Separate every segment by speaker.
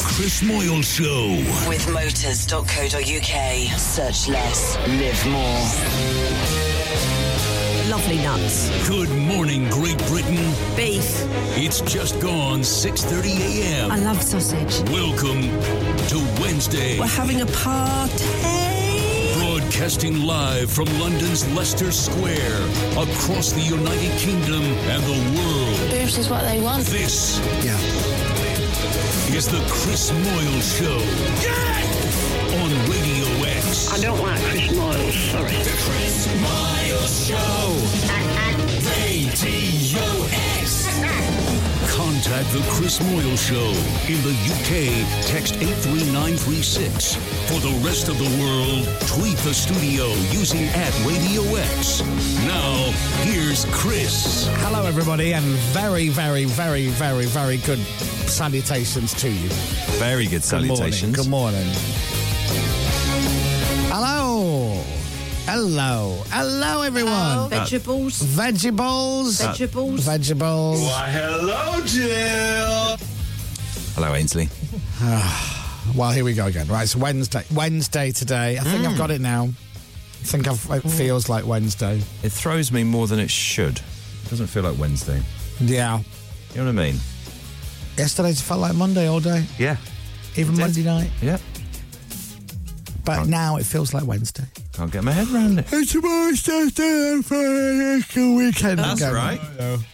Speaker 1: Chris Moyle Show.
Speaker 2: With motors.co.uk. Search less, live more.
Speaker 3: Lovely nuts.
Speaker 1: Good morning, Great Britain.
Speaker 3: Beef.
Speaker 1: It's just gone 6:30 a.m.
Speaker 3: I love sausage.
Speaker 1: Welcome to Wednesday.
Speaker 3: We're having a party.
Speaker 1: Broadcasting live from London's Leicester Square, across the United Kingdom and the world.
Speaker 4: Boobs is what they want.
Speaker 1: This
Speaker 5: yeah.
Speaker 1: is the Chris Moyle Show.
Speaker 6: Yes!
Speaker 1: On Radio X.
Speaker 7: I don't like Chris Moyle, sorry.
Speaker 6: The Chris Moyle Show. Radio X.
Speaker 1: Contact the Chris Moyle Show in the UK. Text 83936. For the rest of the world, tweet the studio using at Radio X. Now, here's Chris.
Speaker 8: Hello, everybody, and very, very, very, very, very good salutations to you.
Speaker 9: Very good salutations.
Speaker 8: Good morning. Good morning. Hello. Hello. Hello, everyone. Hello.
Speaker 10: Vegetables.
Speaker 8: Vegetables. Uh,
Speaker 10: Vegetables.
Speaker 8: Vegetables.
Speaker 6: Why, hello, Jill.
Speaker 9: Hello, Ainsley.
Speaker 8: Ah, well, here we go again. Right, it's Wednesday. Wednesday today. I think mm. I've got it now. I think I've, it feels like Wednesday.
Speaker 9: It throws me more than it should. It doesn't feel like Wednesday.
Speaker 8: Yeah.
Speaker 9: You know what I mean?
Speaker 8: Yesterday felt like Monday all day.
Speaker 9: Yeah.
Speaker 8: Even Monday night.
Speaker 9: Yeah.
Speaker 8: But Can't. now it feels like Wednesday.
Speaker 9: Can't get my head around it.
Speaker 8: It's tomorrow's Thursday and Friday school weekend.
Speaker 9: That's again. right.
Speaker 8: Oh,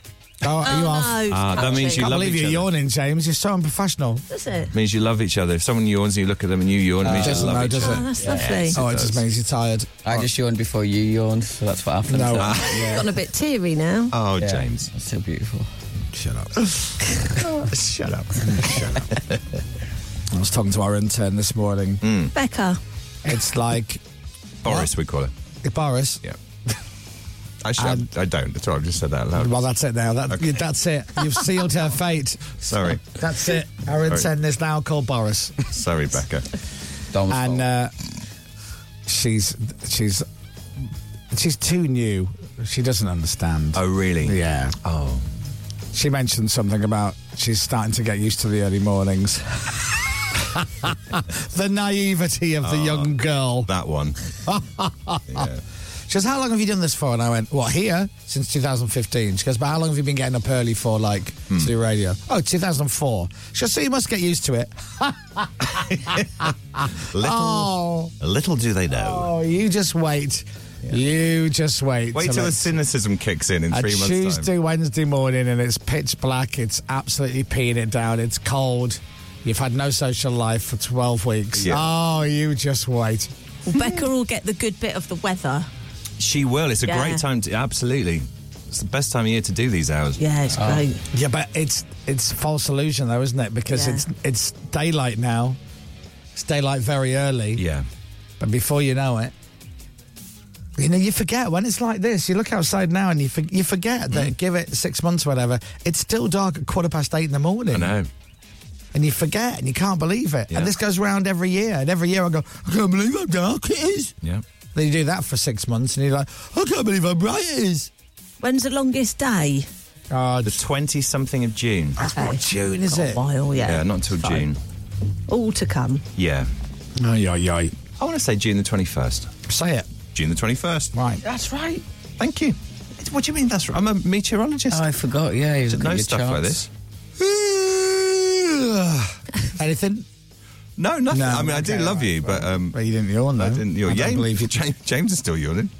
Speaker 8: oh, are you off?
Speaker 10: No.
Speaker 9: Ah, that means you
Speaker 8: Can't
Speaker 9: love
Speaker 8: believe
Speaker 9: each
Speaker 8: you're
Speaker 9: other.
Speaker 8: yawning, James. You're so unprofessional.
Speaker 10: Does it?
Speaker 9: Means you love each other. If someone yawns, you look at them and you yawn. it means you
Speaker 8: doesn't
Speaker 9: love
Speaker 8: know,
Speaker 9: each
Speaker 8: does
Speaker 9: other.
Speaker 8: it?
Speaker 10: That's lovely.
Speaker 9: Yes,
Speaker 8: Oh, it
Speaker 9: does.
Speaker 8: just makes you tired.
Speaker 11: I
Speaker 8: Oh,
Speaker 11: just yawned before you yawned, so that's what happened.
Speaker 8: No. Ah.
Speaker 11: So-
Speaker 8: Yeah.
Speaker 10: Gone a bit teary now.
Speaker 9: Oh,
Speaker 11: Yeah,
Speaker 9: James.
Speaker 11: It's so beautiful.
Speaker 8: Shut up. Shut up. Shut up. I was talking to our intern this morning.
Speaker 9: Hmm.
Speaker 10: Becca.
Speaker 8: It's like
Speaker 9: Boris, we call it.
Speaker 8: Boris.
Speaker 9: Yeah. Actually,
Speaker 8: Um,
Speaker 9: I, I don't. That's all. right, I've just said that out loud.
Speaker 8: Well, that's it now. That,
Speaker 9: Okay.
Speaker 8: That's it. You've sealed her fate.
Speaker 9: Sorry.
Speaker 8: That's it. Our
Speaker 9: Sorry.
Speaker 8: intern is now called Boris,
Speaker 9: Sorry, Becca.
Speaker 11: Dom's
Speaker 8: and
Speaker 11: fault.
Speaker 8: uh, she's she's she's too new. She doesn't understand.
Speaker 9: Oh, really?
Speaker 8: Yeah.
Speaker 9: Oh.
Speaker 8: She mentioned something about she's starting to get used to the early mornings. the naivety of the young girl.
Speaker 9: Ah, That one. yeah.
Speaker 8: She goes, How long have you done this for? And I went, What, here? Since 2015. She goes, But how long have you been getting up early for, like,
Speaker 9: Hmm.
Speaker 8: to do radio? Oh, 2004. She goes, So you must get used to it.
Speaker 9: Little,
Speaker 8: Oh,
Speaker 9: little do they know.
Speaker 8: oh, you just wait. You just wait.
Speaker 9: Wait till the
Speaker 8: it's
Speaker 9: cynicism kicks in in
Speaker 8: a
Speaker 9: three months'
Speaker 8: Tuesday,
Speaker 9: time.
Speaker 8: Wednesday morning, and it's pitch black. It's absolutely peeing it down. It's cold. You've had no social life for 12 weeks.
Speaker 9: Yeah.
Speaker 8: Oh, you just wait.
Speaker 10: Well, Becca will get the good bit of the weather.
Speaker 9: She will. It's a
Speaker 10: Yeah.
Speaker 9: great time to. Absolutely. It's the best time of year to do these hours.
Speaker 10: Yeah, it's
Speaker 8: Oh,
Speaker 10: great.
Speaker 8: Yeah, but it's it's false illusion though, isn't it? Because
Speaker 10: Yeah.
Speaker 8: it's it's daylight now. It's daylight very early.
Speaker 9: Yeah.
Speaker 8: But before you know it, you know you forget when it's like this. You look outside now and you for, you forget
Speaker 9: Mm.
Speaker 8: that. Give it six months, or whatever. It's still dark at quarter past eight in the morning.
Speaker 9: I know.
Speaker 8: And you forget and you can't believe it.
Speaker 9: Yeah.
Speaker 8: And this goes round every year. And every year I go, I can't believe how dark it is.
Speaker 9: Yeah.
Speaker 8: Then you do that for six months and you're like, I can't believe how bright it is.
Speaker 10: When's the longest day?
Speaker 8: Oh,
Speaker 9: The 20 something of June.
Speaker 8: that's not June, oh, is
Speaker 10: Got
Speaker 8: it?
Speaker 10: A while, yeah.
Speaker 9: Yeah, not till June.
Speaker 10: All to come.
Speaker 9: Yeah.
Speaker 8: Oh, yeah, yeah.
Speaker 9: I want to say June the 21st.
Speaker 8: Say it.
Speaker 9: June the 21st.
Speaker 8: Right.
Speaker 9: That's right. Thank you. It's- What do you mean that's right? I'm a meteorologist.
Speaker 11: Oh, I forgot. Yeah, he was
Speaker 9: Should know
Speaker 11: looking at your
Speaker 9: stuff like
Speaker 11: charts.
Speaker 9: this.
Speaker 8: Anything?
Speaker 9: No, nothing.
Speaker 8: No,
Speaker 9: I mean, I
Speaker 8: okay,
Speaker 9: do love
Speaker 8: right,
Speaker 9: you,
Speaker 8: right.
Speaker 9: but um,
Speaker 8: Well, you didn't yawn, though.
Speaker 9: I didn't. You're,
Speaker 8: I don't
Speaker 9: James,
Speaker 8: believe you.
Speaker 9: James, James is still yawning.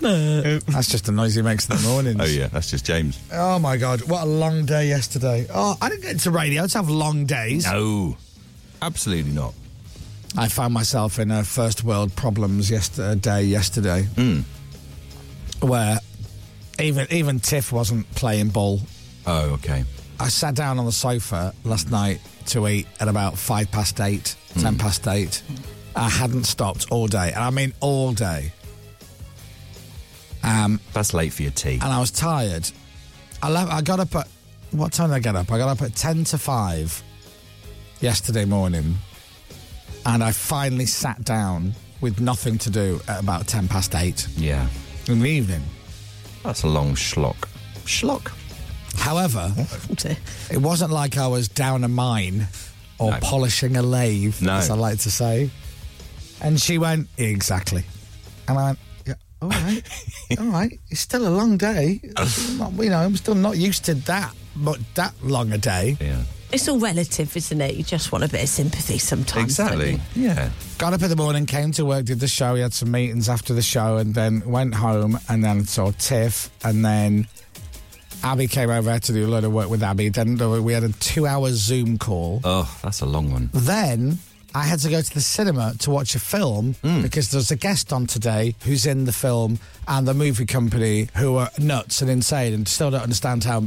Speaker 8: That's just the noise he makes in the mornings.
Speaker 9: Oh yeah, that's just James.
Speaker 8: Oh, my God. What a long day yesterday. Oh, I didn't get into radio to have long days.
Speaker 9: No, absolutely not.
Speaker 8: I found myself in a first world problems yesterday, yesterday
Speaker 9: Hmm.
Speaker 8: where even, even Tiff wasn't playing ball.
Speaker 9: Oh, okay. Hmm.
Speaker 8: I sat down on the sofa last night to eat at about five past eight, ten past eight. I hadn't stopped all day, and I mean all day. Um,
Speaker 9: That's late for your tea.
Speaker 8: and I was tired. I left, I got up at what time did I get up? I got up at ten to five yesterday morning, and I finally sat down with nothing to do at about ten past eight
Speaker 9: Yeah,
Speaker 8: in the evening.
Speaker 9: that's a long schlock. Schlock.
Speaker 8: However, it wasn't like I was down a mine or
Speaker 12: No.
Speaker 8: polishing a lathe,
Speaker 12: No.
Speaker 8: as I like to say. And she went, exactly. And I went, yeah, all right, all right. It's still a long day. It's not- you know, I'm still not used to that, but that long a day.
Speaker 12: Yeah.
Speaker 10: It's all relative, isn't it? You just want a bit of sympathy sometimes.
Speaker 12: Exactly. Yeah.
Speaker 8: Got up in the morning, came to work, did the show. We had some meetings after the show, and then went home. And then saw Tiff, and then Abby came over. I had to do a load of work with Abby. Then we had a two-hour Zoom call.
Speaker 12: Oh, that's a long one.
Speaker 8: Then I had to go to the cinema to watch a film because there's a guest on today who's in the film and the movie company who are nuts and insane and still don't understand how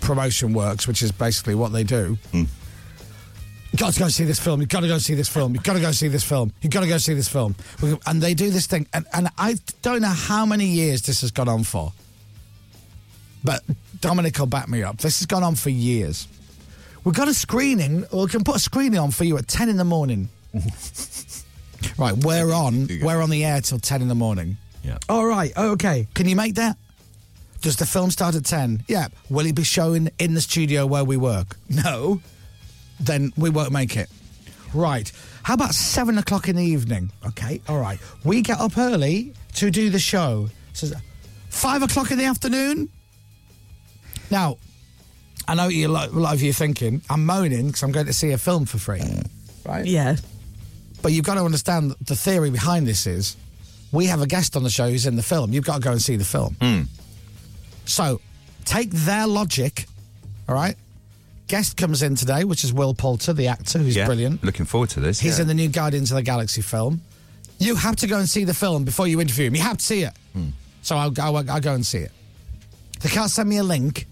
Speaker 8: promotion works, which is basically what they do. You've got to go see this film. You've got to go see this film. You've got to go see this film. You've got to go see this film. We- And they do this thing. And, and I don't know how many years this has gone on for. But Dominic will back me up. This has gone on for years. We've got a screening. or We can put a screening on for you at 10 in the morning. right, we're on. We're on the air till 10 in the morning.
Speaker 12: Yeah.
Speaker 8: All right, okay. Can you make that? Does the film start at 10? Yeah. Will it be shown in the studio where we work? No. Then we won't make it. Right. How about 7 o'clock in the evening? Okay, all right. We get up early to do the show. So, 5 o'clock in the afternoon? Now, I know you, a lot, a lot of you are thinking, I'm moaning because I'm going to see a film for free. Right?
Speaker 10: Yeah.
Speaker 8: But you've got to understand that the theory behind this is we have a guest on the show who's in the film. You've got to go and see the film.
Speaker 13: Hmm.
Speaker 8: So take their logic, all right? Guest comes in today, which is Will Poulter, the actor who's
Speaker 12: yeah.
Speaker 8: brilliant.
Speaker 12: Looking forward to this.
Speaker 8: He's
Speaker 12: yeah.
Speaker 8: in the new Guardians of the Galaxy film. You have to go and see the film before you interview him. You have to see it.
Speaker 12: Hmm.
Speaker 8: So I'll, I'll, I'll go and see it. They can't send me a link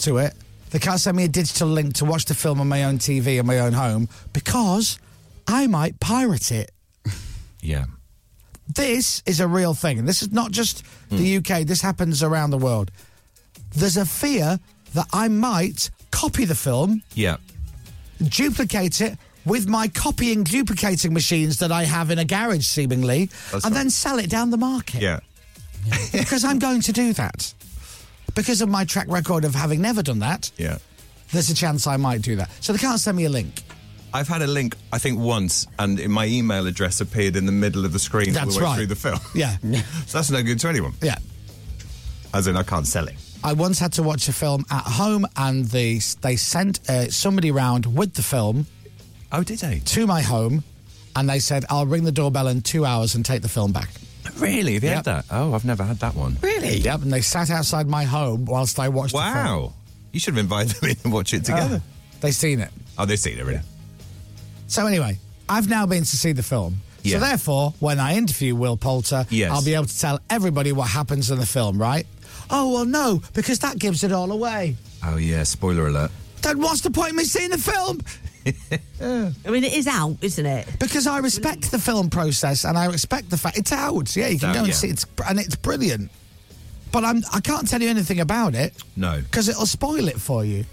Speaker 8: to it. They can't send me a digital link to watch the film on my own TV in my own home because I might pirate it.
Speaker 12: Yeah.
Speaker 8: This is a real thing. And this is not just
Speaker 12: Hmm.
Speaker 8: the UK, this happens around the world. There's a fear that I might copy the film
Speaker 12: Yeah.
Speaker 8: duplicate it with my copying duplicating machines that I have in a garage, seemingly,
Speaker 12: That's right.
Speaker 8: and then sell it down the market.
Speaker 12: Yeah.
Speaker 8: Because I'm going to do that. Because of my track record of having never done that,
Speaker 12: Yeah.
Speaker 8: there's a chance I might do that. So they can't send me a link.
Speaker 9: I've had a link, I think, once, and my email address appeared in the middle of the screen all
Speaker 8: That's
Speaker 9: the way
Speaker 8: right.
Speaker 9: through the film.
Speaker 8: Yeah.
Speaker 9: so that's no good to anyone.
Speaker 8: Yeah.
Speaker 9: As in, I can't sell it.
Speaker 8: I once had to watch a film at home, and they, they sent uh, somebody round with the film
Speaker 12: Oh, did they?
Speaker 8: to my home, and they said, I'll ring the doorbell in two hours and take the film back.
Speaker 12: Really? Have you
Speaker 8: Yep.
Speaker 12: had that? Oh, I've never had that one.
Speaker 8: Really? Yep. And they sat outside my home whilst I watched the film.
Speaker 9: Wow. You should have invited them in and watch it together.
Speaker 8: They seen Oh, it.
Speaker 9: Oh, they've seen it already.
Speaker 8: So anyway, I've now been to see the film.
Speaker 12: Yeah.
Speaker 8: So therefore, when I interview Will Poulter,
Speaker 12: Yes.
Speaker 8: I'll be able to tell everybody what happens in the film, right? Oh well, no, because that gives it all away.
Speaker 12: Oh, yeah. Spoiler alert.
Speaker 8: Then what's the point of me seeing the film?
Speaker 10: I mean, it is out, isn't it?
Speaker 8: Because I respect the film process and I respect the fact it's out. Yeah, you can
Speaker 12: out,
Speaker 8: go and
Speaker 12: yeah.
Speaker 8: see it, and it's brilliant. But I'm I can't tell you anything about it
Speaker 12: No.
Speaker 8: because it'll spoil it for you.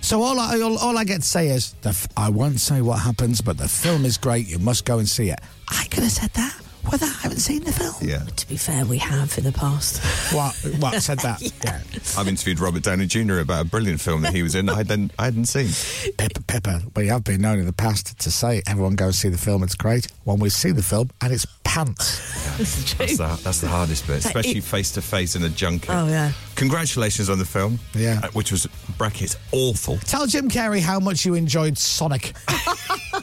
Speaker 8: So all I all, all I get to say is the f- I won't say what happens, but the film is great. You must go and see it. I could have said that whether I haven't seen the film.
Speaker 9: Yeah.
Speaker 10: To be fair, we have in the past.
Speaker 8: What what said that? yeah.
Speaker 9: I've interviewed Robert Downey Jr. about a brilliant film that he was in that I, then, I hadn't seen.
Speaker 8: Pepper Pepper. We have been known in the past to say everyone go and see the film. It's great. When we see the film and it's pants.
Speaker 10: It's true.
Speaker 12: That's the, that's the hardest bit.
Speaker 9: Especially face to face in a junket.
Speaker 10: Oh, yeah.
Speaker 9: Congratulations on the film.
Speaker 8: Yeah.
Speaker 9: uh, Which was, brackets, awful.
Speaker 8: Tell Jim Carrey how much you enjoyed Sonic.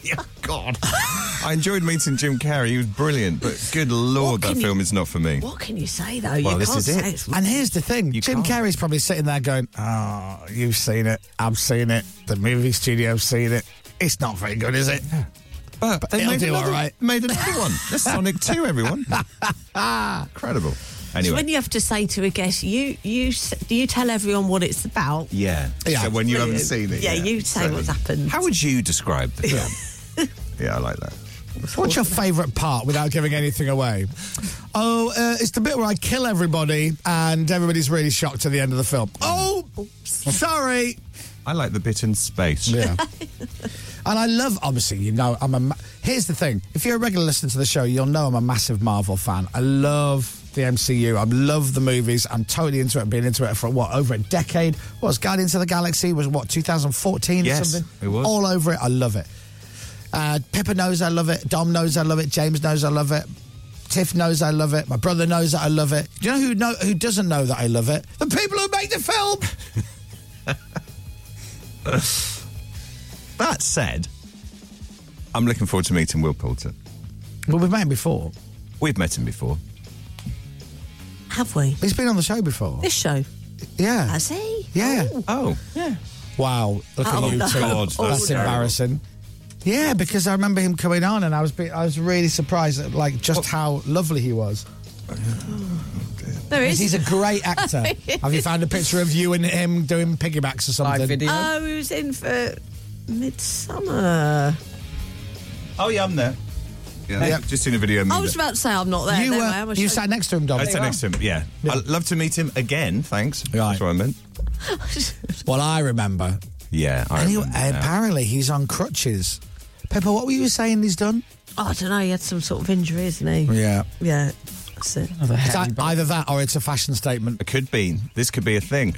Speaker 9: Yeah, God. I enjoyed meeting Jim Carrey. He was brilliant, but good lord,
Speaker 10: can
Speaker 9: that
Speaker 10: you-
Speaker 9: film is not for me.
Speaker 10: What can you say, though?
Speaker 12: Well,
Speaker 10: you
Speaker 12: this
Speaker 10: can't
Speaker 12: is it.
Speaker 10: say it's
Speaker 8: And here's the thing Jim Carrey's probably sitting there going, Oh, you've seen it. I've seen it. The movie studio's seen it. It's not very good, is it?
Speaker 9: But,
Speaker 8: But
Speaker 9: they
Speaker 8: it'll
Speaker 9: made
Speaker 8: do
Speaker 9: another,
Speaker 8: all right.
Speaker 9: Made another one. That's Sonic 2, everyone.
Speaker 8: Ah.
Speaker 9: Incredible. Anyway.
Speaker 10: When you have to say to a guest, you you s- do you tell everyone what it's about?
Speaker 9: yeah.
Speaker 8: Yeah.
Speaker 9: So when you haven't seen it.
Speaker 10: Yeah, you say what's happened.
Speaker 12: How would you describe the film?
Speaker 9: Yeah, I like that.
Speaker 8: What's your favourite part without giving anything away? Oh, uh, it's the bit where I kill everybody and everybody's really shocked at the end of the film. Oh, sorry.
Speaker 9: I like the bit in space.
Speaker 8: Yeah. and I love, obviously, you know, I'm a. Ma- Here's the thing: if you're a regular listener to the show, you'll know I'm a massive Marvel fan. I love the MCU. I love the movies. I'm totally into it. I've been into it for what over a decade. What was Guardians of the Galaxy was what 2014 or
Speaker 9: Yes,
Speaker 8: something.
Speaker 9: it was.
Speaker 8: all over it. I love it. Uh, Pippa knows I love it. Dom knows I love it. James knows I love it. Tiff knows I love it. My brother knows that I love it. Do you know who know, who doesn't know that I love it? The people who make the film.
Speaker 12: That said,
Speaker 9: I'm looking forward to meeting Will Poulter.
Speaker 8: well, we've met him before.
Speaker 9: We've met him before.
Speaker 10: Have we?
Speaker 8: He's been on the show before.
Speaker 10: This show.
Speaker 8: Yeah.
Speaker 10: Has he?
Speaker 8: yeah.
Speaker 9: Oh,
Speaker 8: Wow. Look
Speaker 10: Oh,
Speaker 8: at you
Speaker 10: no.
Speaker 8: two.
Speaker 9: God,
Speaker 8: That's,
Speaker 9: that's terrible.
Speaker 8: embarrassing. Yeah, because I remember him coming on, and I was be- I was really surprised at like just how lovely he was.
Speaker 10: There is.
Speaker 8: He's a great actor. Have you found a picture of you and him doing piggybacks or something?
Speaker 11: Live video.
Speaker 10: oh, he was in for Midsummer.
Speaker 9: oh yeah, I'm there. Yeah,
Speaker 8: Yep.
Speaker 9: just seen a video.
Speaker 10: I was about to say I'm not there.
Speaker 8: You
Speaker 10: there
Speaker 8: were-
Speaker 10: I am. I
Speaker 8: you
Speaker 10: should-
Speaker 11: Um,
Speaker 8: sat next to him, Dom.
Speaker 9: I sat next to him. Yeah, I'd love to meet him again. Thanks.
Speaker 8: Right.
Speaker 9: That's what I meant.
Speaker 8: Well, I remember.
Speaker 9: Yeah. I
Speaker 8: Anyway,
Speaker 9: remember now.
Speaker 8: apparently he's on crutches. Pepper, what were you saying he's done?
Speaker 10: Oh, I don't know. He had some sort of injury, isn't he?
Speaker 8: Yeah.
Speaker 10: Yeah. That's it.
Speaker 8: It's like either that or it's a fashion statement.
Speaker 9: It could be. This could be a thing.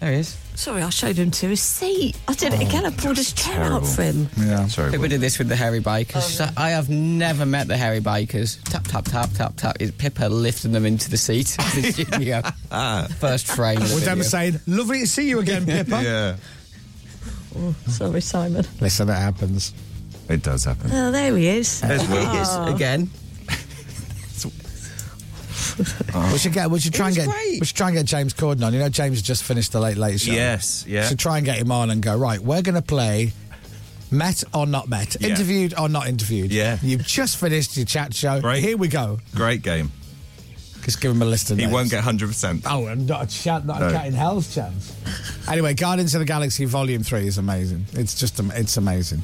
Speaker 11: There he is.
Speaker 10: Sorry, I showed him to his seat. I did it again. I pulled his chair out
Speaker 9: terrible.
Speaker 10: for him.
Speaker 8: Yeah.
Speaker 9: Sorry.
Speaker 11: Pippa
Speaker 9: Will.
Speaker 11: did this with the Harry Bikers. She's like, I have never met the Harry Bikers. Tap, tap, tap, tap, tap. It's Pippa lifting them into the seat. of the studio. First frame. Of the
Speaker 8: With them
Speaker 11: video.
Speaker 8: saying, lovely to see you again, Pippa.
Speaker 9: Yeah,
Speaker 10: Oh, Sorry, Simon.
Speaker 8: Listen, it happens.
Speaker 9: it does happen.
Speaker 10: Oh, there he is. Ah.
Speaker 9: There's Will.
Speaker 11: Yes, again.
Speaker 9: Ah.
Speaker 8: We should get. We should try and
Speaker 11: was
Speaker 8: get.
Speaker 11: great.
Speaker 8: We should try and get James Corden on. You know, James has just finished the late late show.
Speaker 9: Yes, yeah.
Speaker 8: Should try and get him on and go right. We're going to play. Met or not met,
Speaker 9: Yeah.
Speaker 8: interviewed or not interviewed.
Speaker 9: Yeah.
Speaker 8: you've just finished your chat show.
Speaker 9: Great.
Speaker 8: Here we go.
Speaker 9: Great game.
Speaker 8: Just give him a list of
Speaker 9: He
Speaker 8: names.
Speaker 9: won't get 100. percent
Speaker 8: Oh, and not a chat, not a
Speaker 9: No.
Speaker 8: cat in hell's chance. anyway, Guardians of the Galaxy Volume Three is amazing. It's just, am- it's amazing.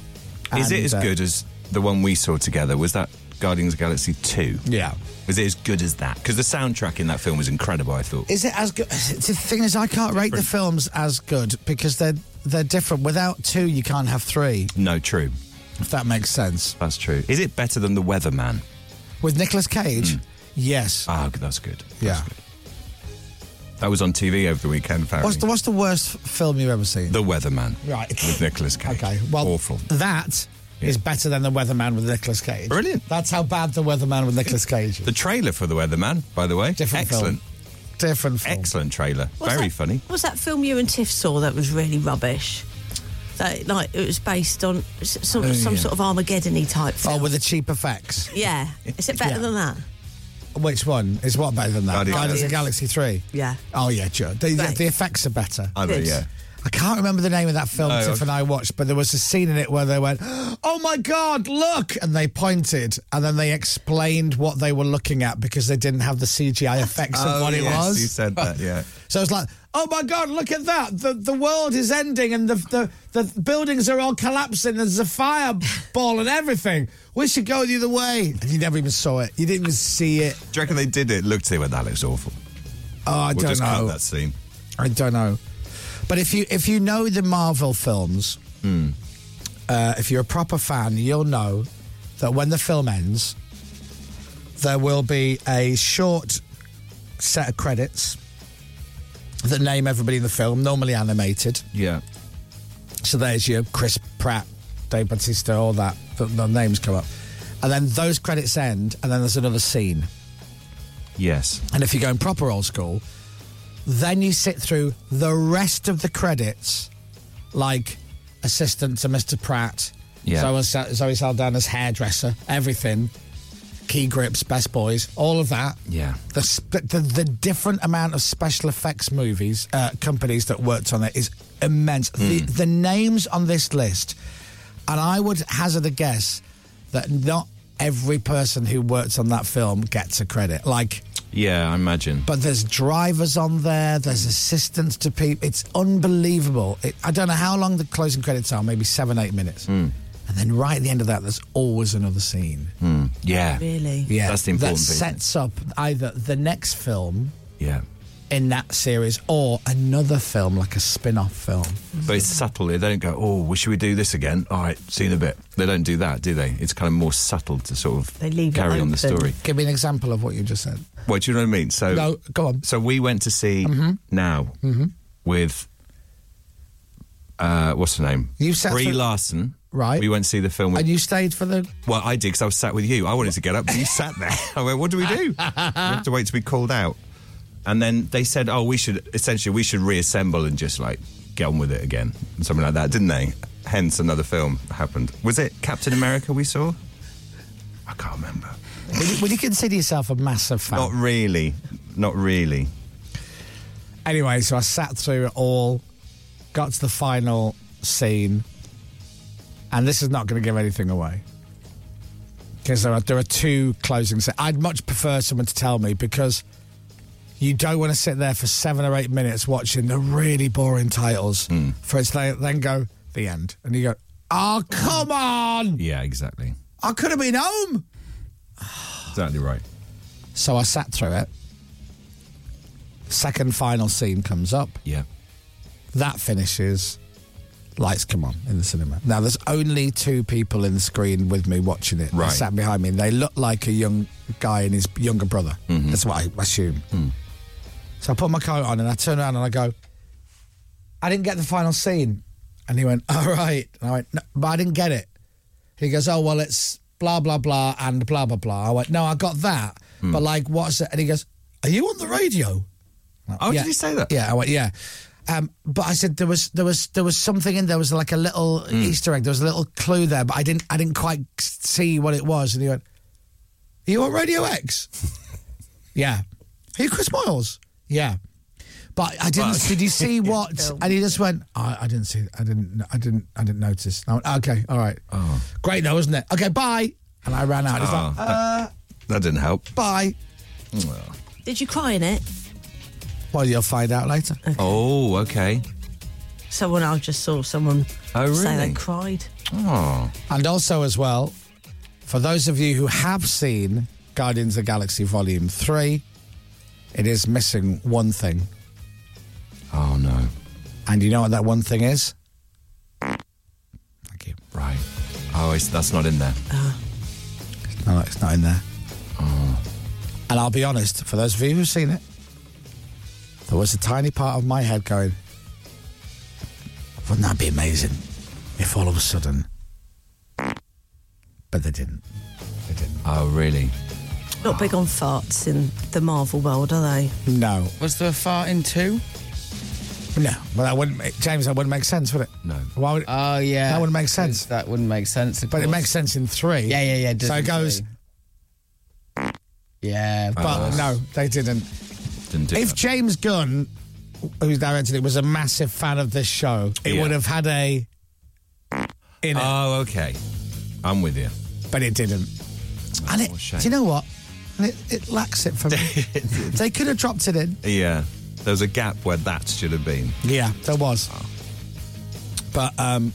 Speaker 9: Is it
Speaker 8: And,
Speaker 9: as
Speaker 8: uh,
Speaker 9: good as the one we saw together? Was that Guardians of the Galaxy 2?
Speaker 8: Yeah.
Speaker 9: Is it as good as that? Because the soundtrack in that film was incredible, I thought.
Speaker 8: Is it as good? The thing is, I can't rate the films as good because they're they're different. Without two, you can't have three.
Speaker 9: no, true.
Speaker 8: If that makes sense.
Speaker 9: That's true. Is it better than The Weatherman?
Speaker 8: With Nicolas
Speaker 9: Mm,
Speaker 8: Cage, yes.
Speaker 9: Ah, that's good. That's
Speaker 8: Yeah.
Speaker 9: good. That was on TV over the weekend, apparently.
Speaker 8: What's the what's the worst f- film you've ever seen?
Speaker 9: The Weatherman.
Speaker 8: Right.
Speaker 9: With Nicolas Cage.
Speaker 8: okay. Well,
Speaker 9: Awful.
Speaker 8: That is
Speaker 9: Yeah.
Speaker 8: better than the Weatherman with Nicolas Cage.
Speaker 9: Brilliant.
Speaker 8: That's how bad the Weatherman with Nicolas Cage.
Speaker 9: The
Speaker 8: Is.
Speaker 9: trailer for The Weatherman, by the way.
Speaker 8: Different film.
Speaker 9: Excellent.
Speaker 8: Different film.
Speaker 9: Excellent trailer.
Speaker 10: What's
Speaker 9: Very
Speaker 10: that-
Speaker 9: funny.
Speaker 10: What's that film you and Tiff saw that was really rubbish? That like it was based on s- some
Speaker 9: Oh,
Speaker 10: some
Speaker 9: yeah.
Speaker 10: sort of Armageddon-y type film.
Speaker 8: Oh, with the cheap effects.
Speaker 10: yeah. Is it better
Speaker 8: Yeah.
Speaker 10: than that?
Speaker 8: Which one is what better than that?
Speaker 9: Guardians.
Speaker 8: Guardians of the Galaxy Three.
Speaker 10: Yeah.
Speaker 8: Oh yeah, sure. The, the,
Speaker 10: Right.
Speaker 8: the effects are better.
Speaker 9: I
Speaker 10: Good.
Speaker 9: yeah. Oh,
Speaker 8: I can't remember the name of that film
Speaker 9: No.
Speaker 8: Tiff and I watched, but there was a scene in it where they went, "Oh my god, look!" and they pointed, and then they explained what they were looking at because they didn't have the CGI effects of what it
Speaker 9: Oh, yes,
Speaker 8: was.
Speaker 9: You said that, yeah.
Speaker 8: So it's like, "Oh my god, look at that! the The world is ending, and the the, the buildings are all collapsing. There's a fireball and everything. We should go the other way." And you never even saw it. You didn't even see it.
Speaker 9: Do you reckon they did it? Looked at it, went, that looks awful.
Speaker 8: Oh, I
Speaker 9: we'll
Speaker 8: don't
Speaker 9: just
Speaker 8: know.
Speaker 9: cut that scene.
Speaker 8: I don't know. But if you if you know the Marvel films, uh, if you're a proper fan, you'll know that when the film ends, there will be a short set of credits that name everybody in the film, normally animated.
Speaker 9: Yeah.
Speaker 8: So there's your Chris Pratt, Dave Bautista, all that. The, the names come up, and then those credits end, and then there's another scene.
Speaker 9: Yes.
Speaker 8: And if you're going proper old school, then you sit through the rest of the credits, like assistant to Mr. Pratt,
Speaker 9: Yeah.
Speaker 8: Zoe, Sa- Zoe Saldana's hairdresser, everything, key grips, best boys, all of that.
Speaker 9: Yeah.
Speaker 8: The, sp- the the different amount of special effects movies uh, companies that worked on it is immense. The the names on this list, and I would hazard a guess that not every person who worked on that film gets a credit. Like
Speaker 9: Yeah, I imagine.
Speaker 8: but there's drivers on there. There's assistants to people. It's unbelievable. It, I don't know how long the closing credits are. Maybe seven, eight minutes. And then right at the end of that, there's always another scene.
Speaker 9: yeah.
Speaker 10: Really?
Speaker 8: Yeah,
Speaker 9: That's the important
Speaker 8: that
Speaker 9: bit.
Speaker 8: sets up either the next film
Speaker 9: Yeah.
Speaker 8: in that series or another film, like a spin off film.
Speaker 9: But it's subtly. They don't go, oh, well, should we do this again? All right, see you in a bit. They don't do that, do they? It's kind of more subtle to sort of
Speaker 10: They leave it
Speaker 9: carry on the
Speaker 10: open.
Speaker 9: story.
Speaker 8: Give me an example of what you just said.
Speaker 9: Well, do you know what I mean? So,
Speaker 8: No, go on. Mm-hmm.
Speaker 9: so we went to see Now with, uh, what's her name?
Speaker 8: You sat
Speaker 9: Brie
Speaker 8: through-
Speaker 9: Larson.
Speaker 8: Right.
Speaker 9: We went to see the film with
Speaker 8: And you stayed for the.
Speaker 9: Well, I did because I was sat with you. I wanted to get up, but you sat there. I went, "What do we do? we have to wait to be called out." And then they said, "Oh, we should essentially we should reassemble and just like get on with it again, and something like that," didn't they? Hence, another film happened. Was it Captain America we saw? I can't remember.
Speaker 8: Would you, would you consider yourself a massive fan?
Speaker 9: Not really. Not really.
Speaker 8: anyway, so I sat through it all, got to the final scene, and this is not going to give anything away because there are there are two closing scenes. I'd much prefer someone to tell me because you don't want to sit there for seven or eight minutes watching the really boring titles for it to then- then go the end, and you go, "Oh come on,
Speaker 9: Yeah, exactly.
Speaker 8: I could have been home."
Speaker 9: Exactly right.
Speaker 8: So I sat through it. Second final scene comes up.
Speaker 9: Yeah.
Speaker 8: that finishes, lights come on in the cinema. Now, there's only two people in the screen with me watching it. They
Speaker 9: Right.
Speaker 8: sat behind me. They look like a young guy and his younger brother.
Speaker 9: Mm-hmm.
Speaker 8: That's what I assume.
Speaker 9: Mm.
Speaker 8: So I put my coat on and I turn around and I go, I didn't get the final scene. And he went, All right. And I went, no, But I didn't get it. He goes, Oh, well, it's blah, blah, blah, and blah, blah, blah. I went, No, I got that.
Speaker 9: Hmm.
Speaker 8: But like, what's it? And he goes, Are you on the radio?
Speaker 9: Oh,
Speaker 8: Yeah.
Speaker 9: did you say that?
Speaker 8: Yeah, I went, yeah. Um, but I said there was there was there was something in there was like a little
Speaker 9: Hmm.
Speaker 8: Easter egg. There was a little clue there, but I didn't I didn't quite see what it was. And he went, "Are you on Radio X?" yeah. Are you Chris Moyles? Yeah. But I didn't. Did you see what? And he just went. I, I didn't see. I didn't. I didn't. I didn't notice. And I went, okay. All right. Great though, isn't it? Okay. Bye. And I ran out. He's
Speaker 9: Oh,
Speaker 8: like, "Uh,
Speaker 9: that, that didn't help.
Speaker 8: bye.
Speaker 10: Did you cry in it?
Speaker 8: Well, you'll find out later.
Speaker 9: Oh, okay.
Speaker 10: Someone I just saw someone
Speaker 9: Oh,
Speaker 10: say they
Speaker 9: really?
Speaker 10: cried.
Speaker 9: Oh,
Speaker 8: And also, as well, for those of you who have seen Guardians of the Galaxy Volume 3, it is missing one thing.
Speaker 9: oh no.
Speaker 8: And you know what that one thing is? Thank you.
Speaker 9: Right. Oh, it's, that's not in there.
Speaker 10: Ah.
Speaker 8: No, it's not in there.
Speaker 9: Oh.
Speaker 8: And I'll be honest, for those of you who've seen it, there was a tiny part of my head going, wouldn't that be amazing if all of a sudden. But they didn't. They didn't.
Speaker 9: Oh, really?
Speaker 10: Not big on farts in the Marvel world, are they?
Speaker 8: No.
Speaker 11: Was there a fart in two?
Speaker 8: No, well, that wouldn't make, James. That wouldn't make sense, would it?
Speaker 9: No.
Speaker 8: Why would?
Speaker 11: Oh yeah,
Speaker 8: That wouldn't make sense.
Speaker 11: That wouldn't make sense. of
Speaker 8: but it
Speaker 11: course.
Speaker 8: makes sense in three.
Speaker 11: Yeah, yeah, yeah.
Speaker 8: So it
Speaker 11: doesn't
Speaker 8: goes,
Speaker 11: it? Yeah,
Speaker 8: but no, they didn't.
Speaker 9: Didn't do
Speaker 8: If
Speaker 9: that.
Speaker 8: James Gunn, who's directed it, was a massive fan of this show, it
Speaker 9: Yeah.
Speaker 8: would have had a in it,
Speaker 9: Oh, okay. I'm with you.
Speaker 8: but it didn't. and it,
Speaker 9: what a shame.
Speaker 8: do you know what? And it, it lacks it for me. they could have dropped it in.
Speaker 9: Yeah. There was a gap where that should have been.
Speaker 8: Yeah, there was. But um,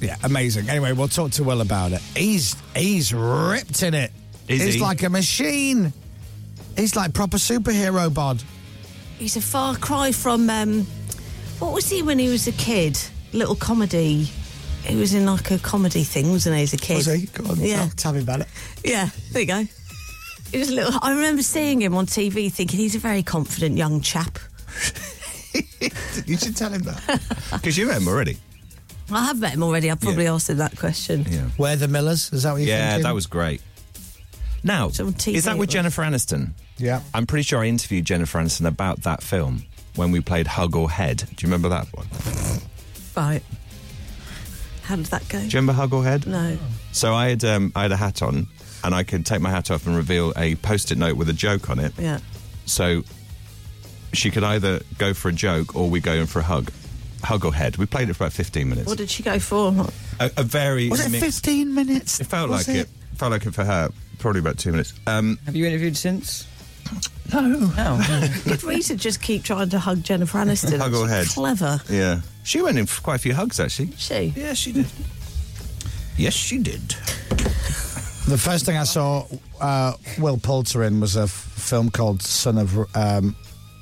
Speaker 8: yeah, amazing. Anyway, we'll talk to Will about it. He's he's ripped in it.
Speaker 9: Is
Speaker 8: he's
Speaker 9: he?
Speaker 8: like a machine. He's like proper superhero bod.
Speaker 10: He's a far cry from um, what was he when he was a kid? Little comedy. He was in like a comedy thing, wasn't he? As a kid,
Speaker 8: Was he? Go on,
Speaker 10: Yeah.
Speaker 8: tell, tell me about it.
Speaker 10: Yeah, there you go. He was a little. I remember seeing him on TV, thinking he's a very confident young chap.
Speaker 9: You should tell him that. Because you met him already.
Speaker 10: I have met him already. I've probably asked him that question.
Speaker 9: Yeah.
Speaker 8: Where the Millers? Is that what you're
Speaker 9: Yeah,
Speaker 8: thinking?
Speaker 9: that was great. Now,
Speaker 10: on TV
Speaker 9: is that
Speaker 10: it
Speaker 9: with
Speaker 10: was.
Speaker 9: Jennifer Aniston?
Speaker 8: Yeah.
Speaker 9: I'm pretty sure I interviewed Jennifer Aniston about that film when we played Hug or Head. Do you remember that one? Do
Speaker 10: Right. How did that go?
Speaker 9: you remember Hug or Head?
Speaker 10: No.
Speaker 9: So I had um, I had a hat on, and I could take my hat off and reveal a post-it note with a joke on it.
Speaker 10: Yeah.
Speaker 9: So she could either go for a joke or we go in for a hug. Hug or head. We played it for about 15 minutes.
Speaker 10: What did she go for? I'm not-
Speaker 9: a, a very
Speaker 8: Was it
Speaker 9: mixed-
Speaker 8: 15 minutes?
Speaker 9: It felt
Speaker 8: Was
Speaker 9: like it? Felt like it for her. Probably about two minutes. Um,
Speaker 11: Have you interviewed since?
Speaker 9: no.
Speaker 11: No.
Speaker 10: Good reason to just keep trying to hug Jennifer Aniston.
Speaker 9: Hug her head.
Speaker 10: She's Clever.
Speaker 9: Yeah. She went in for quite a few hugs actually.
Speaker 10: She.
Speaker 9: Yeah, she did. Yes, she did.
Speaker 8: The first thing I saw uh, Will Poulter in was a f- film called Son of um,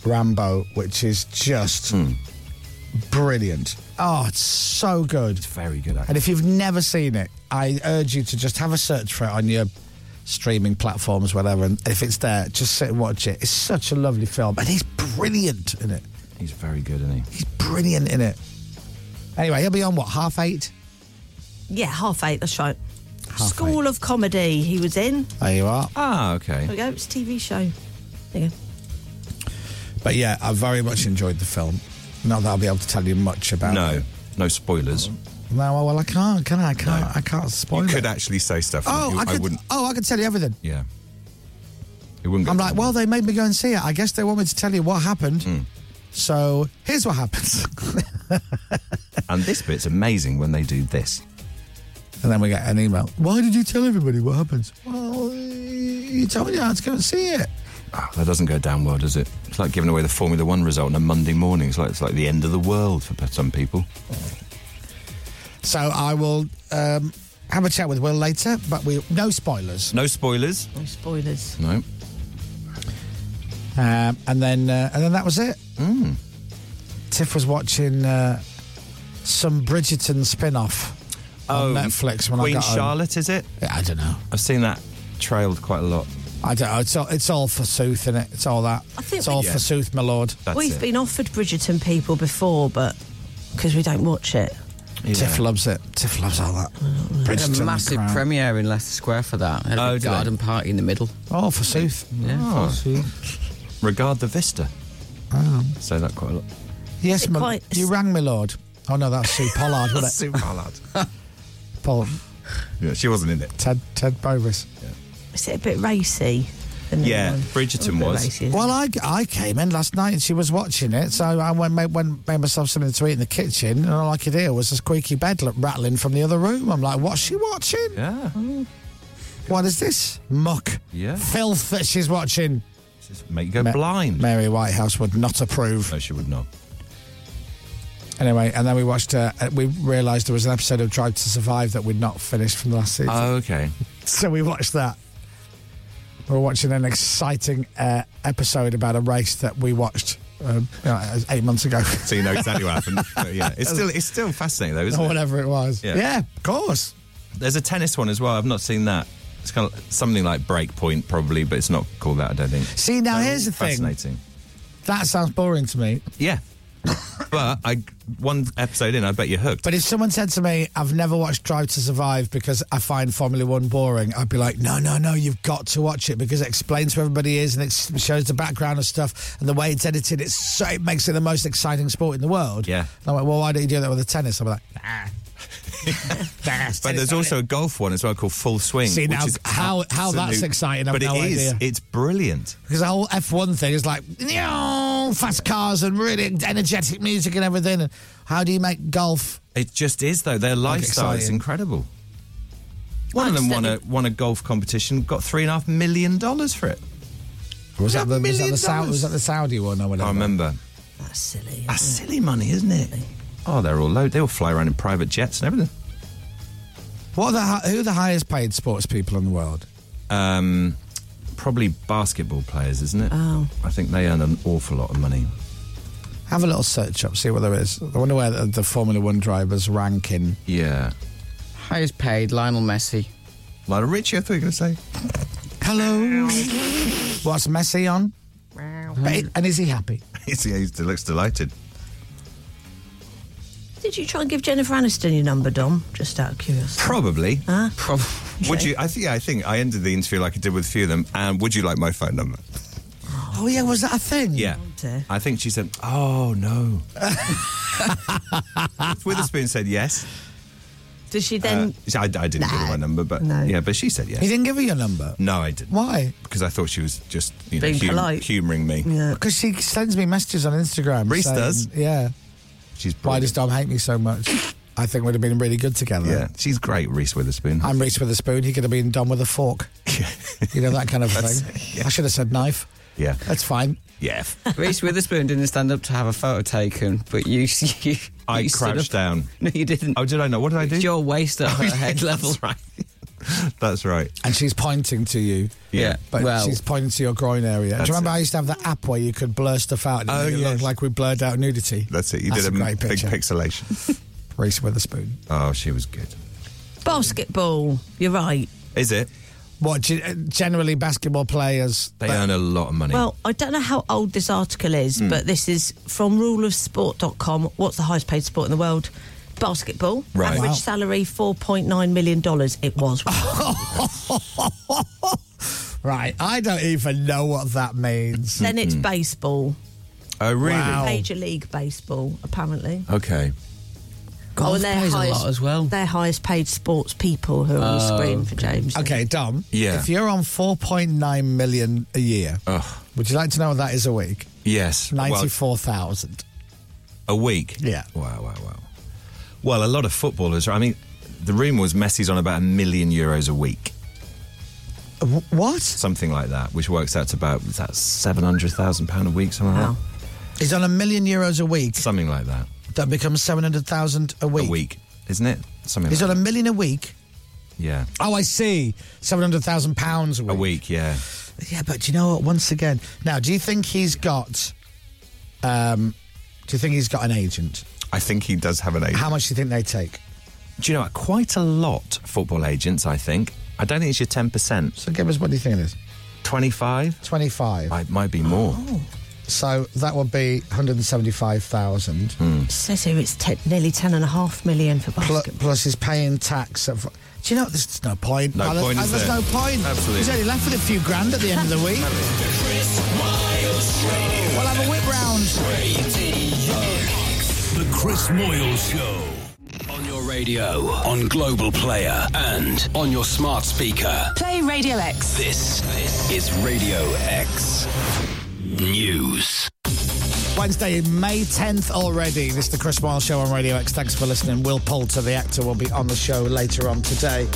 Speaker 8: Rambo, which is just brilliant. Hmm. Oh, it's so good. It's
Speaker 9: very good, actually.
Speaker 8: And if you've never seen it, I urge you to just have a search for it on your streaming platforms, whatever. And if it's there, just sit and watch it. It's such a lovely film, and he's brilliant in it.
Speaker 9: He's very good, isn't he?
Speaker 8: He's brilliant in it. Anyway, he'll be on what half eight.
Speaker 10: Yeah, half eight, that's right.
Speaker 8: Half
Speaker 10: School of Comedy he was in.
Speaker 8: There you are.
Speaker 9: Ah, okay.
Speaker 10: There we go, it's a TV show. There you go.
Speaker 8: But yeah, I very much enjoyed the film. Not that I'll be able to tell you much about. Oh,
Speaker 9: No,
Speaker 8: it.
Speaker 9: no spoilers.
Speaker 8: No. Well, I can't. Can I? I can't.
Speaker 9: No.
Speaker 8: I can't spoil
Speaker 9: you
Speaker 8: it.
Speaker 9: could actually say stuff. and
Speaker 8: Oh,
Speaker 9: you-
Speaker 8: I could.
Speaker 9: wouldn't.
Speaker 8: oh, I could tell you everything.
Speaker 9: Yeah. It wouldn't. go
Speaker 8: I'm
Speaker 9: down Hmm.
Speaker 8: like, well, they made me go and see it. I guess they want me to tell you what happened. So here's what happens,
Speaker 9: And this bit's amazing when they do this.
Speaker 8: and then we get an email. Why did you tell everybody what happens? Well, you told me I had to go and see it.
Speaker 9: Oh, that doesn't go down well, does it? It's like giving away the Formula One result on a Monday morning. It's like it's like the end of the world for some people.
Speaker 8: So I will um, have a chat with Will later, but we no spoilers.
Speaker 9: No spoilers.
Speaker 10: No spoilers.
Speaker 9: No.
Speaker 8: Um, and then uh, and then that was it. Mm. Tiff was watching uh, some Bridgerton spin-off on Netflix when
Speaker 9: Oh, Queen
Speaker 8: I got home.
Speaker 9: Charlotte, is it?
Speaker 8: Yeah, I don't know.
Speaker 9: I've seen that trailed quite a lot.
Speaker 8: I don't know. It's all, it's all forsooth, in it? It's all that.
Speaker 10: I think
Speaker 8: it's
Speaker 10: we-
Speaker 8: all
Speaker 9: Yeah.
Speaker 8: forsooth, my lord.
Speaker 9: That's
Speaker 10: We've
Speaker 9: it.
Speaker 10: been offered Bridgerton people before, but because we don't watch it.
Speaker 9: Yeah.
Speaker 8: Tiff loves it. Tiff loves all that.
Speaker 11: They had
Speaker 8: Bridgerton.
Speaker 11: a massive
Speaker 8: Crown.
Speaker 11: premiere in Leicester Square for that. Had a
Speaker 9: Oh,
Speaker 11: big
Speaker 9: did they?
Speaker 11: garden party in the middle.
Speaker 8: Oh, forsooth.
Speaker 11: Yeah,
Speaker 9: Oh.
Speaker 8: Forsooth.
Speaker 9: Regard the Vista.
Speaker 8: Oh.
Speaker 9: Say that quite a lot.
Speaker 8: Yes,
Speaker 10: it
Speaker 8: my,
Speaker 10: quite-
Speaker 8: you rang me, lord. Oh no, that's Sue Pollard, wasn't
Speaker 9: Sue Pollard.
Speaker 8: it? Paul,
Speaker 9: yeah, she wasn't in it.
Speaker 8: Ted, Ted Bovis.
Speaker 10: Is it a bit racy? The new
Speaker 9: Yeah,
Speaker 10: one?
Speaker 9: Bridgerton
Speaker 10: A bit
Speaker 9: was.
Speaker 10: racy, isn't
Speaker 8: Well, I, I came in last night and she was watching it, so I went made, went made myself something to eat in the kitchen, and all I could hear was a squeaky bed l- rattling from the other room. I'm like, what's she watching? Mm.
Speaker 9: Yeah.
Speaker 8: What is this muck?
Speaker 9: Yeah.
Speaker 8: filth that she's watching.
Speaker 9: Just make you go
Speaker 8: Ma-
Speaker 9: blind.
Speaker 8: Mary Whitehouse would not approve.
Speaker 9: no, she would not.
Speaker 8: Anyway, and then we watched. Uh, uh, we realised there was an episode of Drive to Survive that we'd not finished from the last season,
Speaker 9: Oh, okay.
Speaker 8: so we watched that. We were watching an exciting uh, episode about a race that we watched um, you know, eight months ago.
Speaker 9: So you know exactly what happened. But yeah, it's still it's still fascinating though, Oh, isn't
Speaker 8: or
Speaker 9: it?
Speaker 8: whatever it was.
Speaker 9: Yeah.
Speaker 8: of course.
Speaker 9: There's a tennis one as well. I've not seen that. It's kind of something like Breakpoint, probably, but it's not called that. I don't think.
Speaker 8: See, now here's the thing.
Speaker 9: Fascinating.
Speaker 8: That sounds boring to me.
Speaker 9: Yeah, but I one episode in, I bet you're hooked.
Speaker 8: But if someone said to me, I've never watched Drive to Survive because I find Formula One boring, I'd be like, no, no, no, you've got to watch it because it explains who everybody is and it s- shows the background and stuff and the way it's edited. It's so, it makes it the most exciting sport in the world.
Speaker 9: Yeah.
Speaker 8: And I'm like, well, why don't you do that with the tennis? I'm like, nah. Nah, it's
Speaker 9: But
Speaker 8: tennis,
Speaker 9: there's
Speaker 8: not
Speaker 9: also a golf one as well called Full Swing.
Speaker 8: See,
Speaker 9: which
Speaker 8: now,
Speaker 9: is
Speaker 8: how- how that's
Speaker 9: absolute-
Speaker 8: exciting, I've
Speaker 9: but
Speaker 8: no
Speaker 9: it is.
Speaker 8: idea.
Speaker 9: It's brilliant.
Speaker 8: Because the whole F1 thing is like, "Meow," fast cars and really energetic music and everything. And how do you make golf?
Speaker 9: It just is though. Their lifestyle is
Speaker 8: exciting.
Speaker 9: incredible. One
Speaker 10: I
Speaker 9: of them
Speaker 10: just
Speaker 9: won a
Speaker 10: don't-
Speaker 9: won a golf competition, got three and a half million dollars for it.
Speaker 8: Was that, the, was, that
Speaker 9: million
Speaker 8: the Saudi,
Speaker 9: dollars.
Speaker 8: was that the Saudi one or whatever?
Speaker 9: I remember.
Speaker 10: That's silly.
Speaker 9: That's silly money, isn't it? Oh, they're all low. They all fly around in private jets and everything.
Speaker 8: What are the, hi- who are the highest paid sports people in the world?
Speaker 9: Um, probably basketball players, isn't it?
Speaker 10: Oh.
Speaker 9: I think they earn an awful lot of money.
Speaker 8: Have a little search up, see what there is. I wonder where the, the Formula One drivers rank in.
Speaker 9: Yeah.
Speaker 11: Highest paid, Lionel Messi.
Speaker 9: Lionel Richie, I thought you were going to say.
Speaker 8: Hello. What's Messi on? But it- and is he happy?
Speaker 9: He's, he looks delighted.
Speaker 10: Did you try and give Jennifer Aniston your number, Dom? Just out of curiosity.
Speaker 9: Probably.
Speaker 11: Probably.
Speaker 9: Would you? I think. Yeah, I think I ended the interview like I did with a few of them. And would you like my phone number?
Speaker 10: Mm.
Speaker 8: Oh, yeah, was that a thing?
Speaker 9: Yeah.
Speaker 10: dear.
Speaker 9: I think she said, "Oh no." Witherspoon said yes.
Speaker 10: Did she
Speaker 9: Uh,
Speaker 10: then?
Speaker 9: I, I didn't give her my number, but
Speaker 10: No.
Speaker 9: yeah, but she said
Speaker 8: You
Speaker 9: yes.
Speaker 8: didn't give her your number?
Speaker 9: No, I didn't.
Speaker 8: Why?
Speaker 9: Because I thought she was just you know,
Speaker 10: Being
Speaker 9: hum-
Speaker 10: polite.
Speaker 9: humouring me.
Speaker 10: yeah.
Speaker 8: Because she sends me messages on Instagram.
Speaker 9: Reece
Speaker 8: saying-
Speaker 9: does.
Speaker 8: Yeah.
Speaker 9: She's
Speaker 8: Why does
Speaker 9: brilliant.
Speaker 8: Dom hate me so much? I think we'd have been really good together.
Speaker 9: Yeah, she's great, Reese Witherspoon.
Speaker 8: I'm Reese with a spoon. He could have been Dom with a fork. you know that kind of thing. I should have said knife.
Speaker 9: yeah,
Speaker 8: That's fine.
Speaker 9: yeah.
Speaker 11: Reese Witherspoon didn't stand up to have a photo taken, but you. you
Speaker 9: I
Speaker 11: you stood
Speaker 9: crouched
Speaker 11: up-
Speaker 9: down.
Speaker 11: No, you didn't.
Speaker 9: Oh, did I know? What did I do?
Speaker 11: It's your waist at her head level.
Speaker 9: right. That's right.
Speaker 8: and she's pointing to you.
Speaker 9: Yeah.
Speaker 8: But
Speaker 11: well,
Speaker 8: she's pointing to your groin area. Do
Speaker 9: That's
Speaker 8: you remember
Speaker 9: it.
Speaker 8: I used to have the app where you could blur stuff out and it
Speaker 9: Oh,
Speaker 8: made it
Speaker 9: yes.
Speaker 8: looked like we blurred out nudity?
Speaker 9: That's it. You
Speaker 8: That's
Speaker 9: did a,
Speaker 8: a
Speaker 9: m-
Speaker 8: great
Speaker 9: big
Speaker 8: picture.
Speaker 9: pixelation.
Speaker 8: Reese Witherspoon.
Speaker 9: oh, she was good.
Speaker 10: Basketball. You're right.
Speaker 9: Is it?
Speaker 8: What, ge- uh, generally basketball players...
Speaker 9: They
Speaker 8: that-
Speaker 9: earn a lot of money.
Speaker 10: Well, I don't know how old this article is, but this is from ruleofsport.com. What's the highest paid sport in the world? Basketball.
Speaker 9: Right.
Speaker 10: Average
Speaker 8: Wow.
Speaker 10: salary $4.9 million. It was.
Speaker 8: Right, I don't even know what that means.
Speaker 10: then it's baseball.
Speaker 9: oh, really?
Speaker 8: Wow.
Speaker 10: Major League Baseball, apparently. Oh,
Speaker 9: Okay.
Speaker 11: golf
Speaker 10: they're
Speaker 11: pays a lot as well.
Speaker 10: Their highest paid sports people who are on the screen for James.
Speaker 8: Okay, Dom.
Speaker 9: Oh, Yeah.
Speaker 8: If you're on 4.9 million a year, would you like to know what that is a week?
Speaker 9: Yes. Well,
Speaker 8: 94,000.
Speaker 9: a week.
Speaker 8: Yeah.
Speaker 9: Wow, wow, wow. Well, a lot of footballers. I mean, the rumor was Messi's on about a million euros a week,
Speaker 8: W- Uh, what?
Speaker 9: something like that, which works out to about is that seven hundred thousand pound a week, something like
Speaker 10: Wow.
Speaker 9: that.
Speaker 8: He's on a million euros a week.
Speaker 9: Something like that.
Speaker 8: That becomes 700,000 a week.
Speaker 9: A week, isn't it? Something.
Speaker 8: He's
Speaker 9: like
Speaker 8: on a
Speaker 9: that.
Speaker 8: million a week.
Speaker 9: yeah.
Speaker 8: Oh, I see. Seven hundred thousand pounds a week.
Speaker 9: A week, yeah.
Speaker 8: Yeah, but do you know what? Once again, now, do you think he's got? Um, do you think he's got an agent?
Speaker 9: I think he does have an agent.
Speaker 8: How much do you think they take?
Speaker 9: Do you know what? Quite a lot football agents, I think. I don't think it's your ten percent.
Speaker 8: So give us what do you think it is?
Speaker 9: Twenty five?
Speaker 8: Twenty-five. Oh.
Speaker 9: Might might be more.
Speaker 8: So that would be one hundred and seventy-five thousand.
Speaker 9: Hmm.
Speaker 10: It says here it's te- nearly ten and a half million for
Speaker 8: Plus,
Speaker 10: basketball.
Speaker 8: plus he's paying tax. Of, do you know there's no point?
Speaker 9: No
Speaker 8: Oh, there's-
Speaker 9: point,
Speaker 8: oh,
Speaker 9: is
Speaker 8: There's
Speaker 9: there?
Speaker 8: no point.
Speaker 9: Absolutely.
Speaker 8: He's only left with a few grand at the end of the week. we'll have a whip round.
Speaker 1: The Chris Moyle Show.
Speaker 12: On your radio, on Global Player, and on your smart speaker.
Speaker 3: Play Radio X.
Speaker 12: This is Radio X News.
Speaker 8: Wednesday, May 10th already. This is the Chris Miles Show on Radio X. Thanks for listening. Will Poulter, the actor, will be on the show later on today.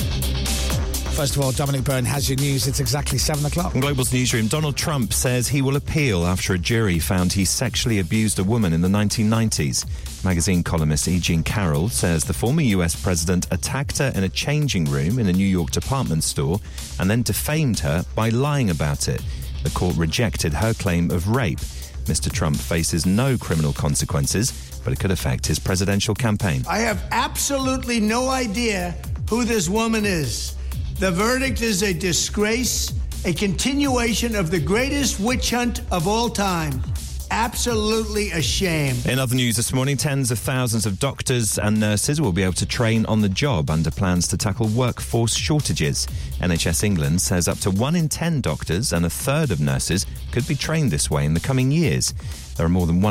Speaker 8: First of all, Dominic Byrne has your news. It's exactly 7 o'clock.
Speaker 9: From Global's newsroom, Donald Trump says he will appeal after a jury found he sexually abused a woman in the 1990s. Magazine columnist E. Jean Carroll says the former US president attacked her in a changing room in a New York department store and then defamed her by lying about it. The court rejected her claim of rape. Mr. Trump faces no criminal consequences, but it could affect his presidential campaign.
Speaker 14: I have absolutely no idea who this woman is. The verdict is a disgrace, a continuation of the greatest witch hunt of all time. Absolutely a shame.
Speaker 9: In other news this morning, tens of thousands of doctors and nurses will be able to train on the job under plans to tackle workforce shortages. NHS England says up to one in ten doctors and a third of nurses could be trained this way in the coming years. There are more than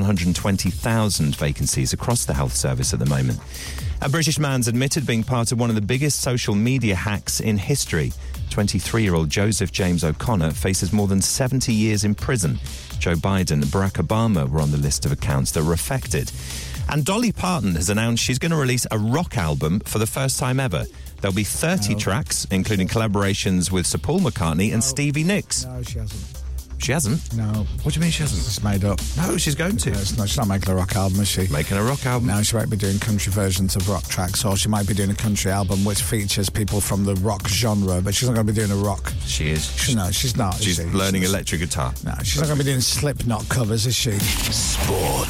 Speaker 9: 120,000 vacancies across the health service at the moment. A British man's admitted being part of one of the biggest social media hacks in history. 23 year old Joseph James O'Connor faces more than 70 years in prison. Joe Biden and Barack Obama were on the list of accounts that were affected. And Dolly Parton has announced she's going to release a rock album for the first time ever. There'll be 30
Speaker 8: Oh.
Speaker 9: tracks, including collaborations with Sir Paul McCartney and Stevie Nicks.
Speaker 8: No, she hasn't.
Speaker 9: She hasn't.
Speaker 8: No.
Speaker 9: What do you mean she hasn't?
Speaker 8: It's made up.
Speaker 9: No, she's going to.
Speaker 8: No, it's not, she's not making a rock album, is she?
Speaker 9: Making a rock album.
Speaker 8: No, she might be doing country versions of rock tracks, or she might be doing a country album which features people from the rock genre, but she's not going to be doing a rock.
Speaker 9: She is.
Speaker 8: She- No, she's not. is
Speaker 9: She's
Speaker 8: she?
Speaker 9: learning electric guitar.
Speaker 8: Oh, No, she's not going to be doing Slipknot covers, is she?
Speaker 12: Sport.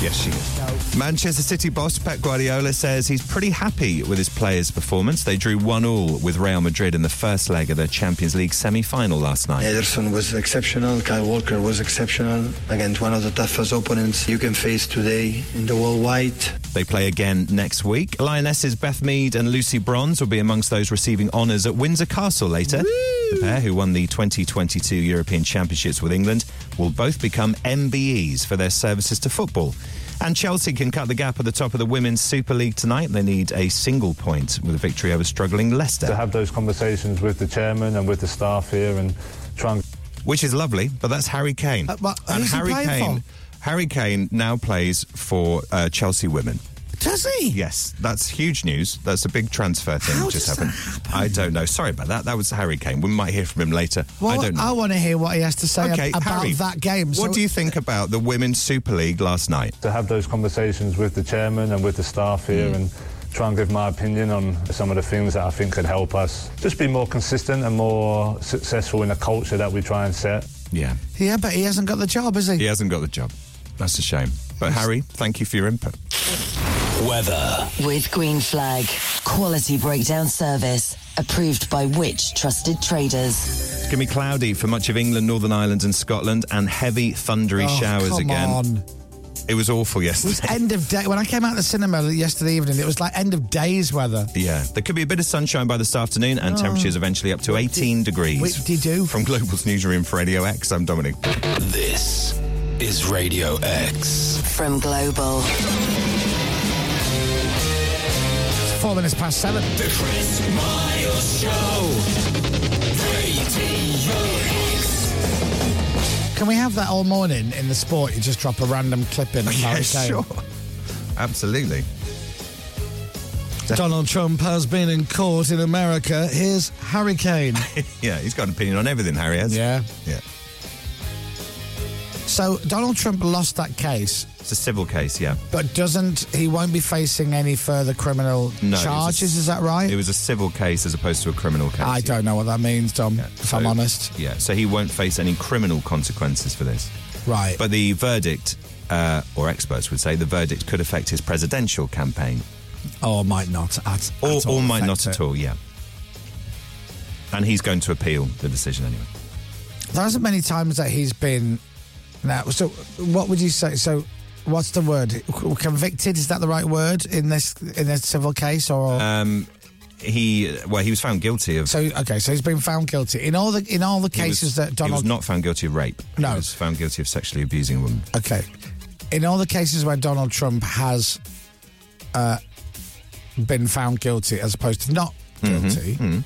Speaker 9: Yes, she is. Manchester City boss Pep Guardiola says he's pretty happy with his players' performance. They drew 1 all with Real Madrid in the first leg of their Champions League semi final last night.
Speaker 14: Ederson was exceptional. Kyle Walker was exceptional against one of the toughest opponents you can face today in the world wide.
Speaker 9: They play again next week. Lionesses Beth Mead and Lucy Bronze will be amongst those receiving honours at Windsor Castle later. The pair who won the 2022 European Championships with England will both become MBEs for their services to football. And Chelsea can cut the gap at the top of the Women's Super League tonight. They need a single point with a victory over struggling Leicester.
Speaker 14: Have those conversations with the chairman and with the staff here and try and
Speaker 9: which is lovely. But that's Harry Kane.
Speaker 8: Uh, well,
Speaker 9: and
Speaker 8: who's he
Speaker 9: Harry
Speaker 8: playing
Speaker 9: Kane, Harry Kane now plays for uh, Chelsea Women.
Speaker 8: Does he?
Speaker 9: Yes, that's huge news. That's a big transfer thing
Speaker 8: How
Speaker 9: that just
Speaker 8: does
Speaker 9: happened.
Speaker 8: that
Speaker 9: I don't know. Sorry about that. That was Harry Kane. We might hear from him later.
Speaker 8: Well,
Speaker 9: I don't know.
Speaker 8: want to hear what he has to say
Speaker 9: okay,
Speaker 8: ab- about
Speaker 9: Harry,
Speaker 8: that game.
Speaker 9: What
Speaker 8: So-
Speaker 9: do you think about the Women's Super League last night?
Speaker 8: Hmm.
Speaker 14: to have those conversations with the chairman and with the staff here and
Speaker 5: try and give my opinion on some of the things that I think could help us just be more consistent and more successful in the culture that we try and set.
Speaker 9: Yeah.
Speaker 8: Yeah, but he hasn't got the job, has he?
Speaker 9: He hasn't got the job. That's a shame. But Harry, thank you for your input.
Speaker 12: Weather.
Speaker 2: With Green Flag. Quality breakdown service. Approved by which trusted traders?
Speaker 9: It's going to be cloudy for much of England, Northern Ireland, and Scotland, and heavy thundery
Speaker 8: Oh,
Speaker 9: showers
Speaker 8: come
Speaker 9: again.
Speaker 8: on.
Speaker 9: It was awful
Speaker 8: It was
Speaker 9: yesterday.
Speaker 8: end of day. When I came out of the cinema yesterday evening, it was like end of days weather.
Speaker 9: Yeah, there could be a bit of sunshine by this afternoon, and
Speaker 8: Oh.
Speaker 9: temperatures eventually up to 18 degrees.
Speaker 8: What do you do?
Speaker 9: From Global's newsroom for Radio X, I'm Dominic.
Speaker 12: This is Radio X.
Speaker 2: From Global.
Speaker 8: It's four minutes past seven.
Speaker 12: The Chris Miles Show.
Speaker 8: Can we have that all morning in the sport? You just drop a random clip in. of how
Speaker 9: Yeah,
Speaker 8: it came.
Speaker 9: sure. Absolutely.
Speaker 8: Donald Trump has been in court in America. Here's Harry Kane.
Speaker 9: Yeah, he's got an opinion on everything, Harry has. Yeah. Yeah.
Speaker 8: so Donald Trump lost that case,
Speaker 9: It's a civil case, yeah.
Speaker 8: but doesn't he won't be facing any further criminal
Speaker 9: No. it was a-
Speaker 8: charges? Is that right?
Speaker 9: It was a civil case as opposed to a criminal case.
Speaker 8: I don't know what that means, Dom. if I'm honest,
Speaker 9: Yeah, so he won't face any criminal consequences for this.
Speaker 8: right?
Speaker 9: But the verdict, uh, or experts would say, the verdict could affect his presidential campaign,
Speaker 8: Or might not at,
Speaker 9: or,
Speaker 8: at all
Speaker 9: or might not
Speaker 8: affect
Speaker 9: at
Speaker 8: it.
Speaker 9: all. Yeah, and he's going to appeal the decision anyway.
Speaker 8: There hasn't many times that he's been now. So, what would you say? So, what's the word? Convicted is that the right word in this in this civil case? Or
Speaker 9: Um, he well, he was found guilty of.
Speaker 8: so okay, so he's been found guilty in all the in all the
Speaker 9: he was-
Speaker 8: cases that
Speaker 9: he was
Speaker 8: Donald.
Speaker 9: not found guilty of rape.
Speaker 8: No.
Speaker 9: he was found guilty of sexually abusing a woman.
Speaker 8: okay, in all the cases where Donald Trump has uh, been found guilty as opposed to not guilty,
Speaker 9: Mm-hmm.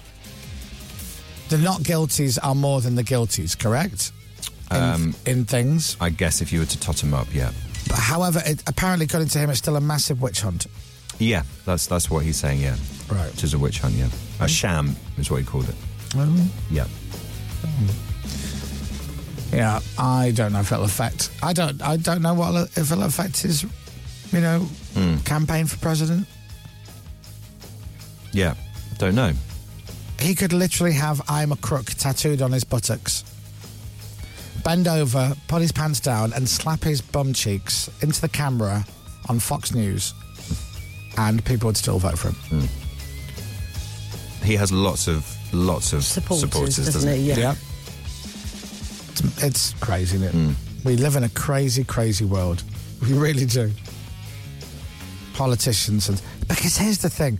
Speaker 8: the not guilties are more than the guilties, correct? In,
Speaker 9: Um,
Speaker 8: in things.
Speaker 9: I guess if you were to tot him up, yeah,
Speaker 8: But however, it, apparently, according to him, it's still a massive witch hunt.
Speaker 9: yeah, that's that's what he's saying. Yeah,
Speaker 8: Right.
Speaker 9: which is a witch hunt. Yeah, a sham is what he called it. Yeah.
Speaker 8: Yeah, I don't know if it'll affect. I don't. I don't know what if it'll affect his, you know,
Speaker 9: Hmm.
Speaker 8: campaign for president.
Speaker 9: Yeah, don't know.
Speaker 8: He could literally have "I'm a crook" tattooed on his buttocks. Bend over, put his pants down, and slap his bum cheeks into the camera on Fox News, and people would still vote for him.
Speaker 9: He has lots of lots of supporters,
Speaker 8: Supporters,
Speaker 9: doesn't,
Speaker 8: doesn't he?
Speaker 9: he?
Speaker 8: Yeah. Yeah. It's, it's crazy, isn't it?
Speaker 9: Hmm.
Speaker 8: We live in a crazy, crazy world. We really do. Politicians and because here's the thing: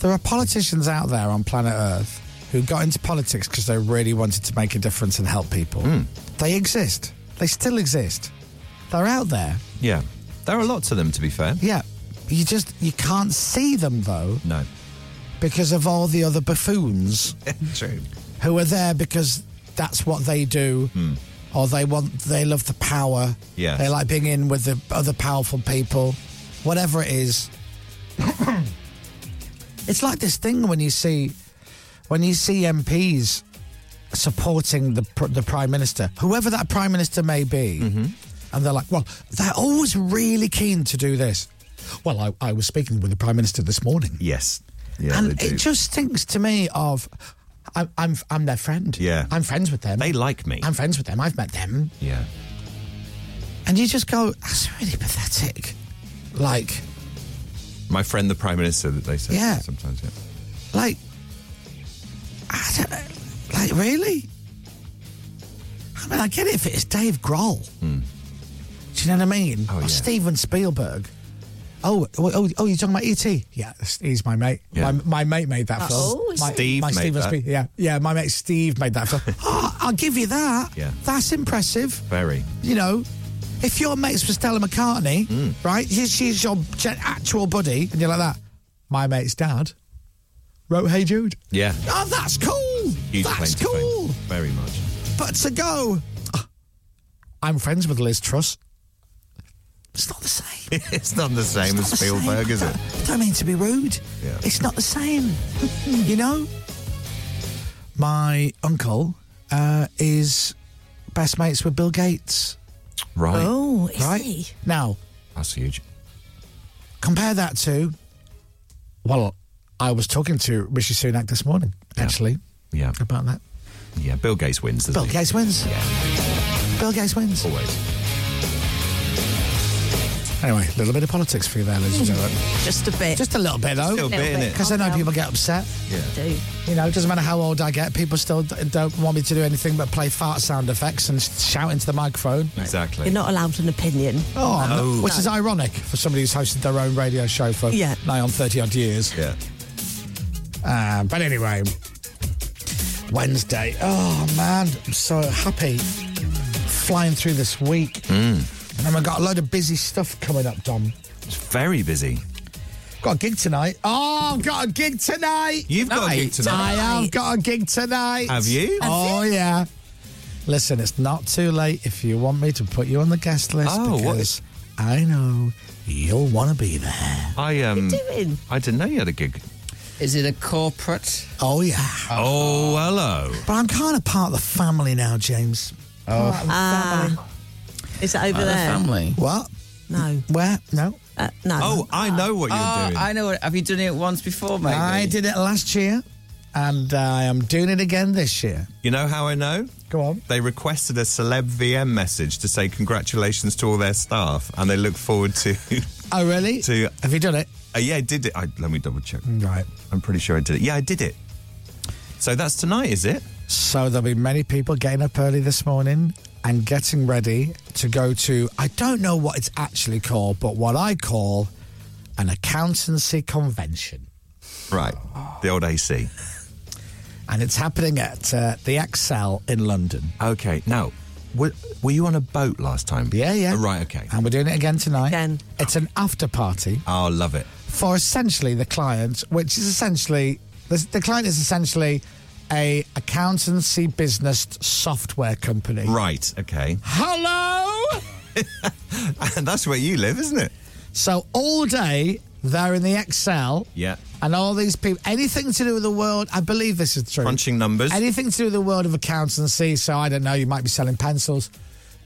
Speaker 8: there are politicians out there on planet Earth who got into politics because they really wanted to make a difference and help people.
Speaker 9: Hmm.
Speaker 8: They exist. They still exist. They're out there.
Speaker 9: Yeah. There are lots of them, to be fair.
Speaker 8: Yeah. You just you can't see them though
Speaker 9: No.
Speaker 8: because of all the other buffoons
Speaker 9: True.
Speaker 8: who are there because that's what they do
Speaker 9: Hmm.
Speaker 8: or they want they love the power
Speaker 9: Yes.
Speaker 8: they like being in with the other powerful people whatever it is it's like this thing when you see when you see MPs supporting the pr- the prime minister whoever that prime minister may be
Speaker 9: Mm-hmm.
Speaker 8: and they're like well they're always really keen to do this well I, I was speaking with the prime minister this morning
Speaker 9: Yes. Yeah,
Speaker 8: and
Speaker 9: they do.
Speaker 8: it just stinks to me of I'm, I'm I'm their friend.
Speaker 9: Yeah.
Speaker 8: I'm friends with them.
Speaker 9: They like me.
Speaker 8: I'm friends with them. I've met them.
Speaker 9: yeah.
Speaker 8: And you just go, that's really pathetic. Like,
Speaker 9: My friend, the Prime Minister, that they say
Speaker 8: Yeah.
Speaker 9: sometimes, yeah.
Speaker 8: like, I don't know, like really. I mean, I get it if it's Dave Grohl. Do you know what I mean?
Speaker 9: Hmm. Oh,
Speaker 8: or
Speaker 9: yeah.
Speaker 8: Steven Spielberg. Oh, oh, oh, oh, you're talking about E.T.? Yeah, he's my mate.
Speaker 9: Yeah.
Speaker 8: My, my mate made that film.
Speaker 10: Oh, is
Speaker 8: my,
Speaker 10: he?
Speaker 9: Steve
Speaker 8: my
Speaker 9: made
Speaker 8: Steven
Speaker 9: that.
Speaker 8: Spe- yeah, yeah, my mate Steve made that film. oh, I'll give you that.
Speaker 9: Yeah.
Speaker 8: That's impressive.
Speaker 9: Very.
Speaker 8: You know, if your mate's with Stella McCartney, right, she- she's your gen- actual buddy, and you're like that, my mate's dad wrote Hey Jude.
Speaker 9: Yeah.
Speaker 8: Oh, that's cool.
Speaker 9: Huge
Speaker 8: that's
Speaker 9: claim to fame.
Speaker 8: cool.
Speaker 9: Very much.
Speaker 8: But to go, "Oh, I'm friends with Liz Truss. It's not the same.
Speaker 9: it's not the same
Speaker 8: It's
Speaker 9: as
Speaker 8: not the same.
Speaker 9: Spielberg, is it?
Speaker 8: I don't mean to be rude.
Speaker 9: Yeah.
Speaker 8: It's not the same. you know? My uncle uh, is best mates with Bill Gates.
Speaker 9: Right.
Speaker 10: Oh, is
Speaker 8: right?
Speaker 10: he?
Speaker 8: Now,
Speaker 9: That's huge.
Speaker 8: compare that to Well, I was talking to Rishi Sunak this morning, actually,
Speaker 9: Yeah.
Speaker 8: about that.
Speaker 9: Yeah, Bill Gates wins, doesn't
Speaker 8: Bill
Speaker 9: he?
Speaker 8: Gates wins. Bill Gates wins.
Speaker 9: Always.
Speaker 8: Anyway, a little bit of politics for you there, ladies and gentlemen.
Speaker 10: Just a bit.
Speaker 8: Just a little bit, Oh, though.
Speaker 10: Just a little bit, innit?
Speaker 8: Because I know people get upset.
Speaker 9: Yeah.
Speaker 10: Do.
Speaker 8: You know, it doesn't matter how old I get, people still d- don't want me to do anything but play fart sound effects and s- shout into the microphone.
Speaker 9: Exactly.
Speaker 10: You're not allowed an opinion.
Speaker 8: Oh, no. which is ironic for somebody who's hosted their own radio show for
Speaker 10: Yeah.
Speaker 8: nigh on 30 odd years.
Speaker 9: Yeah.
Speaker 8: Um, but anyway, Wednesday. Oh, man. I'm so happy flying through this week.
Speaker 9: Mm.
Speaker 8: And then we've got a load of busy stuff coming up, Dom.
Speaker 9: It's very busy.
Speaker 8: Got a gig tonight. Oh, I've got a gig tonight.
Speaker 9: You've got a gig tonight.
Speaker 8: I have got a gig tonight.
Speaker 9: Have you? Have
Speaker 8: oh, yeah. Listen, it's not too late if you want me to put you on the guest list
Speaker 9: Oh, what
Speaker 8: because I know you'll want to be there.
Speaker 9: I um.
Speaker 10: doing?
Speaker 9: I didn't know you had a gig.
Speaker 11: Is it a corporate?
Speaker 8: Oh, yeah.
Speaker 9: Oh, hello.
Speaker 8: But I'm kind of part of the family now, James. Oh,
Speaker 10: Ah. Is it over
Speaker 11: Oh, the
Speaker 10: there?
Speaker 11: family.
Speaker 8: What?
Speaker 10: No.
Speaker 8: Where? No.
Speaker 10: Uh, no.
Speaker 9: Oh, I know what you're
Speaker 11: oh,
Speaker 9: doing.
Speaker 11: I know. It. Have you done it once before, mate?
Speaker 8: I did it last year and I am doing it again this year.
Speaker 9: You know how I know?
Speaker 8: Go on.
Speaker 9: They requested a celeb VM message to say congratulations to all their staff, and they look forward to.
Speaker 8: Oh, really?
Speaker 9: to
Speaker 8: Have you done it? Mm,
Speaker 9: uh, yeah, I did it. I, let me double check.
Speaker 8: Right.
Speaker 9: I'm pretty sure I did it. Yeah, I did it. So that's tonight, is it?
Speaker 8: So there'll be many people getting up early this morning and getting ready to go to, I don't know what it's actually called, but what I call an accountancy convention.
Speaker 9: Right. The old AC.
Speaker 8: And it's happening at uh, the Excel in London.
Speaker 9: Okay. Now, were, were you on a boat last time?
Speaker 8: Yeah, yeah.
Speaker 9: Uh, Right. Okay.
Speaker 8: And we're doing it again tonight.
Speaker 10: Again.
Speaker 8: It's an after party
Speaker 9: I'll love it.
Speaker 8: for essentially the client, which is essentially, the, the client is essentially a accountancy business software company. Oh,
Speaker 9: Right. Okay.
Speaker 8: Hello!
Speaker 9: And that's where you live, isn't it?
Speaker 8: So all day they're in the Excel.
Speaker 9: Yeah.
Speaker 8: And all these people, anything to do with the world, I believe this is true.
Speaker 9: Crunching numbers.
Speaker 8: Anything to do with the world of accountancy. So I don't know, you might be selling pencils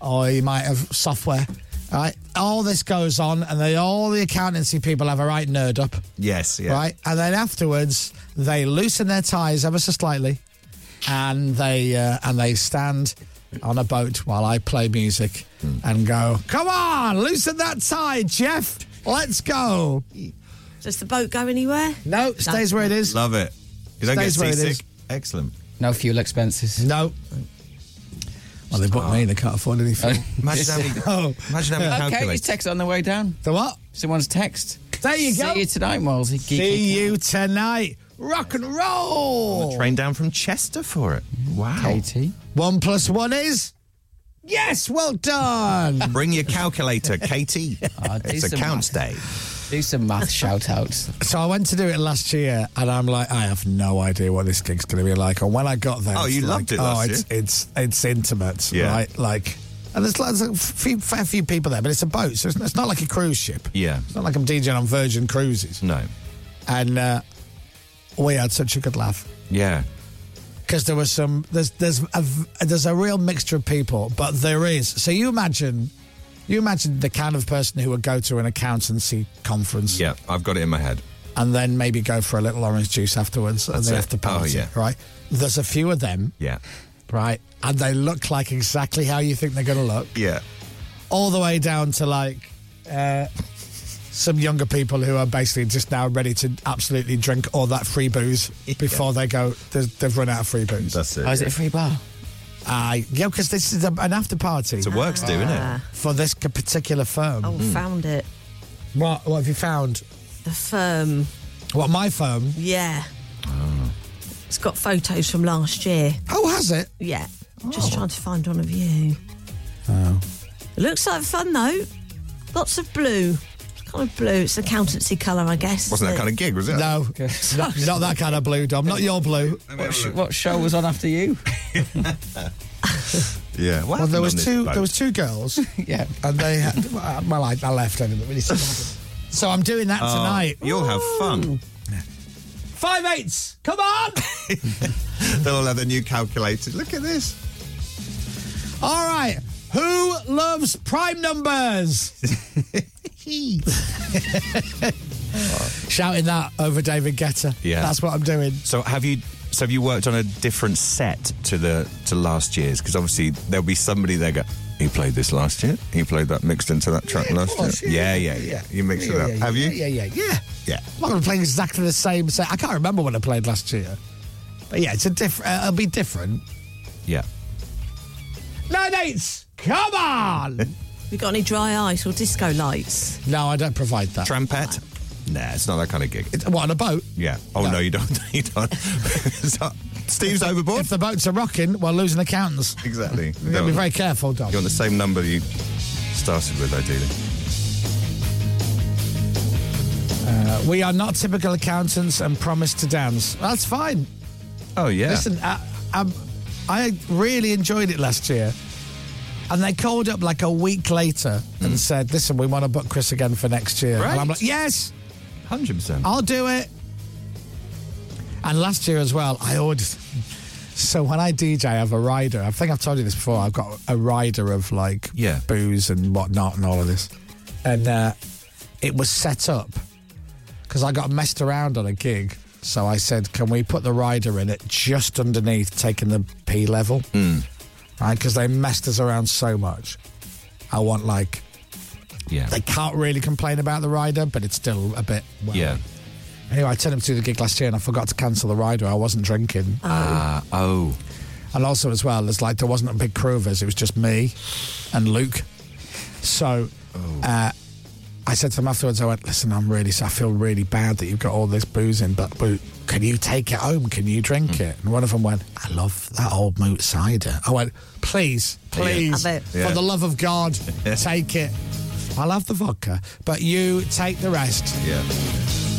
Speaker 8: or you might have software. All right. All this goes on, and they all the accountancy people have a right nerd up.
Speaker 9: yes. Yeah.
Speaker 8: Right. And then afterwards, they loosen their ties ever so slightly and they uh, and they stand on a boat while I play music
Speaker 9: Hmm.
Speaker 8: and go, come on, loosen that tie, Jeff. Let's go.
Speaker 10: Does the boat go anywhere?
Speaker 8: No, it stays where it is.
Speaker 9: Love it. You don't
Speaker 8: Stays where
Speaker 9: get
Speaker 8: it
Speaker 9: seasick.
Speaker 8: is.
Speaker 9: Excellent.
Speaker 11: No fuel expenses.
Speaker 8: No. Well, they booked me. They can't afford any food.
Speaker 9: Imagine how many.
Speaker 8: oh,
Speaker 9: Imagine how many
Speaker 11: Okay,
Speaker 9: calculators.
Speaker 11: just text on the way down.
Speaker 8: the what?
Speaker 11: Someone's text.
Speaker 8: There you
Speaker 11: See
Speaker 8: go.
Speaker 11: you tonight, Moles.
Speaker 8: See you tonight. Rock and roll.
Speaker 9: Train down from Chester for it. Wow.
Speaker 11: Katie.
Speaker 8: One plus one is. Yes, well done. Ah,
Speaker 9: Bring your calculator, Katie.
Speaker 11: Oh,
Speaker 9: it's
Speaker 11: decent
Speaker 9: accounts
Speaker 11: one.
Speaker 9: day.
Speaker 11: Do some math shout outs.
Speaker 8: so I went to do it last year, and I'm like, I have no idea what this gig's going to be like. And when I got there,
Speaker 9: Oh,
Speaker 8: it's
Speaker 9: you
Speaker 8: like,
Speaker 9: loved it
Speaker 8: Oh,
Speaker 9: last
Speaker 8: it's,
Speaker 9: year.
Speaker 8: it's it's intimate,
Speaker 9: Yeah.
Speaker 8: right? Like, and there's, lots of few, fair few people there, but it's a boat, so it's, it's not like a cruise ship.
Speaker 9: Yeah.
Speaker 8: it's not like I'm DJing on Virgin Cruises.
Speaker 9: No.
Speaker 8: And uh, we had such a good laugh.
Speaker 9: Yeah.
Speaker 8: because there was some there's there's a v- there's a real mixture of people, but there is. So you imagine, you imagine the kind of person who would go to an accountancy conference
Speaker 9: Yeah. I've got it in my head.
Speaker 8: and then maybe go for a little orange juice afterwards and
Speaker 9: That's
Speaker 8: they
Speaker 9: it.
Speaker 8: have to party,
Speaker 9: Oh, yeah.
Speaker 8: right? There's a few of them,
Speaker 9: Yeah.
Speaker 8: right, and they look like exactly how you think they're going to look,
Speaker 9: Yeah.
Speaker 8: all the way down to like. Uh, some younger people who are basically just now ready to absolutely drink all that free booze before they go, they've they've run out of free booze.
Speaker 9: That's it.
Speaker 11: Oh, is it a free bar?
Speaker 8: Uh, yeah, because this is a, an after party
Speaker 9: It's a works do, isn't it?
Speaker 11: Ah.
Speaker 9: Hmm.
Speaker 8: for this c- particular firm.
Speaker 10: Oh, found it.
Speaker 8: What, what have you found?
Speaker 10: The firm.
Speaker 8: What, my firm?
Speaker 10: Yeah. It's got photos from last year.
Speaker 8: Ah. Oh, has it? Oh.
Speaker 10: Yeah. Just trying to find one of you. Oh. It looks like fun though. Lots of blue. It's kind of blue. It's accountancy colour, I guess.
Speaker 9: Wasn't that kind of gig, was it?
Speaker 8: No, not, not that kind of blue, Dom. Not your blue.
Speaker 11: What, sh- what show was on after you?
Speaker 9: Yeah.
Speaker 8: Well, there was two. There was two girls,
Speaker 11: yeah.
Speaker 8: and they. Had, well, I, I left. I didn't really see what happened. So I'm doing that
Speaker 9: Oh,
Speaker 8: tonight.
Speaker 9: You'll have fun.
Speaker 8: Five eights. Come on.
Speaker 9: They'll all have their new calculators. Look at this.
Speaker 8: All right. Who loves prime numbers? Shouting that over David Guetta.
Speaker 9: Yeah.
Speaker 8: That's what I'm doing.
Speaker 9: So have you? So have you worked on a different set to the to last year's? Because obviously there'll be somebody there. Go, he played this last year. He played that mixed into that track last
Speaker 8: course,
Speaker 9: year. Yeah, yeah, yeah. You mixed it
Speaker 8: Yeah,
Speaker 9: up.
Speaker 8: yeah,
Speaker 9: have
Speaker 8: yeah,
Speaker 9: you?
Speaker 8: Yeah, yeah, yeah.
Speaker 9: Yeah.
Speaker 8: I'm not going to play exactly the same set. I can't remember what I played last year. But yeah, it's a different. Uh, it'll be different.
Speaker 9: Yeah.
Speaker 8: No dates. Come on.
Speaker 10: you got any dry ice or disco lights?
Speaker 8: No, I don't provide that.
Speaker 9: Trampette? Nah, it's not that kind of gig.
Speaker 8: It's, what on a boat?
Speaker 9: Yeah. Oh no, you don't. You don't. It's not- Steve's overboard.
Speaker 8: If the boats are rocking, we're losing accountants.
Speaker 9: Exactly.
Speaker 8: We've got to be very careful, Dom.
Speaker 9: You want the same number you started with, ideally.
Speaker 8: Uh, we are not typical accountants and promise to dance. That's fine.
Speaker 9: Oh yeah.
Speaker 8: Listen, I, I'm- I really enjoyed it last year. And they called up like a week later
Speaker 9: Hmm.
Speaker 8: and said, listen, we want to book Chris again for next year. And I'm like, yes,
Speaker 9: 100%.
Speaker 8: I'll do it. And last year as well, I ordered. So when I DJ, I have a rider. I think I've told you this before. I've got a rider of like
Speaker 9: Yeah.
Speaker 8: booze and whatnot and all of this. And uh, it was set up because I got messed around on a gig. So I said, can we put the rider in it just underneath taking the P level? Right? Because they messed us around so much. I want like,
Speaker 9: yeah.
Speaker 8: they can't really complain about the rider, but it's still a bit. Well,
Speaker 9: yeah.
Speaker 8: Anyway, I turned up to the gig last year and I forgot to cancel the rider. I wasn't drinking.
Speaker 9: Ah, oh.
Speaker 8: And also, as well, it's like there wasn't a big crew of us. It was just me and Luke. So
Speaker 9: Oh.
Speaker 8: uh, I said to him afterwards, I went, listen, I'm really, I feel really bad that you've got all this booze in, but, but can you take it home? Can you drink
Speaker 9: Hmm.
Speaker 8: it? And one of them went, I love that old moot cider. I went, please,
Speaker 9: Yeah.
Speaker 8: please,
Speaker 9: Have it.
Speaker 8: for
Speaker 9: Yeah.
Speaker 8: the love of God, take it. I'll have the vodka, but you take the rest.
Speaker 9: Yeah.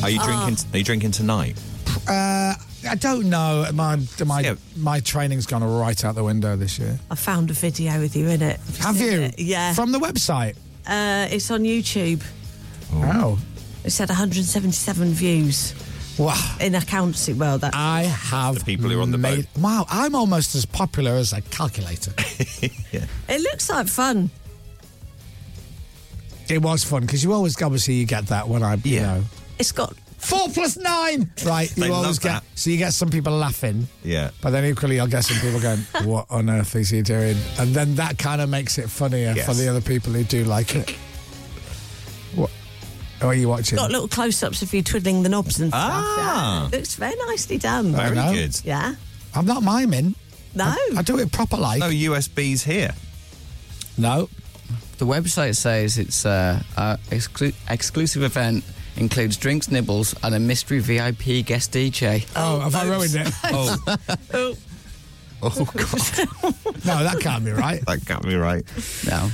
Speaker 9: Are
Speaker 10: Oh.
Speaker 9: you drinking? Are you drinking tonight?
Speaker 8: Uh, I don't know. My my my training's gone right out the window this year.
Speaker 10: I found a video with you in it.
Speaker 8: Have you?
Speaker 10: Yeah.
Speaker 8: From the website.
Speaker 10: Uh, it's on YouTube.
Speaker 8: Oh.
Speaker 10: It's had 177 views.
Speaker 8: Wow.
Speaker 10: In accountancy world, that
Speaker 8: I have the people who are on the made, boat. Wow, I'm almost as popular as a calculator.
Speaker 10: It looks like fun.
Speaker 8: it was fun because you always obviously you get that when I you know
Speaker 10: It's got
Speaker 8: four plus nine. right. You
Speaker 9: They love
Speaker 8: always get
Speaker 9: that.
Speaker 8: so you get some people laughing,
Speaker 9: Yeah.
Speaker 8: but then equally I'll get some people going, "What on earth is he doing?" And then that kind of makes it funnier for
Speaker 9: Yes.
Speaker 8: the other people who do like it. What? What are you watching?
Speaker 10: got little close-ups of you twiddling the knobs and stuff.
Speaker 8: Ah.
Speaker 10: Yeah. Looks very nicely done.
Speaker 9: Very I know. good.
Speaker 10: Yeah.
Speaker 8: I'm not miming.
Speaker 10: No. I,
Speaker 8: I do it proper like.
Speaker 9: No USBs here.
Speaker 8: No.
Speaker 11: The website says it's uh, a exclu- exclusive event includes drinks, nibbles, and a mystery VIP guest DJ.
Speaker 8: Oh, have I ruined it?
Speaker 11: Oh.
Speaker 9: Oh God!
Speaker 8: no, that can't be right.
Speaker 9: That can't be right.
Speaker 11: No.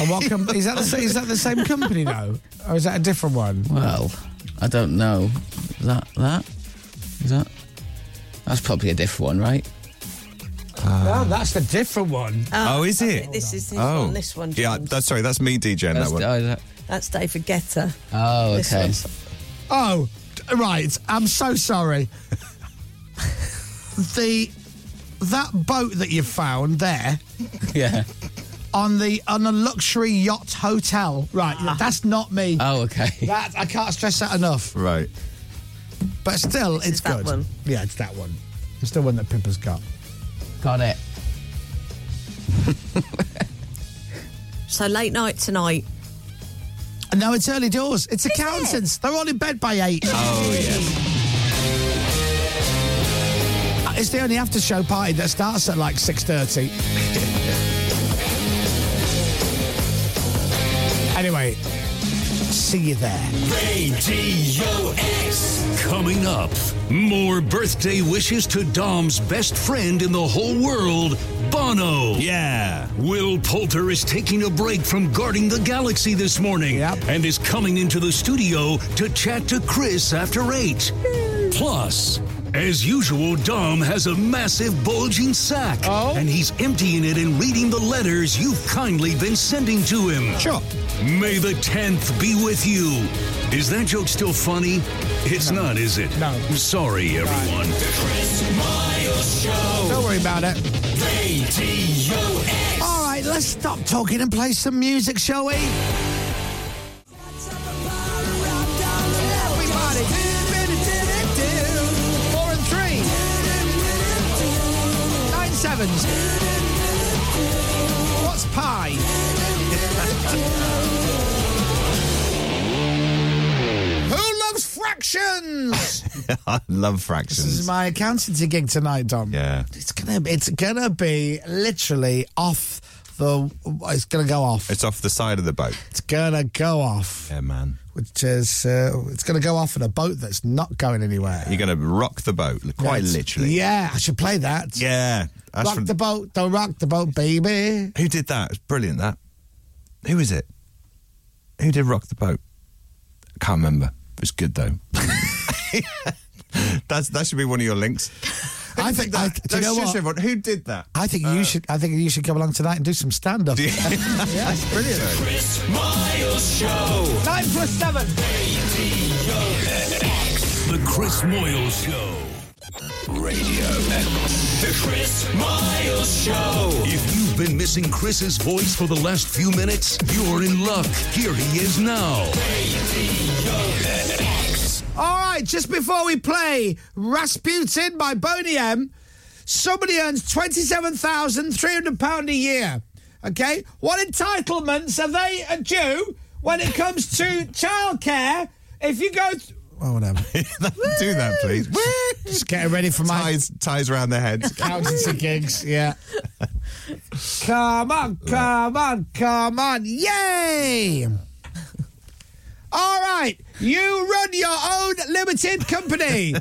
Speaker 8: And what com- is that? The, sa- is that the same company now, or is that a different one?
Speaker 11: Well, I don't know. That that is that. That's probably a different one, right?
Speaker 8: no, that's the different one.
Speaker 9: Ah, Oh, is it?
Speaker 10: This is this
Speaker 9: oh,
Speaker 10: one. This one.
Speaker 9: Yeah,
Speaker 10: James.
Speaker 9: that's sorry. That's me DJing that one.
Speaker 10: That's David Guetta.
Speaker 11: Oh,
Speaker 10: This
Speaker 11: okay.
Speaker 10: one's-
Speaker 8: Oh, d- right. um, I'm so sorry. the that boat that you found there
Speaker 11: Yeah.
Speaker 8: on the on a luxury yacht hotel. Right, that's not me.
Speaker 11: Ah. Oh, okay.
Speaker 8: That I can't stress that enough.
Speaker 9: Right.
Speaker 8: But still, it's
Speaker 11: that
Speaker 8: good.
Speaker 11: one.
Speaker 8: Yeah, it's that one. It's the one that Pippa's got.
Speaker 11: Got it.
Speaker 10: So late night tonight.
Speaker 8: No, it's early doors. It's accountants. They're all in bed by eight.
Speaker 9: Oh yeah.
Speaker 8: Uh, It's the only after-show party that starts at like six thirty. anyway, see you there.
Speaker 1: Radio X. Coming up, more birthday wishes to Dom's best friend in the whole world, Bono.
Speaker 9: Yeah.
Speaker 1: Will Poulter is taking a break from guarding the galaxy this morning and is coming into the studio to chat to Chris after 8. Plus, as usual, Dom has a massive bulging sack and he's emptying it and reading the letters you've kindly been sending to him.
Speaker 8: Sure.
Speaker 1: May the 10th be with you. Is that joke still funny? It's not, is it? No. I'm sorry, everyone.
Speaker 8: Don't worry about it.
Speaker 1: Radio
Speaker 8: All right, let's stop talking and play some music, shall we?
Speaker 6: heavens. What's pie?
Speaker 8: Who loves fractions?
Speaker 9: I love
Speaker 8: this is
Speaker 9: fractions.
Speaker 8: my accountancy gig tonight, Dom.
Speaker 9: Yeah.
Speaker 8: It's gonna it's gonna be literally off the it's gonna go off.
Speaker 9: It's off the side of the boat.
Speaker 8: It's gonna go off.
Speaker 9: Yeah, man.
Speaker 8: Which is uh, it's gonna go off in a boat that's not going anywhere.
Speaker 9: You're going to rock the boat, quite
Speaker 8: It's-
Speaker 9: literally.
Speaker 8: Yeah, I should play that.
Speaker 9: Yeah. That's
Speaker 8: rock
Speaker 9: from-
Speaker 8: the boat, don't rock the boat, baby.
Speaker 9: Who did that? It's brilliant. That. Who is it? Who did rock the boat? I can't remember. It was good though. That's that should be one of your links.
Speaker 8: I think I,
Speaker 9: No,
Speaker 8: do you know
Speaker 9: shush
Speaker 8: what?
Speaker 9: everyone. Who did that? Uh,
Speaker 8: I think you should. I think you should come along tonight and do some stand up.
Speaker 6: yeah, it's
Speaker 8: brilliant.
Speaker 6: Chris Miles Show. Nine plus seven.
Speaker 1: The Chris Moyle Show. Radio The Chris Miles Show. If you've been missing Chris's voice for the last few minutes, you're in luck. Here he is now.
Speaker 6: All right, just before we play Rasputin by Boney M, somebody earns £27,300 a year. Okay? What entitlements are they due when it comes to childcare? If you go. th-
Speaker 8: Oh, whatever.
Speaker 9: Do that, please.
Speaker 8: Just getting ready for my
Speaker 9: ties ties around their heads.
Speaker 8: accountancy gigs. Yeah.
Speaker 6: Come on, come on, come on. Yay! All right, you run your own limited company.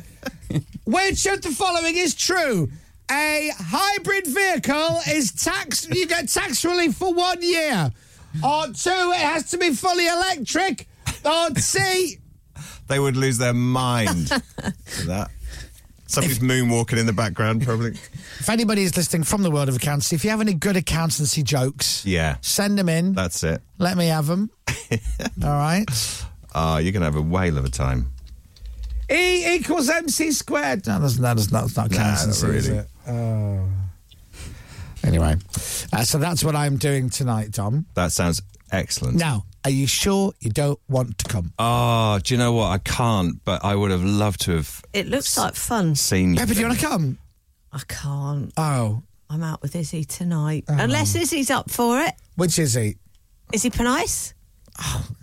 Speaker 6: Which of the following is true? A hybrid vehicle is taxed, you get tax relief for one year. Or two, it has to be fully electric. Or C,
Speaker 9: They would lose their mind for that. Somebody's moonwalking in the background, probably.
Speaker 8: If anybody is listening from the world of accountancy, if you have any good accountancy jokes,
Speaker 9: Yeah,
Speaker 8: send them in.
Speaker 9: that's it.
Speaker 8: Let me have them. All right.
Speaker 9: Ah, you're gonna have a whale of a time.
Speaker 6: E equals MC squared.
Speaker 8: That doesn't. That does not. That's not
Speaker 9: Nah,
Speaker 8: accountancy.
Speaker 9: not
Speaker 8: is
Speaker 9: really.
Speaker 8: it? Oh. Anyway, uh, so that's what I'm doing tonight, Tom.
Speaker 9: That sounds excellent.
Speaker 8: Now, are you sure you don't want to come?
Speaker 9: Oh, do you know what? I can't, but I would have loved to have
Speaker 10: It looks like fun.
Speaker 9: seen you.
Speaker 8: Pepper, do you want to come?
Speaker 10: I can't.
Speaker 8: Oh,
Speaker 10: I'm out with Izzy tonight. Unless Izzy's up for it.
Speaker 8: which is he? Oh,
Speaker 10: Izzy Panice?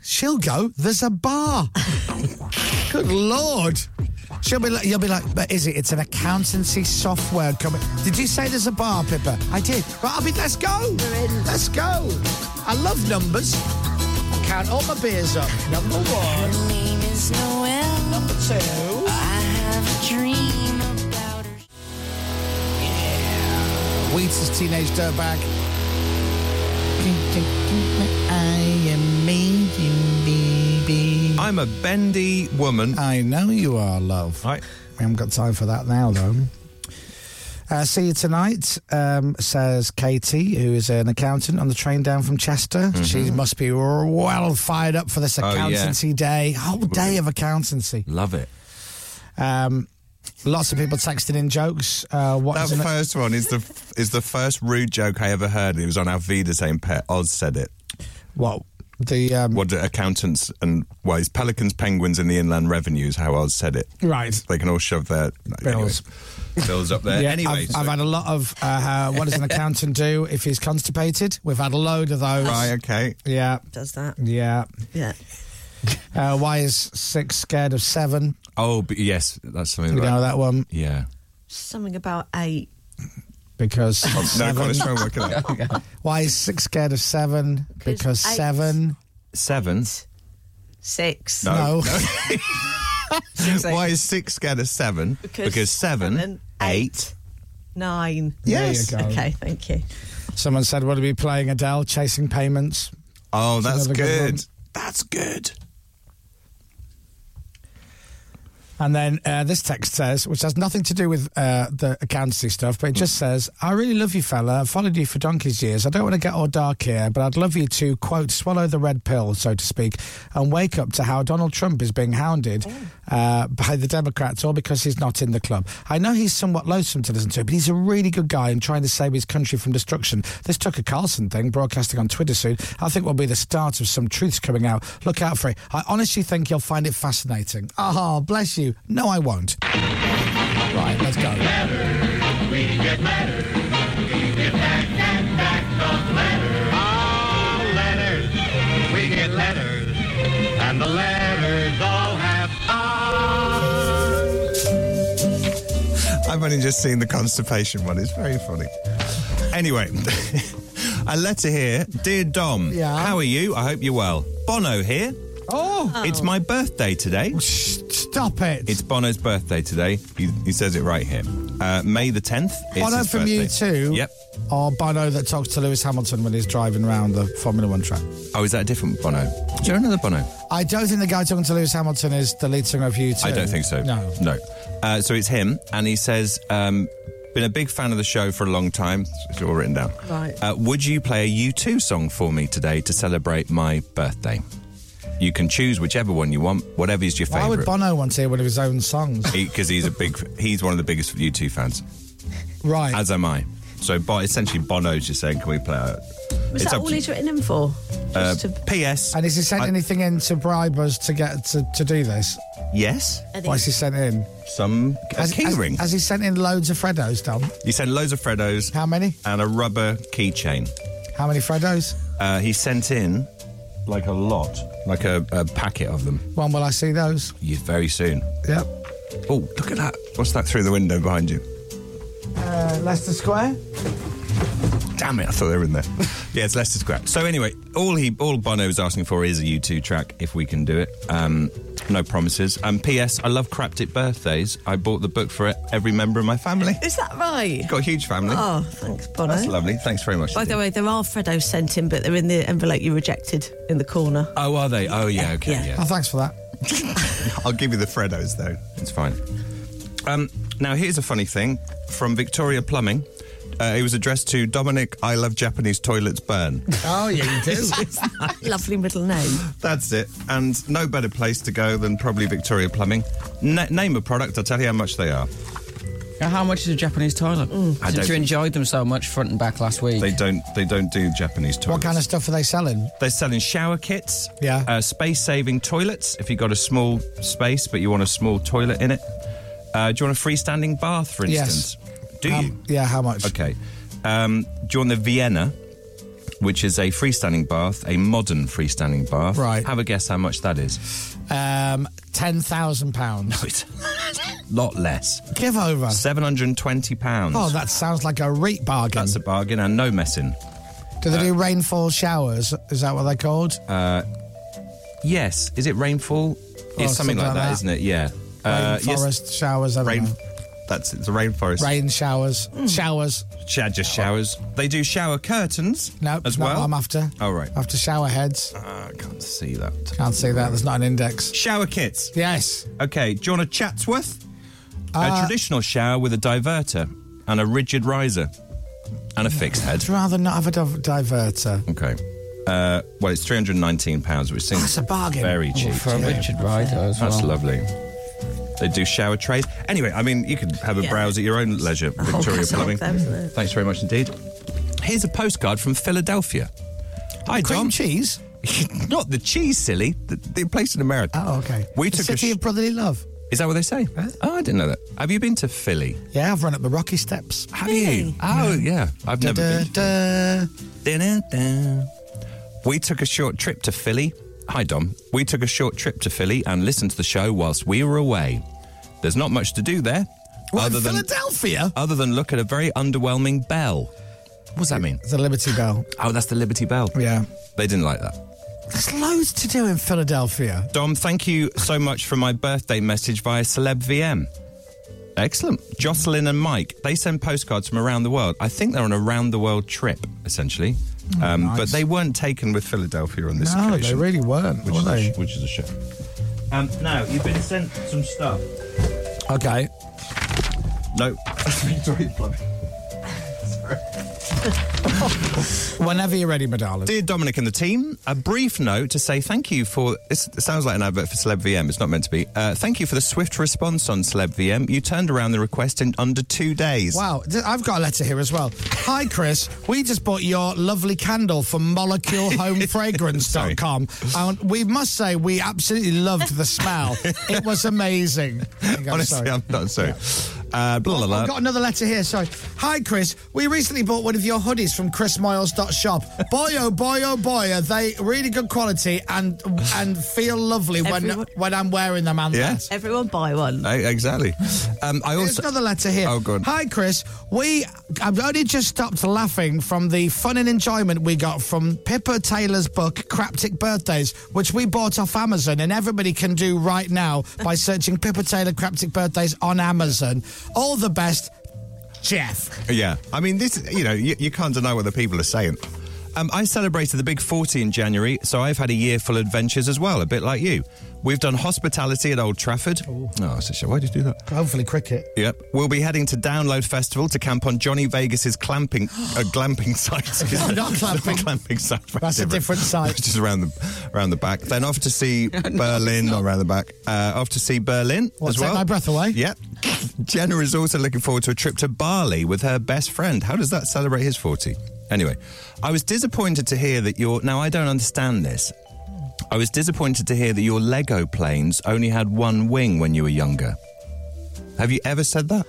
Speaker 8: She'll go. There's a bar. Good lord. She'll be like, you'll be like, but is it? It's an accountancy software company. Did you say there's a bar, Pippa? I did. Right, I'll be, let's go. Let's go. I love numbers. Count all my beers up. Number one. Number two. Wheats' teenage dirtbag. I am made you, baby.
Speaker 9: I'm a bendy woman.
Speaker 8: I know you are, love.
Speaker 9: Right.
Speaker 8: We haven't got time for that now, though. Uh, see you tonight, um, says Katie, who is an accountant on the train down from Chester. She must be well fired up for this
Speaker 9: Mm-hmm. Oh, yeah.
Speaker 8: accountancy day, whole day of accountancy.
Speaker 9: Love it.
Speaker 8: Um, lots of people texting in jokes. Uh, what
Speaker 9: That
Speaker 8: is an-
Speaker 9: first one is the is the first rude joke I ever heard. It was on our Vida saying Pet Oz said it.
Speaker 8: what the um,
Speaker 9: What do accountants and well, it's pelicans, penguins, and the inland revenues. How Oz said it.
Speaker 8: right?
Speaker 9: They can all shove their no,
Speaker 8: Bills.
Speaker 9: anyway. bills up there.
Speaker 8: Yeah,
Speaker 9: anyway,
Speaker 8: I've,
Speaker 9: so-
Speaker 8: I've had a lot of uh, uh, what does an accountant do if he's constipated? We've had a load of those.
Speaker 9: right, okay.
Speaker 8: Yeah,
Speaker 10: Does that?
Speaker 8: yeah.
Speaker 10: Yeah.
Speaker 8: Uh, why is six scared of seven?
Speaker 9: Oh, but yes, that's something.
Speaker 8: We
Speaker 9: like-
Speaker 8: know that one
Speaker 9: Yeah.
Speaker 10: Something about eight.
Speaker 8: because
Speaker 9: No,
Speaker 8: seven.
Speaker 9: God, it's trying to work it out.
Speaker 8: why is six scared of seven? Because
Speaker 10: eight.
Speaker 8: seven.
Speaker 9: Seven.
Speaker 10: Six.
Speaker 8: No.
Speaker 10: Six, eight,
Speaker 9: Why is six scared of seven?
Speaker 10: Because
Speaker 9: seven,
Speaker 10: seven,
Speaker 9: eight.
Speaker 10: Nine.
Speaker 8: There Yes. you go.
Speaker 10: Okay, thank you.
Speaker 8: Someone said, "What are we playing?" Adele chasing payments.
Speaker 9: Oh, that's
Speaker 8: another
Speaker 9: good.
Speaker 8: good
Speaker 9: that's good.
Speaker 8: And then uh, this text says, which has nothing to do with uh, the accountancy stuff, but it just says, I really love you, fella. I've followed you for donkey's years. I don't want to get all dark here, but I'd love you to, quote, swallow the red pill, so to speak, and wake up to how Donald Trump is being hounded uh, by the Democrats, all because he's not in the club. I know he's somewhat loathsome to listen to, but he's a really good guy in trying to save his country from destruction. This Tucker Carlson thing, broadcasting on Twitter soon, I think will be the start of some truths coming out. Look out for it. I honestly think you'll find it fascinating. Oh, bless you. No, I won't. Right, let's go.
Speaker 6: We get mad.
Speaker 9: haven't you just seen the constipation one? It's very funny. Anyway, a letter here. Dear Dom, yeah. how are you? I hope you're well. Bono here.
Speaker 6: Oh.
Speaker 9: It's my birthday today.
Speaker 8: Stop it.
Speaker 9: It's Bono's birthday today. He, he says it right here. Uh, May the 10th. is
Speaker 8: Bono
Speaker 9: his
Speaker 8: from you
Speaker 9: birthday.
Speaker 8: too.
Speaker 9: Yep.
Speaker 8: Or Bono that talks to Lewis Hamilton when he's driving around the Formula One track.
Speaker 9: Oh, is that a different Bono? Is there another Bono?
Speaker 8: I don't think the guy talking to Lewis Hamilton is the lead singer of you too.
Speaker 9: I don't think so.
Speaker 8: No.
Speaker 9: No. Uh, so it's him, and he says, um, been a big fan of the show for a long time. It's all written down.
Speaker 10: Right.
Speaker 9: Uh, would you play a U2 song for me today to celebrate my birthday? You can choose whichever one you want, whatever is your
Speaker 8: Why would
Speaker 9: favourite.
Speaker 8: Bono want to hear one of his own songs?
Speaker 9: Because he's a big, he's one of the biggest U2 fans.
Speaker 8: Right.
Speaker 9: As am I. So Bo- essentially, Bono's just saying, can we play out?
Speaker 10: Was
Speaker 9: It's
Speaker 10: that
Speaker 9: up
Speaker 10: all
Speaker 9: to-
Speaker 10: he's written in for?
Speaker 9: Uh, P.S.
Speaker 8: And has he sent
Speaker 9: I-
Speaker 8: anything in to bribe us to get to, to do this?
Speaker 9: Yes.
Speaker 8: What has he sent in?
Speaker 9: Some a
Speaker 8: Has,
Speaker 9: key
Speaker 8: has-
Speaker 9: ring.
Speaker 8: has he sent in loads of Freddos, Dom?
Speaker 9: you sent loads of Freddos.
Speaker 8: How many?
Speaker 9: And a rubber keychain.
Speaker 8: How many Freddos?
Speaker 9: Uh, he sent in like a lot, like a, a packet of them.
Speaker 8: When will I see those?
Speaker 9: You very soon.
Speaker 8: Yep.
Speaker 9: Oh, look at that! What's that through the window behind you?
Speaker 6: Uh, Leicester Square.
Speaker 9: Damn it! I thought they were in there. yeah, it's Leicester Square. So anyway, all he, all Bono was asking for is a U2 track if we can do it. Um, no promises. And P.S. I love Crapped It Birthdays. I bought the book for every member of my family.
Speaker 10: Is that right?
Speaker 9: Got a huge family.
Speaker 10: Oh, thanks, Bono.
Speaker 9: That's lovely. Thanks very much.
Speaker 10: By the way, there are Freddos sent in, but they're in the envelope you rejected in the corner.
Speaker 9: Oh, are they? Oh, yeah. Okay. Yeah.
Speaker 8: Oh, thanks for that.
Speaker 9: I'll give you the Freddos, though. It's fine. Um, now, here's a funny thing from Victoria Plumbing. Uh, it was addressed to Dominic, I love Japanese toilets burn.
Speaker 8: Oh, yeah, you do.
Speaker 10: Lovely middle name.
Speaker 9: That's it. And no better place to go than probably Victoria Plumbing. Na name a product, I'll tell you how much they are.
Speaker 11: Now, How much is a Japanese toilet?
Speaker 9: Mm. I
Speaker 11: Since
Speaker 9: don't-
Speaker 11: you enjoyed them so much front and back last week.
Speaker 9: They don't they don't do Japanese toilets.
Speaker 8: What kind of stuff are they selling?
Speaker 9: They're selling shower kits,
Speaker 8: Yeah.
Speaker 9: uh, space saving toilets if you've got a small space but you want a small toilet in it. Uh, do you want a freestanding bath, for
Speaker 8: Yes.
Speaker 9: instance? Do you?
Speaker 8: Um, yeah, how much?
Speaker 9: Okay. Um, do you want the Vienna, which is a freestanding bath, a modern freestanding bath?
Speaker 8: Right.
Speaker 9: Have a guess how much that is. Oh,
Speaker 8: Um, £10,000.
Speaker 9: Lot less.
Speaker 8: Give over.
Speaker 9: Seven hundred and twenty pounds.
Speaker 8: Oh, that sounds like a reek bargain.
Speaker 9: That's a bargain and no messing.
Speaker 8: do they do rainfall showers? Is that what they're called?
Speaker 9: Uh, yes. Is it rainfall?
Speaker 8: Or
Speaker 9: it's something,
Speaker 8: Oh, something
Speaker 9: like
Speaker 8: like that.
Speaker 9: that, isn't it? Yeah. Uh, yes.
Speaker 8: Rainforest showers. I don't
Speaker 9: Rain.
Speaker 8: know.
Speaker 9: That's it's a rainforest.
Speaker 8: Rain showers.
Speaker 6: Hmm.
Speaker 8: Showers.
Speaker 9: Sh- just showers. They do shower curtains.
Speaker 8: No,
Speaker 9: as
Speaker 8: not
Speaker 9: well.
Speaker 8: what I'm after.
Speaker 9: All right.
Speaker 8: After shower heads.
Speaker 9: Uh, I can't see that.
Speaker 8: Can't see that. There's not an index.
Speaker 9: Shower kits.
Speaker 8: Yes.
Speaker 9: Okay, do you want a Chatsworth?
Speaker 8: Uh,
Speaker 9: a traditional shower with a diverter and a rigid riser and a fixed head.
Speaker 8: I'd rather not have a div- diverter.
Speaker 9: Okay. Uh, well, it's three hundred and nineteen pounds, which seems
Speaker 8: That's a bargain.
Speaker 9: very cheap.
Speaker 11: For a Richard Ryder as well.
Speaker 9: That's lovely. They do shower trays. Anyway, I mean, you can have a
Speaker 10: Yeah.
Speaker 9: browse at your own leisure,
Speaker 8: Oh,
Speaker 10: whole
Speaker 9: Victoria
Speaker 10: catalogue
Speaker 9: Plumbing.
Speaker 10: there, isn't there?
Speaker 9: Thanks very much indeed. Here's a postcard from Philadelphia. Hi,
Speaker 8: Cream
Speaker 9: Dom.
Speaker 8: cheese.
Speaker 9: Not the cheese, silly. The, the place in America.
Speaker 8: Oh, okay.
Speaker 9: We
Speaker 8: the
Speaker 9: took a
Speaker 8: city
Speaker 9: sh-
Speaker 8: of brotherly love.
Speaker 9: Is that what they say? Oh, I didn't know that. Have you been to Philly?
Speaker 8: Yeah, I've run up the rocky steps.
Speaker 9: Have you? Oh, yeah. I've never
Speaker 8: Da,
Speaker 9: been.
Speaker 8: da.
Speaker 9: Da-da-da. We took a short trip to Philly. Hi, Dom. We took a short trip to Philly and listened to the show whilst we were away. There's not much to do there.
Speaker 8: Well, in Philadelphia.
Speaker 9: Other than look at a very underwhelming bell. What does that mean?
Speaker 8: The Liberty Bell.
Speaker 9: Oh, that's the Liberty Bell.
Speaker 8: Yeah.
Speaker 9: They didn't like that.
Speaker 8: There's loads to do in Philadelphia.
Speaker 9: Dom, thank you so much for my birthday message via Celeb VM. Excellent. Jocelyn and Mike, they send postcards from around the world. I think they're on a round the world trip, essentially. um, But they weren't taken with Philadelphia on this
Speaker 8: Oh, no,
Speaker 9: occasion.
Speaker 8: they really weren't,
Speaker 9: which
Speaker 8: were
Speaker 9: is, a
Speaker 8: they?
Speaker 9: sh- which is a shame. Um, now, you've been sent some stuff.
Speaker 8: Okay.
Speaker 9: No. Victoria Plumbing.
Speaker 8: Whenever you're ready, my darling.
Speaker 9: Dear Dominic and the team, a brief note to say thank you for. This it sounds like an advert for Celeb VM. It's not meant to be. Uh, thank you for the swift response on Celeb VM. You turned around the request in under two days.
Speaker 8: Wow, th- I've got a letter here as well. Hi, Chris. We just bought your lovely candle from moleculehomefragrance.com. and we must say we absolutely loved the smell. it was amazing. I think I'm
Speaker 9: Honestly,
Speaker 8: sorry.
Speaker 9: I'm not sorry. Uh, blah, blah, blah.
Speaker 8: I've got another letter here. Sorry. Hi, Chris. We recently bought one of your hoodies from ChrisMiles.shop. boy, oh boy, oh boy, are they really good quality and and feel lovely when
Speaker 10: Everyone-
Speaker 8: when I'm wearing them. And
Speaker 9: Yeah.
Speaker 10: Everyone buy one.
Speaker 9: Uh, exactly. Um, I
Speaker 8: Here's
Speaker 9: also
Speaker 8: another letter here.
Speaker 9: Oh, good.
Speaker 8: Hi, Chris. We I've only just stopped laughing from the fun and enjoyment we got from Pippa Taylor's book Craptic Birthdays, which we bought off Amazon, and everybody can do right now by searching Pippa Taylor Craptic Birthdays on Amazon. All the best, Jeff.
Speaker 9: Yeah, I mean, this you know you, you can't deny what the people are saying. Um, I celebrated the big 40 in January, so I've had a year full of adventures as well, a bit like you. We've done hospitality at Old Trafford. Oh, it's a shame. Why'd you do that?
Speaker 8: Hopefully, cricket.
Speaker 9: Yep. We'll be heading to Download Festival to camp on Johnny Vegas's clamping, uh, glamping site.
Speaker 8: No, not clamping.
Speaker 9: glamping site.
Speaker 8: That's a different site.
Speaker 9: It's just around the around the back. Then off to see Berlin, not around the back. Uh, off to see Berlin
Speaker 8: What,
Speaker 9: as
Speaker 8: take
Speaker 9: well.
Speaker 8: my breath away?
Speaker 9: Yeah. Jenna is also looking forward to a trip to Bali with her best friend. How does that celebrate his 40? Anyway, I was disappointed to hear that your. Now, I don't understand this. I was disappointed to hear that your Lego planes only had one wing when you were younger. Have you ever said that?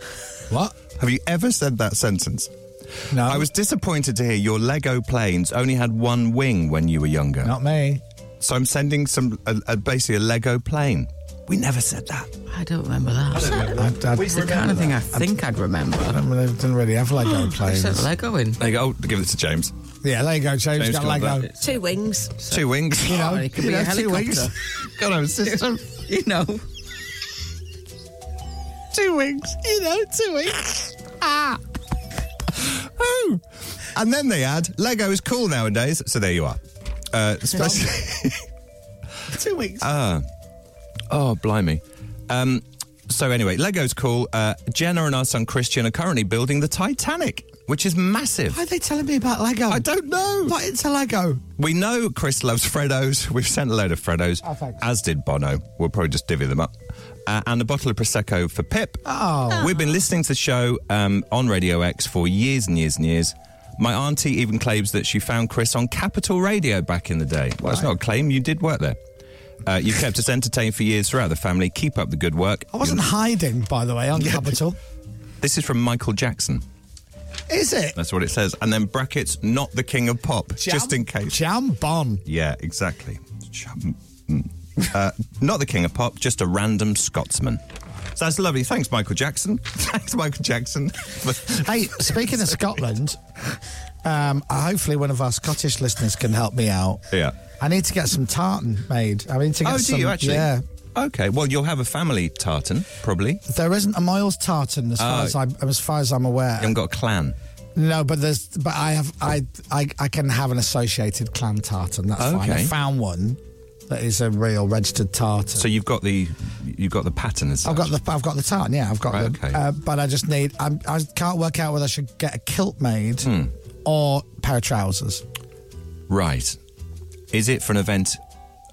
Speaker 8: What?
Speaker 9: Have you ever said that sentence?
Speaker 8: No.
Speaker 9: I was disappointed to hear your Lego planes only had one wing when you were younger.
Speaker 8: Not me.
Speaker 9: So I'm sending some, a, a, basically a Lego plane. We never said that.
Speaker 11: I don't remember that.
Speaker 9: I don't remember that.
Speaker 11: It's the kind of thing I think I'd remember.
Speaker 8: I mean, I didn't really have Lego
Speaker 9: Mm.
Speaker 8: planes.
Speaker 11: Sent Lego in.
Speaker 9: There you go. Give it to James.
Speaker 8: Yeah, there you go, James.
Speaker 9: James
Speaker 8: got
Speaker 9: can have
Speaker 8: Lego.
Speaker 9: that.
Speaker 10: Two wings.
Speaker 9: Two wings.
Speaker 8: You know,
Speaker 11: Oh, it could
Speaker 8: you
Speaker 11: be a
Speaker 8: know, two
Speaker 11: helicopter.
Speaker 8: wings.
Speaker 9: Got a system.
Speaker 11: You know.
Speaker 8: Two wings. You know, two wings. Ah.
Speaker 9: Oh. And then they add Lego is cool nowadays. So there you are. Uh, especially.
Speaker 8: Two wings.
Speaker 9: Ah. oh, blimey. Um, so anyway, Lego's cool. Uh, Jenna and our son Christian are currently building the Titanic, which is massive.
Speaker 8: Why are they telling me about Lego? I
Speaker 9: don't know.
Speaker 8: Not into Lego.
Speaker 9: We know Chris loves Freddos. We've sent a load of Freddos,
Speaker 8: Oh, thanks.
Speaker 9: as did Bono. We'll probably just divvy them up. Uh, and a bottle of Prosecco for Pip.
Speaker 8: Oh.
Speaker 9: We've been listening to the show um, on Radio X for years and years and years. My auntie even claims that she found Chris on Capital Radio back in the day. Well, it's not a claim. You did work there. Uh, you kept us entertained for years throughout the family. Keep up the good work.
Speaker 8: I wasn't hiding, by the way, on Capital.
Speaker 9: This is from Michael Jackson.
Speaker 8: Is it?
Speaker 9: That's what it says. And then brackets, not the king of pop,
Speaker 8: Jam-
Speaker 9: just in case.
Speaker 8: Jam Bon.
Speaker 9: Yeah, exactly. Chum- mm. Uh, not the king of pop, just a random Scotsman. So that's lovely. Thanks, Michael Jackson. Thanks, Michael Jackson.
Speaker 8: Hey, speaking of Scotland, um, hopefully one of our Scottish listeners can help me out.
Speaker 9: yeah.
Speaker 8: I need to get some tartan made. I need to get
Speaker 9: Oh,
Speaker 8: some.
Speaker 9: do you actually?
Speaker 8: Yeah.
Speaker 9: Okay. Well, you'll have a family tartan, probably.
Speaker 8: There isn't a Miles tartan as far
Speaker 9: Oh.
Speaker 8: as I'm as far as I'm aware.
Speaker 9: You haven't got a clan.
Speaker 8: No, but there's but I have I I, I can have an associated clan tartan. That's fine. I
Speaker 9: Okay.
Speaker 8: found one that is a real registered tartan.
Speaker 9: So you've got the you've got the pattern. As
Speaker 8: I've
Speaker 9: such.
Speaker 8: got the I've got the tartan. Yeah, I've got
Speaker 9: Right,
Speaker 8: the.
Speaker 9: okay.
Speaker 8: Uh, but I just need I'm, I can't work out whether I should get a kilt made
Speaker 9: Hmm.
Speaker 8: or pair of trousers.
Speaker 9: right. Is it for an event?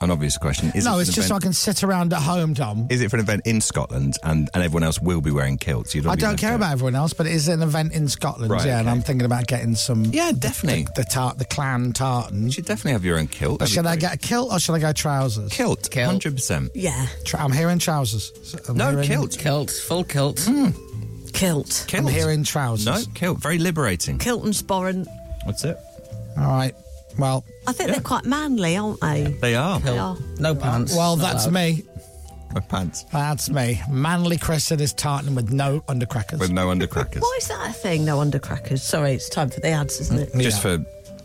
Speaker 9: An obvious question. Is
Speaker 8: no,
Speaker 9: it
Speaker 8: it's
Speaker 9: for an
Speaker 8: just so I
Speaker 9: event,
Speaker 8: can sit around at home, Dom.
Speaker 9: Is it for an event in Scotland and, and everyone else will be wearing kilts? You don't.
Speaker 8: I
Speaker 9: even
Speaker 8: don't
Speaker 9: have
Speaker 8: care
Speaker 9: to-
Speaker 8: about everyone else, but it is an event in Scotland,
Speaker 9: Right,
Speaker 8: yeah. And
Speaker 9: okay.
Speaker 8: I'm thinking about getting some.
Speaker 9: Yeah, definitely.
Speaker 8: The, the tart, the clan tartan.
Speaker 9: You should definitely have your own kilt.
Speaker 8: But
Speaker 9: That'd be
Speaker 8: should I
Speaker 9: great.
Speaker 8: get a kilt or should I go trousers?
Speaker 9: kilt? Hundred percent.
Speaker 10: Yeah.
Speaker 8: Tra- I'm hearing trousers. So I'm
Speaker 9: No,
Speaker 8: hearing-
Speaker 9: kilt. Hmm.
Speaker 11: Kilt. Full kilt.
Speaker 10: Kilt.
Speaker 8: I'm
Speaker 9: Kilt.
Speaker 8: hearing trousers.
Speaker 9: No, kilt. Very liberating.
Speaker 10: Kilt and sporran.
Speaker 9: What's it?
Speaker 8: All right. Well,
Speaker 10: I think they're quite manly, aren't they?
Speaker 9: They are.
Speaker 10: They are.
Speaker 11: No pants.
Speaker 8: well,
Speaker 11: Not
Speaker 8: that's
Speaker 11: allowed.
Speaker 8: me.
Speaker 9: My pants.
Speaker 8: That's me. Manly Chris in his tartan with no undercrackers.
Speaker 9: With no undercrackers.
Speaker 10: Why is that a thing? No undercrackers. Sorry, it's time for the ads, isn't it? Mm.
Speaker 9: Just for,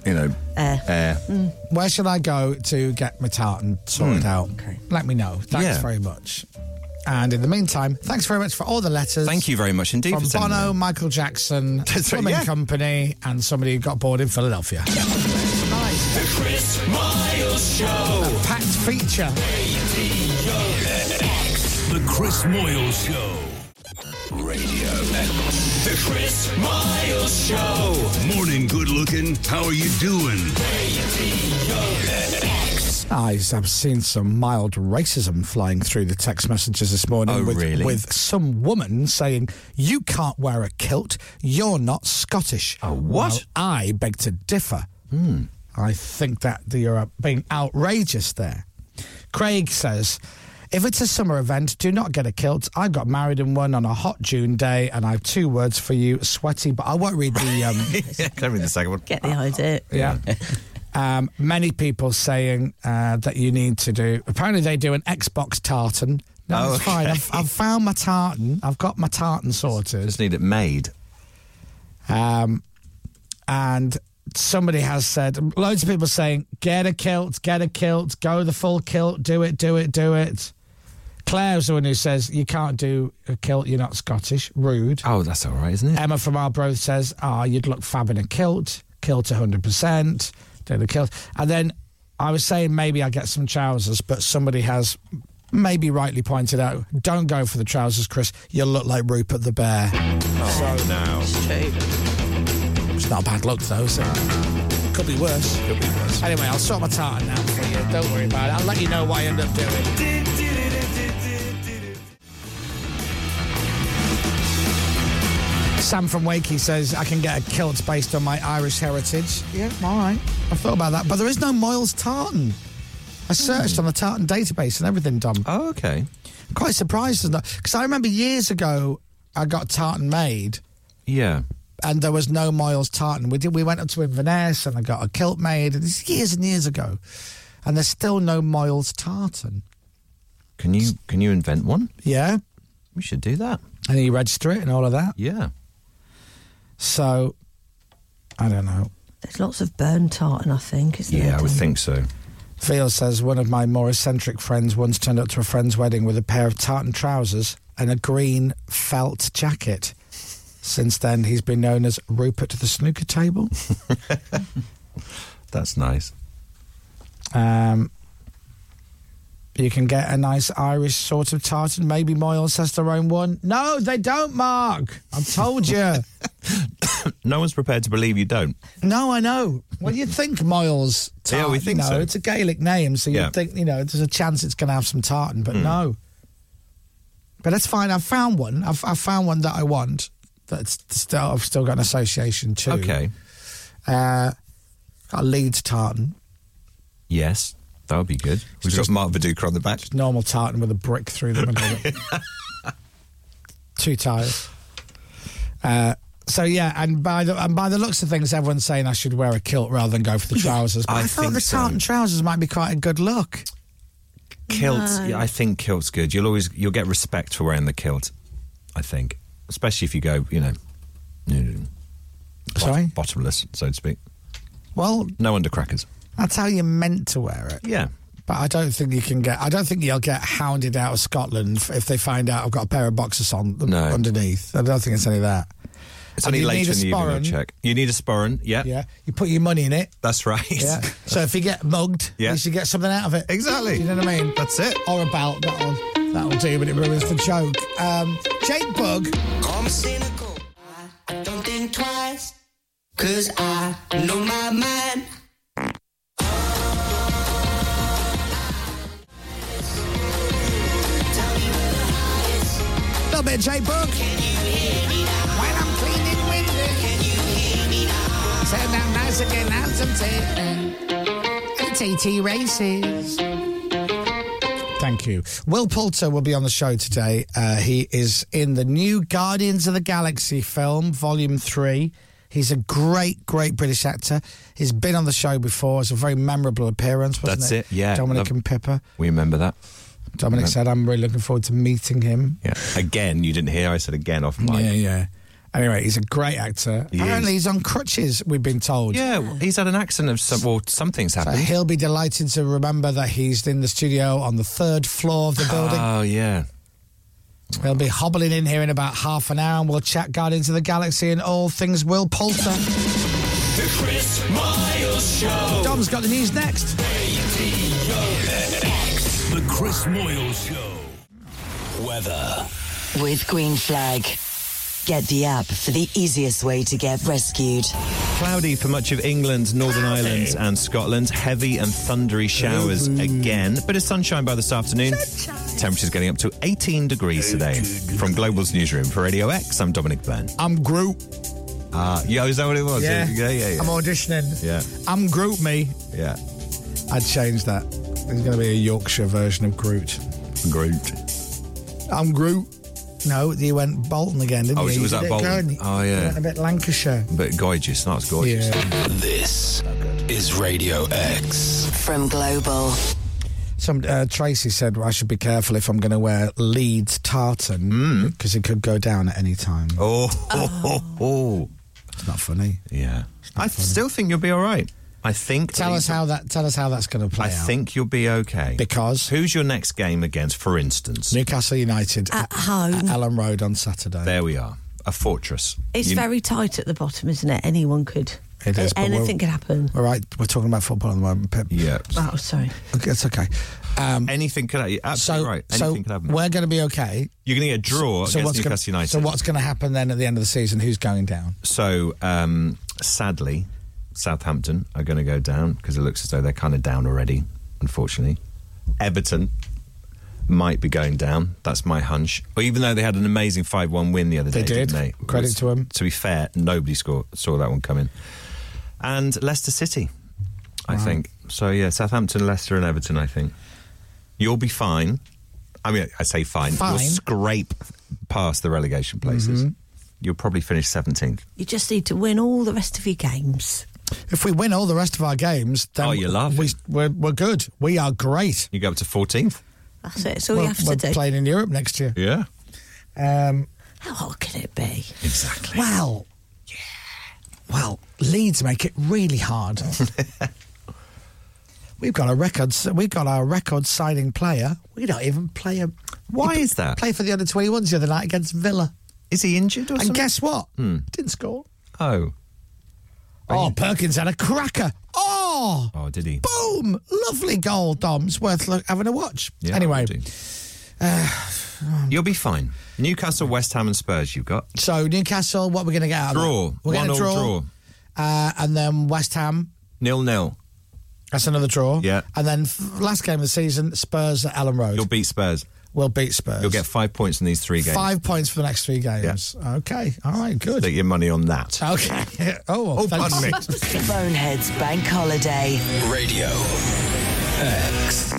Speaker 9: you know,
Speaker 10: Air.
Speaker 9: air.
Speaker 8: Where should I go to get my tartan sorted out? Okay. Let me know. Thanks
Speaker 9: Mm. Yeah.
Speaker 8: very much. And in the meantime, thanks very much for all the letters.
Speaker 9: Thank you very much indeed
Speaker 8: From
Speaker 9: for sending
Speaker 8: Bono,
Speaker 9: them.
Speaker 8: Michael Jackson,
Speaker 9: That's right,
Speaker 8: Plumbing
Speaker 9: yeah.
Speaker 8: Company, and somebody who got bored in Philadelphia.
Speaker 6: The Chris Miles Show.
Speaker 8: Packed feature.
Speaker 1: The Chris Moyle Show.
Speaker 6: Radio X. The Chris Miles Show.
Speaker 1: Morning, good looking. How are you doing?
Speaker 8: I- I've seen some mild racism flying through the text messages this morning
Speaker 9: Oh,
Speaker 8: with,
Speaker 9: really?
Speaker 8: with some woman saying, You can't wear a kilt, you're not Scottish. Oh,
Speaker 9: what?
Speaker 8: I beg to differ.
Speaker 9: Hmm.
Speaker 8: uh, I think that you're being outrageous there. Craig says, If it's a summer event, do not get a kilt. I got married in one on a hot June day, and I have two words for you: sweaty. But I won't read the. Um,
Speaker 9: Can I read the second one?
Speaker 10: Get the idea.
Speaker 8: Yeah. um, many people saying uh, that you need to do. Apparently, they do an Xbox tartan. No,
Speaker 9: Oh,
Speaker 8: it's
Speaker 9: okay.
Speaker 8: fine.
Speaker 9: Hmm?
Speaker 8: I've, I've found my tartan. I've got my tartan sorted.
Speaker 9: Just need it made.
Speaker 8: Um, and somebody has said, loads of people saying, get a kilt, get a kilt, go the full kilt, do it, do it, do it. Claire's the one who says, you can't do a kilt, you're not Scottish. Rude.
Speaker 9: Oh, that's all right, isn't it?
Speaker 8: Emma from Arbroath says, ah, you'd look fab in a kilt, kilt 100%, do the kilt. And then I was saying maybe I get some trousers, but somebody has maybe rightly pointed out, don't go for the trousers, Chris, you look like Rupert the Bear.
Speaker 9: Oh, no.
Speaker 8: It's not a bad look, though, is it? Could be worse. Could be worse. Anyway, I'll sort my tartan out for you. Don't worry about it. I'll let you know what I end up doing. Sam from Wakey says I can get a kilt based on my Irish heritage. Yeah, all right. I've thought about that, but there is no Moyles tartan. I searched on the tartan database and everything, Dom.
Speaker 9: Oh, okay.
Speaker 8: I'm quite surprised at that because I remember years ago I got tartan made
Speaker 9: Yeah.
Speaker 8: and there was no Miles Tartan. We did. We went up to Inverness and I got a kilt made. And this is years and years ago, and there's still no Miles Tartan.
Speaker 9: Can you can you invent one?
Speaker 8: Yeah,
Speaker 9: We should do that.
Speaker 8: and you register it and all of that.
Speaker 9: Yeah.
Speaker 8: So, I don't know.
Speaker 10: There's lots of burn tartan, I think, isn't there?
Speaker 9: Yeah, I would
Speaker 10: Dom?
Speaker 9: think so.
Speaker 8: Theo says one of my more eccentric friends once turned up to a friend's wedding with a pair of tartan trousers and a green felt jacket. Since then, he's been known as Rupert the snooker table.
Speaker 9: That's nice.
Speaker 8: Um, you can get a nice Irish sort of tartan. Maybe Moyles has their own one. No, they don't, Mark. I've told you.
Speaker 9: No one's prepared to believe you don't.
Speaker 8: no, I know. Well, you'd think Moyles tartan.
Speaker 9: Yeah, we think
Speaker 8: no,
Speaker 9: so.
Speaker 8: It's a Gaelic name, so you'd
Speaker 9: Yeah. Hmm.
Speaker 8: think, you know, there's a chance it's going to have some tartan, but no. But that's fine. I've found one. I've, I've found one that I want. That's still, I've still got an association to.
Speaker 9: Okay.
Speaker 8: Uh, got a Leeds tartan,
Speaker 9: Yes, that would be good. We've got Mark Viduka on the back.
Speaker 8: normal tartan with a brick through the middle of it. Two tires. Uh, so yeah, and by the and by the looks of things, everyone's saying I should wear a kilt rather than go for the trousers. But I,
Speaker 9: I
Speaker 8: thought
Speaker 9: think
Speaker 8: the
Speaker 9: so.
Speaker 8: tartan trousers might be quite a good look.
Speaker 9: Kilts.
Speaker 8: No.
Speaker 9: Yeah, I think kilts good. You'll always you'll get respect for wearing the kilt. I think, especially if you go, you know, mm, bot-
Speaker 8: Sorry?
Speaker 9: bottomless, so to speak.
Speaker 8: Well,
Speaker 9: No undercrackers.
Speaker 8: that's how you're meant to wear it.
Speaker 9: Yeah.
Speaker 8: But I don't think you can get. I don't think you'll get hounded out of Scotland f- if they find out I've got a pair of boxers on
Speaker 9: No.
Speaker 8: underneath. I don't think it's any of that.
Speaker 9: It's
Speaker 8: And
Speaker 9: only
Speaker 8: you need
Speaker 9: later
Speaker 8: a
Speaker 9: in the evening you'll
Speaker 8: sporran.
Speaker 9: check. You need a sporran. Yeah.
Speaker 8: Yeah, you put your money in it.
Speaker 9: That's right.
Speaker 8: Yeah. so if you get mugged,
Speaker 9: Yeah.
Speaker 8: you should get something out of it.
Speaker 9: Exactly.
Speaker 8: Do you know what I mean?
Speaker 9: That's it.
Speaker 8: Or a belt. That'll, that'll do, but it ruins the joke. Um, Jake Bug.
Speaker 15: I'm cynical. I don't think twice. Cause I know my mind.
Speaker 8: little bit of Jake Bug. When I'm cleaning windows. Turn down nice again, have some tea. Tea races. Thank you. Will Poulter will be on the show today. Uh, he is in the new Guardians of the Galaxy film, Volume 3. He's a great, great British actor. He's been on the show before. It's a very memorable appearance, wasn't
Speaker 9: That's
Speaker 8: it?
Speaker 9: it, yeah.
Speaker 8: Dominic
Speaker 9: Love-
Speaker 8: and Pippa.
Speaker 9: We remember that.
Speaker 8: Dominic
Speaker 9: Remember-
Speaker 8: said, I'm really looking forward to meeting him.
Speaker 9: Yeah. Again, you didn't hear. I said again off mic.
Speaker 8: Yeah, yeah. Anyway, he's a great actor.
Speaker 9: He
Speaker 8: Apparently, he's on crutches. We've been told.
Speaker 9: Yeah, well, he's had an accident of some. Well, something's
Speaker 8: So
Speaker 9: happened.
Speaker 8: he'll be delighted to remember that he's in the studio on the third floor of the building.
Speaker 9: Oh yeah.
Speaker 8: He'll be hobbling in here in about half an hour, and we'll chat Guardians of the Galaxy and all things Will Poulter.
Speaker 12: The Chris Miles
Speaker 9: Oh.
Speaker 12: Show.
Speaker 8: Dom's got the news next.
Speaker 1: The Chris Moyle Show.
Speaker 12: Weather.
Speaker 2: With Green Flag. Get the app for the easiest way to get rescued.
Speaker 9: Cloudy for much of England, Northern Ireland, and Scotland. Heavy and thundery showers again. Bit of sunshine by this afternoon. Temperatures getting up to 18 degrees today. From Global's newsroom for Radio X, I'm Dominic Byrne.
Speaker 8: I'm Groot.
Speaker 9: Ah, yeah, is that what it was? yeah, yeah. yeah.
Speaker 8: I'm auditioning.
Speaker 9: Yeah.
Speaker 8: I'm Groot, me.
Speaker 9: Yeah.
Speaker 8: I'd change that. There's going to be a Yorkshire version of Groot.
Speaker 9: Groot.
Speaker 8: I'm Groot. No, you went Bolton again, didn't
Speaker 9: Oh,
Speaker 8: you?
Speaker 9: was-
Speaker 8: You
Speaker 9: was
Speaker 8: did
Speaker 9: that
Speaker 8: it,
Speaker 9: Bolton?
Speaker 8: Kearney.
Speaker 9: Oh, yeah.
Speaker 8: You went a bit Lancashire.
Speaker 9: But gorgeous. That's gorgeous.
Speaker 12: This is Radio X.
Speaker 2: From Global.
Speaker 8: Some uh, Tracy said well, I should be careful if I'm going to wear Leeds tartan
Speaker 9: Mm.
Speaker 8: because it could go down at any time.
Speaker 9: Oh, it's
Speaker 8: not funny.
Speaker 9: Oh. Yeah, I still think you'll be all right. I think.
Speaker 8: Tell us how that. Tell us how that's going to play
Speaker 9: I
Speaker 8: out.
Speaker 9: think you'll be okay.
Speaker 8: Because
Speaker 9: who's your next game against? For instance,
Speaker 8: Newcastle United at home, at Ellen Road on Saturday.
Speaker 9: there we are, a fortress.
Speaker 10: It's
Speaker 9: You-
Speaker 10: very tight at the bottom, isn't it? Anyone could.
Speaker 8: It is, but
Speaker 10: anything
Speaker 8: we'll-
Speaker 10: could happen.
Speaker 8: All right, we're talking about football at the moment, Pip.
Speaker 9: Yeah.
Speaker 10: Oh, sorry.
Speaker 8: Okay, it's okay. Um,
Speaker 9: Anything could happen. Absolutely right.
Speaker 8: so
Speaker 9: Anything could happen.
Speaker 8: we're going to be okay.
Speaker 9: You're going to get a draw
Speaker 8: So
Speaker 9: against
Speaker 8: what's
Speaker 9: Newcastle
Speaker 8: gonna,
Speaker 9: United.
Speaker 8: So what's going to happen then at the end of the season? Who's going down?
Speaker 9: So, um, sadly, Southampton are going to go down because it looks as though they're kind of down already, unfortunately. Everton might be going down. That's my hunch. Well, even though they had an amazing 5 1 win the other
Speaker 8: They
Speaker 9: day,
Speaker 8: did.
Speaker 9: didn't they?
Speaker 8: Credit
Speaker 9: Was-
Speaker 8: to 'em.
Speaker 9: To be fair, nobody score, saw that one coming. And Leicester City, I
Speaker 8: Wow.
Speaker 9: think. So, yeah, Southampton, Leicester, and Everton, I think. You'll be fine. I mean, I say fine.
Speaker 10: Fine.
Speaker 9: You'll scrape past the relegation places.
Speaker 10: Mhm.
Speaker 8: Mm-hmm.
Speaker 9: You'll probably finish 17th.
Speaker 10: You just need to win all the rest of your games.
Speaker 8: If we win all the rest of our games, then
Speaker 9: Oh, you're laughing.
Speaker 8: we, we're, we're good. We are great.
Speaker 9: You go up to 14th.
Speaker 10: That's it. So
Speaker 8: we're,
Speaker 10: we have
Speaker 8: we're
Speaker 10: to do.
Speaker 8: playing in Europe next year.
Speaker 9: Yeah.
Speaker 8: Um,
Speaker 10: How hard can it be?
Speaker 9: Exactly.
Speaker 8: Well, well, Leeds make it really hard. we've got a record. We've got our record signing player. We don't even play him.
Speaker 9: Why is that?
Speaker 8: Play for the under twenty ones the other night against Villa.
Speaker 9: Is he injured or
Speaker 8: and
Speaker 9: something?
Speaker 8: guess what?
Speaker 9: Hmm.
Speaker 8: Didn't score.
Speaker 9: Oh.
Speaker 8: Oh, Perkins had a cracker. Oh,
Speaker 9: Oh, did he?
Speaker 8: boom! Lovely goal, Dom's worth lo- having a watch. anyway, uh,
Speaker 9: You'll be fine. Newcastle, West Ham, and Spurs, you've got.
Speaker 8: so Newcastle, what are we going to get out of that?
Speaker 9: Draw.
Speaker 8: We're
Speaker 9: One
Speaker 8: going to
Speaker 9: all
Speaker 8: draw.
Speaker 9: draw.
Speaker 8: Uh, and then West Ham.
Speaker 9: Nil nil.
Speaker 8: That's another draw.
Speaker 9: Yeah.
Speaker 8: And then f- last game of the season, Spurs at Ellen Road.
Speaker 9: You'll beat Spurs.
Speaker 8: We'll beat Spurs.
Speaker 9: You'll get five points in these three games.
Speaker 8: Five points for the next three games. Okay. All right. Good.
Speaker 9: Take your money on that.
Speaker 8: Okay. oh, well,
Speaker 9: Oh,
Speaker 8: thank
Speaker 9: pardon
Speaker 8: you.
Speaker 9: me.
Speaker 2: Boneheads Bank Holiday.
Speaker 12: Radio X.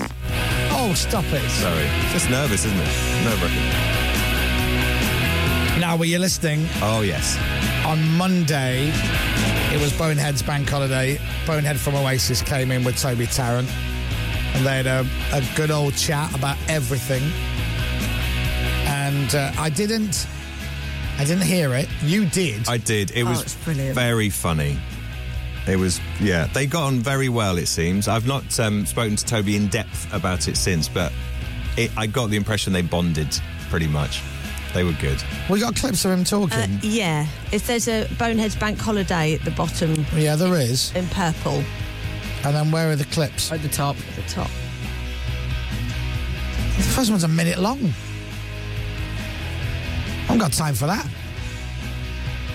Speaker 8: Oh, stop it.
Speaker 9: Sorry. Just nervous, isn't it? Nerve wracking.
Speaker 8: Now, were you listening?
Speaker 9: Oh, yes.
Speaker 8: On Monday, it was Bonehead's bank holiday. Bonehead from Oasis came in with Toby Tarrant, and they had a, a good old chat about everything. And uh, I didn't, I didn't hear it. You did.
Speaker 9: I did. It
Speaker 8: Oh,
Speaker 9: was
Speaker 8: it's brilliant.
Speaker 9: very funny. It was, yeah. They got on very well, it seems. I've not um, spoken to Toby in depth about it since, but it, I got the impression they bonded pretty much. They were good.
Speaker 8: We got clips of him
Speaker 10: Uh,
Speaker 8: talking.
Speaker 10: yeah. If there's a Boneheads Bank holiday at the bottom.
Speaker 8: Yeah, there is.
Speaker 10: In purple.
Speaker 8: and then where are the clips?
Speaker 11: At the top.
Speaker 10: At the top.
Speaker 8: The first one's a minute long. I've got time for that.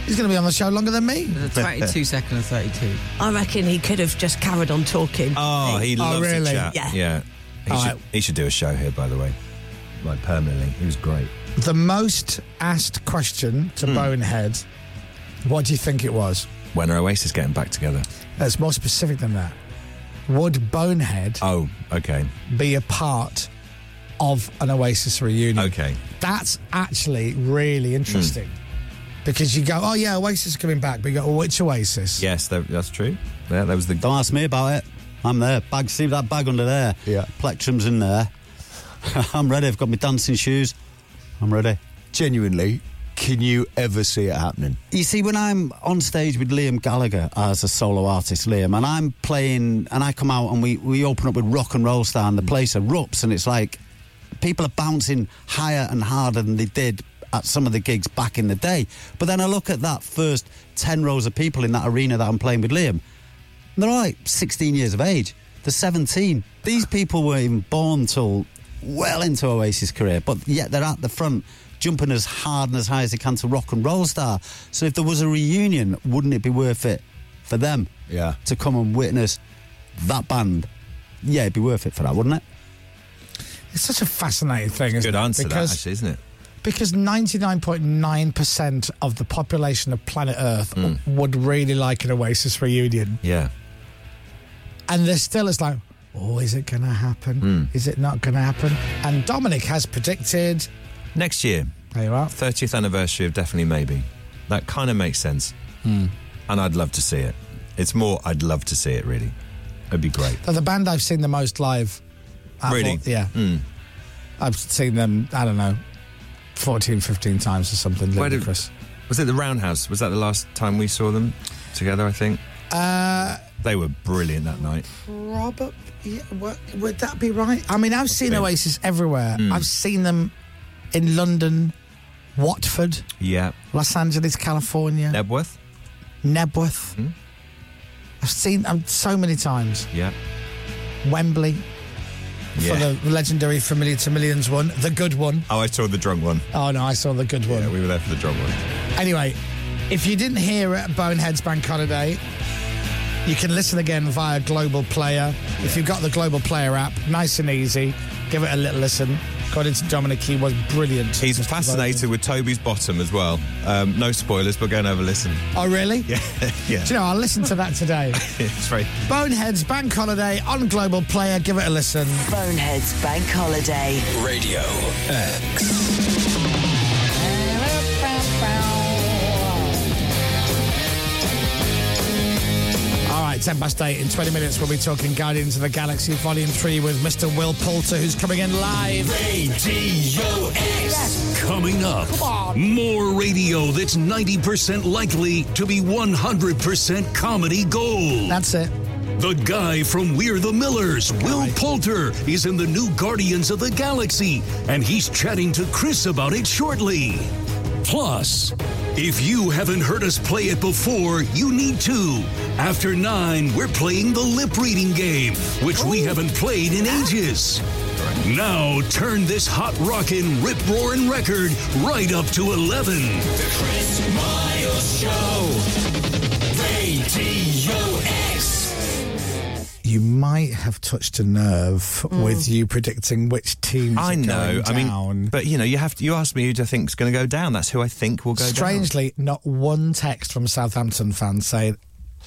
Speaker 8: He's going to be on the show longer than me.
Speaker 11: 22 second and 32.
Speaker 10: I reckon he could have just carried on talking.
Speaker 9: Oh, he loves to chat.
Speaker 10: Yeah.
Speaker 9: He,
Speaker 8: All
Speaker 9: should,
Speaker 8: right.
Speaker 9: he should do a show here, by the way. Like permanently. He was great.
Speaker 8: The most asked question to Bonehead, what do you think it was?
Speaker 9: Hmm. When are Oasis getting back together?
Speaker 8: That's more specific than that. Would Bonehead
Speaker 9: Oh, okay.
Speaker 8: be a part of an Oasis reunion?
Speaker 9: Okay. Hmm.
Speaker 8: That's actually really interesting because you go, oh yeah, Oasis are coming back, but you go, oh, which Oasis?
Speaker 9: Yes, that, that's true. Yeah, that was the.
Speaker 13: Don't ask me about it. I'm there. Bag, see that bag under there? Yeah. Plectrum's in there. I'm ready. I've got my dancing shoes. I'm ready. Genuinely, can you ever see it happening? You see, when I'm on stage with Liam Gallagher as a solo artist, Liam, and I'm playing, and I come out and we, we open up with rock and roll star, and the place erupts, and it's like people are bouncing higher and harder than they did at some of the gigs back in the day. But then I look at that first 10 rows of people in that arena that I'm playing with Liam, and they're like 16 years of age. They're 17. These people weren't even born till well into Oasis' career, but yet they're at the front, jumping as hard and as high as they can to rock and roll star. So if there was a reunion, wouldn't it be worth it for them? Yeah. To come and witness that band. Yeah, it'd be worth it for that, wouldn't it?
Speaker 8: It's such a fascinating thing. Isn't
Speaker 13: Good
Speaker 8: it?
Speaker 13: answer, that,
Speaker 8: because,
Speaker 13: actually.
Speaker 9: Isn't it?
Speaker 8: Because 99.9% of the population of planet Earth
Speaker 9: Hmm.
Speaker 8: w- would really like an Oasis reunion.
Speaker 9: Yeah.
Speaker 8: And there's still, it's like, oh, is it going to happen?
Speaker 9: Hmm.
Speaker 8: Is it not going to happen? And Dominic has predicted.
Speaker 9: Next year.
Speaker 8: There you are.
Speaker 9: 30th anniversary of Definitely Maybe. That kind of makes sense. Hmm. And I'd love to see it. It's more, I'd love to see it, really. It'd be great.
Speaker 8: They're the band I've seen the most live. I've
Speaker 9: really?
Speaker 8: al- Yeah.
Speaker 9: Mm.
Speaker 8: I've seen them, I don't know, 14, 15 times or something.
Speaker 9: Where did-
Speaker 8: ludicrous.
Speaker 9: was it the Roundhouse? Was that the last time we saw them together, I think?
Speaker 8: Uh,
Speaker 9: They were brilliant that night.
Speaker 8: Robert, yeah, what, would that be right? I mean, I've seen Oasis everywhere.
Speaker 9: Mm.
Speaker 8: I've seen them in London, Watford,
Speaker 9: Yeah.
Speaker 8: Los Angeles, California,
Speaker 9: Nebworth?
Speaker 8: Nebworth. I've seen them so many times.
Speaker 9: Yeah.
Speaker 8: Wembley
Speaker 9: Yeah.
Speaker 8: for the legendary Familiar to Millions one, the good one.
Speaker 9: Oh, I saw the drunk one.
Speaker 8: Oh no, I saw the good one.
Speaker 9: Yeah, we were there for the drunk one.
Speaker 8: Anyway, if you didn't hear it at Bonehead's Bank Holiday, you can listen again via Global Player. If you've got the Global Player app, nice and easy, give it a little listen. Got into Dominic, he was brilliant.
Speaker 9: He's fascinated with Toby's bottom as well. Um, no spoilers, but go and have a listen.
Speaker 8: Oh, really?
Speaker 9: Yeah. yeah.
Speaker 8: Do you know, I'll listen to that today.
Speaker 9: it's very.
Speaker 8: Bonehead's Bank Holiday on Global Player, give it a listen.
Speaker 2: Boneheads Bank Holiday.
Speaker 12: Radio X.
Speaker 8: All right, 10 past 8. In 20 minutes, we'll be talking Guardians of the Galaxy Volume 3 with Mr. Will Poulter, who's coming in live.
Speaker 1: Radio X. Coming up, more radio that's 90% likely to be 100% comedy gold.
Speaker 8: That's it.
Speaker 1: The guy from We're the Millers, Will Poulter, is in the new Guardians of the Galaxy, and he's chatting to Chris about it shortly. Plus, if you haven't heard us play it before, you need to. After nine, we're playing the lip reading game, which we haven't played in ages. Now turn this hot rockin', rip roaring record right up to 11.
Speaker 12: Chris Miles Show. Radio X.
Speaker 8: You might have touched a nerve with you predicting which teams
Speaker 9: I
Speaker 8: are
Speaker 9: know.
Speaker 8: going
Speaker 9: I mean,
Speaker 8: down.
Speaker 9: but you know, you have to. You asked me who do I think's going to go down. That's who I think will go
Speaker 8: Strangely, not one text from Southampton fans saying,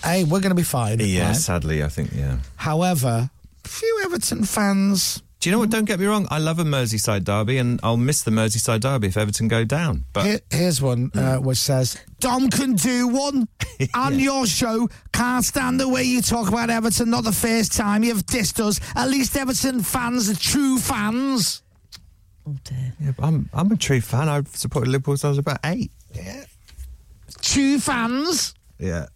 Speaker 8: hey, we're going to be fine.
Speaker 9: down. Yeah,
Speaker 8: right?
Speaker 9: sadly, I think yeah.
Speaker 8: However, few Everton fans.
Speaker 9: Do you know what? Don't get me wrong. I love a Merseyside derby, and I'll miss the Merseyside derby if Everton go down. But Hmm.
Speaker 8: Here- here's one uh, which says, Dom can do one on your show. Can't stand the way you talk about Everton. Not the first time you've dissed us. At least Everton fans are true fans.
Speaker 9: Yeah, but I'm I'm a true fan. I've supported Liverpool since I was about eight. Yeah.
Speaker 8: True fans.
Speaker 9: Yeah.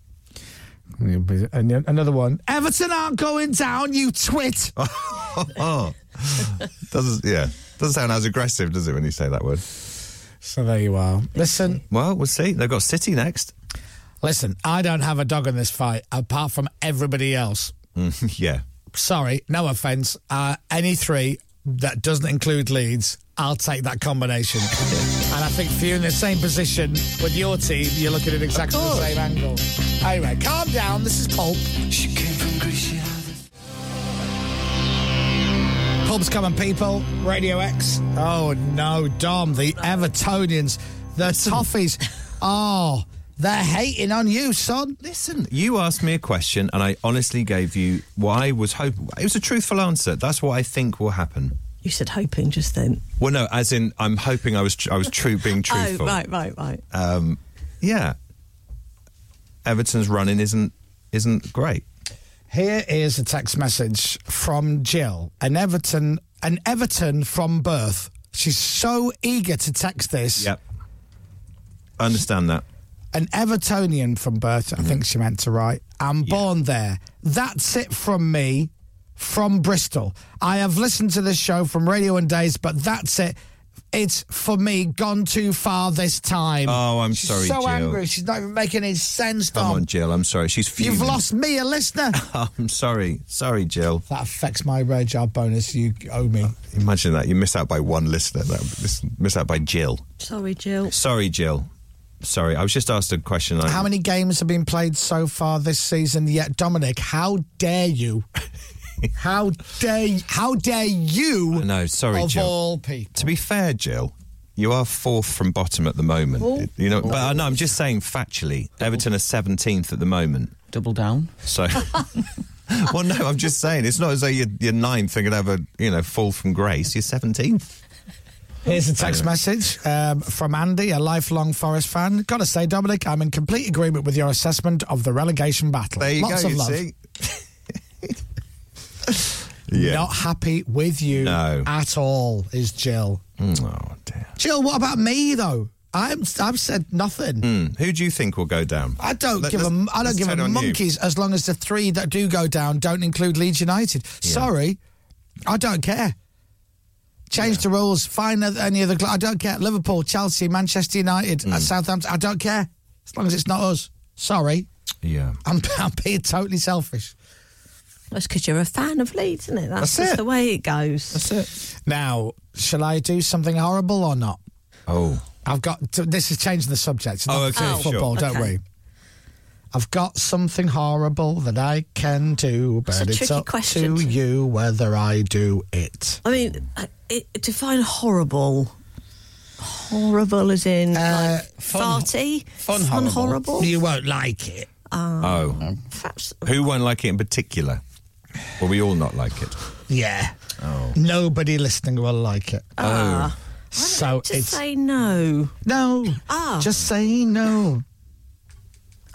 Speaker 8: And yet another one. Everton aren't going down, you twit.
Speaker 9: oh, doesn't yeah doesn't sound as aggressive, does it, when you say that word?
Speaker 8: So there you are. Listen.
Speaker 9: Well, we'll see. They've got City next.
Speaker 8: Listen, I don't have a dog in this fight apart from everybody else.
Speaker 9: Mm, yeah.
Speaker 8: Sorry, no offence. Uh, any three that doesn't include Leeds, I'll take that combination. and I think if you're in the same position with your team, you're looking at exactly the same angle. Anyway, calm down. This is Pulp. She came from Greece. Pubs Common People, Radio X. Oh no, Dom, the Evertonians, the Toffees. Oh, they're hating on you, son.
Speaker 9: Listen. You asked me a question, and I honestly gave you what I was hoping. It was a truthful answer. That's what I think will happen.
Speaker 10: You said hoping just then.
Speaker 9: Well, no, as in I'm hoping I was tr- I was true being
Speaker 10: Oh,
Speaker 9: truthful.
Speaker 10: right, right, right.
Speaker 9: Um, yeah. Everton's running isn't isn't great.
Speaker 8: Here is a text message from Jill, an Everton, an Everton from birth. She's so eager to text this.
Speaker 9: Yep. I understand that.
Speaker 8: An Evertonian from birth,
Speaker 9: Mm-hmm.
Speaker 8: I think she meant to write. I'm born there. That's it from me, from Bristol. I have listened to this show from radio and days, but that's it. It's for me gone too far this time.
Speaker 9: Oh, I'm
Speaker 8: She's
Speaker 9: sorry,
Speaker 8: So
Speaker 9: Jill.
Speaker 8: angry. She's not even making any sense,
Speaker 9: Come
Speaker 8: Dom.
Speaker 9: on, Jill. I'm sorry. She's fuming.
Speaker 8: You've lost me, a listener.
Speaker 9: I'm Um, sorry. Sorry, Jill.
Speaker 8: that affects my rare job bonus you owe me.
Speaker 9: Imagine that. You miss out by one listener. That miss, miss out by Jill.
Speaker 10: Sorry, Jill.
Speaker 9: Sorry, Jill. Sorry. I was just asked a question. I-
Speaker 8: How many games have been played so far this season yet, Dominic? How dare you? how dare how dare you?
Speaker 9: No, sorry,
Speaker 8: of
Speaker 9: Jill.
Speaker 8: all people.
Speaker 9: To be fair, Jill, you are fourth from bottom at the moment.
Speaker 8: Oh.
Speaker 9: You know, but uh, no, I'm just saying factually. Everton are 17th at the moment.
Speaker 11: Double down.
Speaker 9: So well, no, I'm just saying it's not as though you're, you're ninth and could have a you know fall from grace. You're seventeenth.
Speaker 8: Here's a text message um, from Andy, a lifelong Forest fan. Got to say, Dominic, I'm in complete agreement with your assessment of the relegation battle.
Speaker 9: There you
Speaker 8: Lots
Speaker 9: go.
Speaker 8: of
Speaker 9: you
Speaker 8: love.
Speaker 9: see, yeah.
Speaker 8: Not happy with you at all is Jill.
Speaker 9: Oh, dear.
Speaker 8: Jill, what about me though? I'm I've said nothing.
Speaker 9: Mm. Who do you think will go down?
Speaker 8: I don't
Speaker 9: Let-
Speaker 8: give
Speaker 9: let's-
Speaker 8: a I
Speaker 9: let's
Speaker 8: don't give
Speaker 9: turn
Speaker 8: a
Speaker 9: on you.
Speaker 8: monkeys as long as the three that do go down don't include Leeds United. Sorry, I don't care. Change the rules. Find oth- any other. Cl- I don't care. Liverpool, Chelsea, Manchester United,
Speaker 9: Mm.
Speaker 8: uh, Southampton. I don't care as long as it's not us. Sorry,
Speaker 9: Yeah.
Speaker 8: I'm, I'm being totally selfish.
Speaker 10: That's because you're a fan of Leeds, isn't it? That's,
Speaker 8: That's
Speaker 10: just
Speaker 8: it.
Speaker 10: the way it goes. That's
Speaker 8: it. Now, shall I do something horrible or not?
Speaker 9: Oh.
Speaker 8: I've got. To, this is changing the subject. It's not
Speaker 9: Oh, okay, sure.
Speaker 8: football, don't
Speaker 9: Okay.
Speaker 8: we? I've got something horrible that I can do, but
Speaker 10: It's a
Speaker 8: it's
Speaker 10: tricky
Speaker 8: up
Speaker 10: question.
Speaker 8: to you whether I do it.
Speaker 10: I mean, I- it, define horrible. Horrible as in
Speaker 8: Uh,
Speaker 10: like farty, fun horrible.
Speaker 8: You won't like it.
Speaker 10: Um,
Speaker 9: Oh. Who won't like it in particular? Will we all not like it?
Speaker 8: Yeah.
Speaker 9: Oh.
Speaker 8: Nobody listening will like it.
Speaker 9: Ah.
Speaker 8: so
Speaker 10: Just
Speaker 8: it's
Speaker 10: say no.
Speaker 8: No.
Speaker 10: Ah.
Speaker 8: Just say no.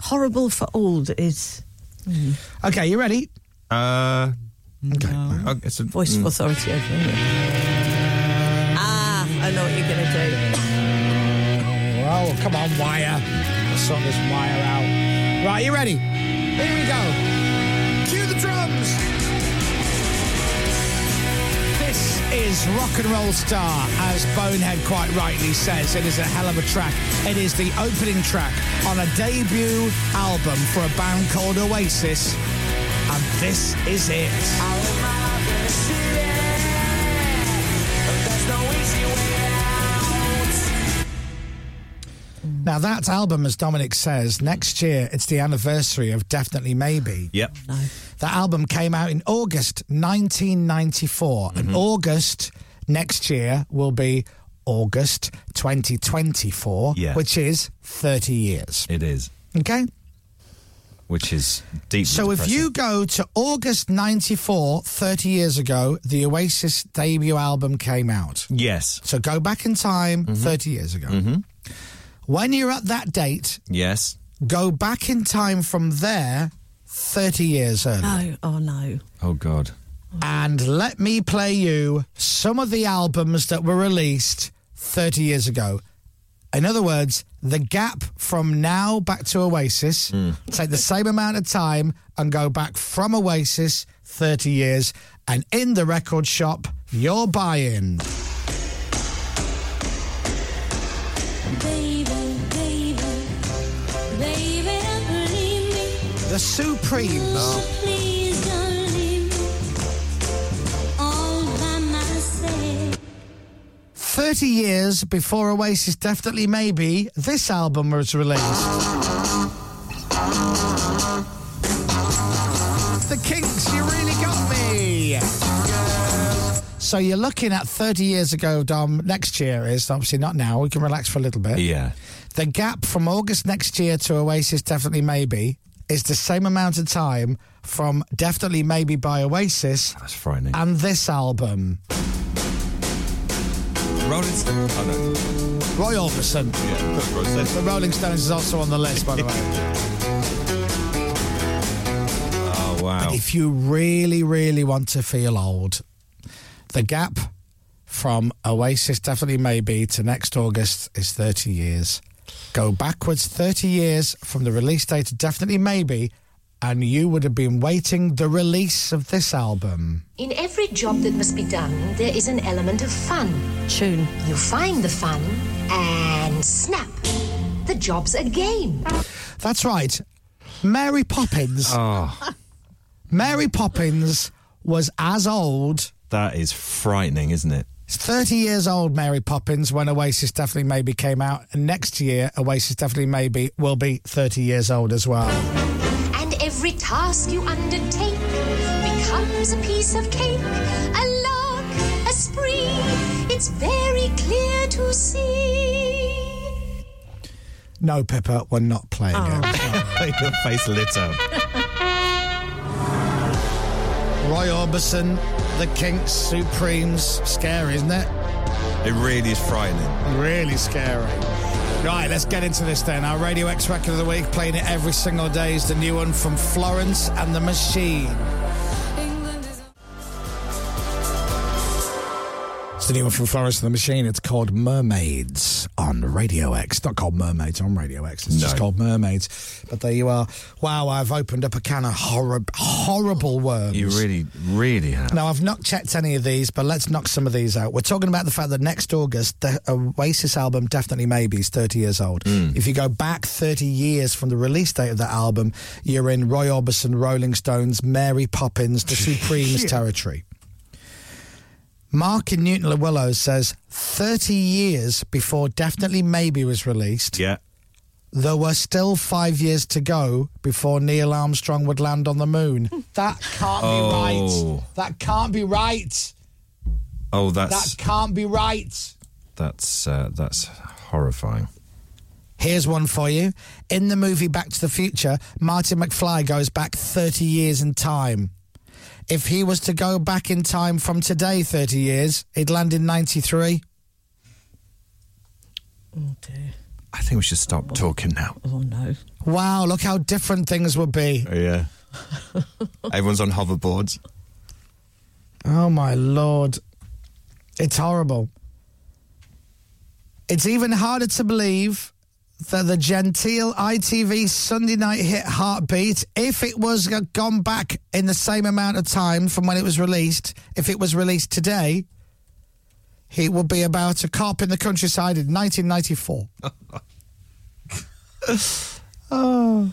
Speaker 10: Horrible for all that is. hmm.
Speaker 8: okay. You ready?
Speaker 9: Uh, okay. Uh, it's a mm.
Speaker 10: voice of authority over it. Ah, I know what you're going to
Speaker 8: do. Oh, come on, wire. Let's sort this wire out. Right, you ready? Here we go. Cue the drums. This is Rock and Roll Star, as Bonehead quite rightly says. It is a hell of a track. It is the opening track on a debut album for a band called Oasis. And this is it. Now, that album, as Dominic says, next year it's the anniversary of Definitely Maybe.
Speaker 9: Yep.
Speaker 8: That album came out in August 1994, and August next year will be August 2024,
Speaker 9: Yeah.
Speaker 8: which is 30 years.
Speaker 9: It is,
Speaker 8: Okay?
Speaker 9: which is deeply.
Speaker 8: So if
Speaker 9: depressing.
Speaker 8: you go to August 94, 30 years ago, the Oasis debut album came out.
Speaker 9: Yes.
Speaker 8: So go back in time 30 years ago.
Speaker 9: Mm-hmm.
Speaker 8: When you're at that date,
Speaker 9: Yes.
Speaker 8: go back in time from there 30 years earlier.
Speaker 10: No, oh no.
Speaker 9: Oh God.
Speaker 8: And let me play you some of the albums that were released 30 years ago. In other words, the gap from now back to Oasis, take the same amount of time and go back from Oasis 30 years. And in the record shop, you're buying. The Supremes.
Speaker 16: It's
Speaker 8: 30 years before Oasis Definitely Maybe, this album was released. The Kinks, you really got me. So you're looking at 30 years ago, Dom. Next year is obviously not now. We can relax for a little bit.
Speaker 9: Yeah.
Speaker 8: The gap from August next year to Oasis Definitely Maybe is the same amount of time from Definitely Maybe by Oasis
Speaker 9: That's frightening.
Speaker 8: and this album.
Speaker 9: Rolling Stones. Oh no.
Speaker 8: Roy Orbison.
Speaker 9: Yeah. that's Roy Stones.
Speaker 8: The Rolling Stones is also on the list, by the way.
Speaker 9: Oh wow.
Speaker 8: If you really, really want to feel old, the gap from Oasis definitely maybe to next August is 30 years. Go backwards 30 years from the release date of definitely maybe, and you would have been waiting the release of this album.
Speaker 17: In every job that must be done, there is an element of fun.
Speaker 10: Tune.
Speaker 17: You find the fun and snap. The job's a game.
Speaker 8: That's right. Mary Poppins. Mary Poppins was as old
Speaker 9: That is frightening, isn't it?
Speaker 8: It's 30 years old, Mary Poppins, when Oasis Definitely Maybe came out. And next year, Oasis Definitely Maybe will be 30 years old as well.
Speaker 17: And every task you undertake becomes a piece of cake, a lark, a spree. It's very clear to see.
Speaker 8: No, Pippa, we're not playing it.
Speaker 9: Your face lit up.
Speaker 8: Roy Orbison, The Kinks, Supremes. Scary, isn't it?
Speaker 9: It really is frightening.
Speaker 8: Really scary. Right, let's get into this then. Our Radio X record of the week, playing it every single day, is the new one from Florence and the Machine. It's the new one from Florence and the Machine. It's called Mermaids on Radio X. It's not called Mermaids on Radio X. It's just
Speaker 6: No.
Speaker 8: called Mermaids. But there you are. Wow, I've opened up a can of horrib- horrible worms.
Speaker 9: You really, really have.
Speaker 8: Now, I've not checked any of these, but let's knock some of these out. We're talking about the fact that next August, the Oasis album, Definitely Maybe, is 30 years old. If you go back 30 years from the release date of that album, you're in Roy Orbison, Rolling Stones, Mary Poppins, the Supremes territory. Mark in Newton Willows says 30 years before Definitely Maybe was released,
Speaker 9: Yeah.
Speaker 8: there were still five years to go before Neil Armstrong would land on the moon. That can't be
Speaker 9: Oh.
Speaker 8: right. That can't be right.
Speaker 9: Oh, that's
Speaker 8: That can't be right.
Speaker 9: that's uh, that's horrifying.
Speaker 8: Here's one for you. In the movie Back to the Future, Martin McFly goes back 30 years in time. If he was to go back in time from today 30 years, he'd land in 93.
Speaker 9: I think we should stop talking now.
Speaker 10: Oh no.
Speaker 8: Wow, look how different things would be.
Speaker 9: Yeah. Everyone's on hoverboards.
Speaker 8: Oh my lord. It's horrible. It's even harder to believe that the genteel ITV Sunday night hit Heartbeat, if it was g- gone back in the same amount of time from when it was released, if it was released today, it would be about a cop in the countryside in 1994. Oh.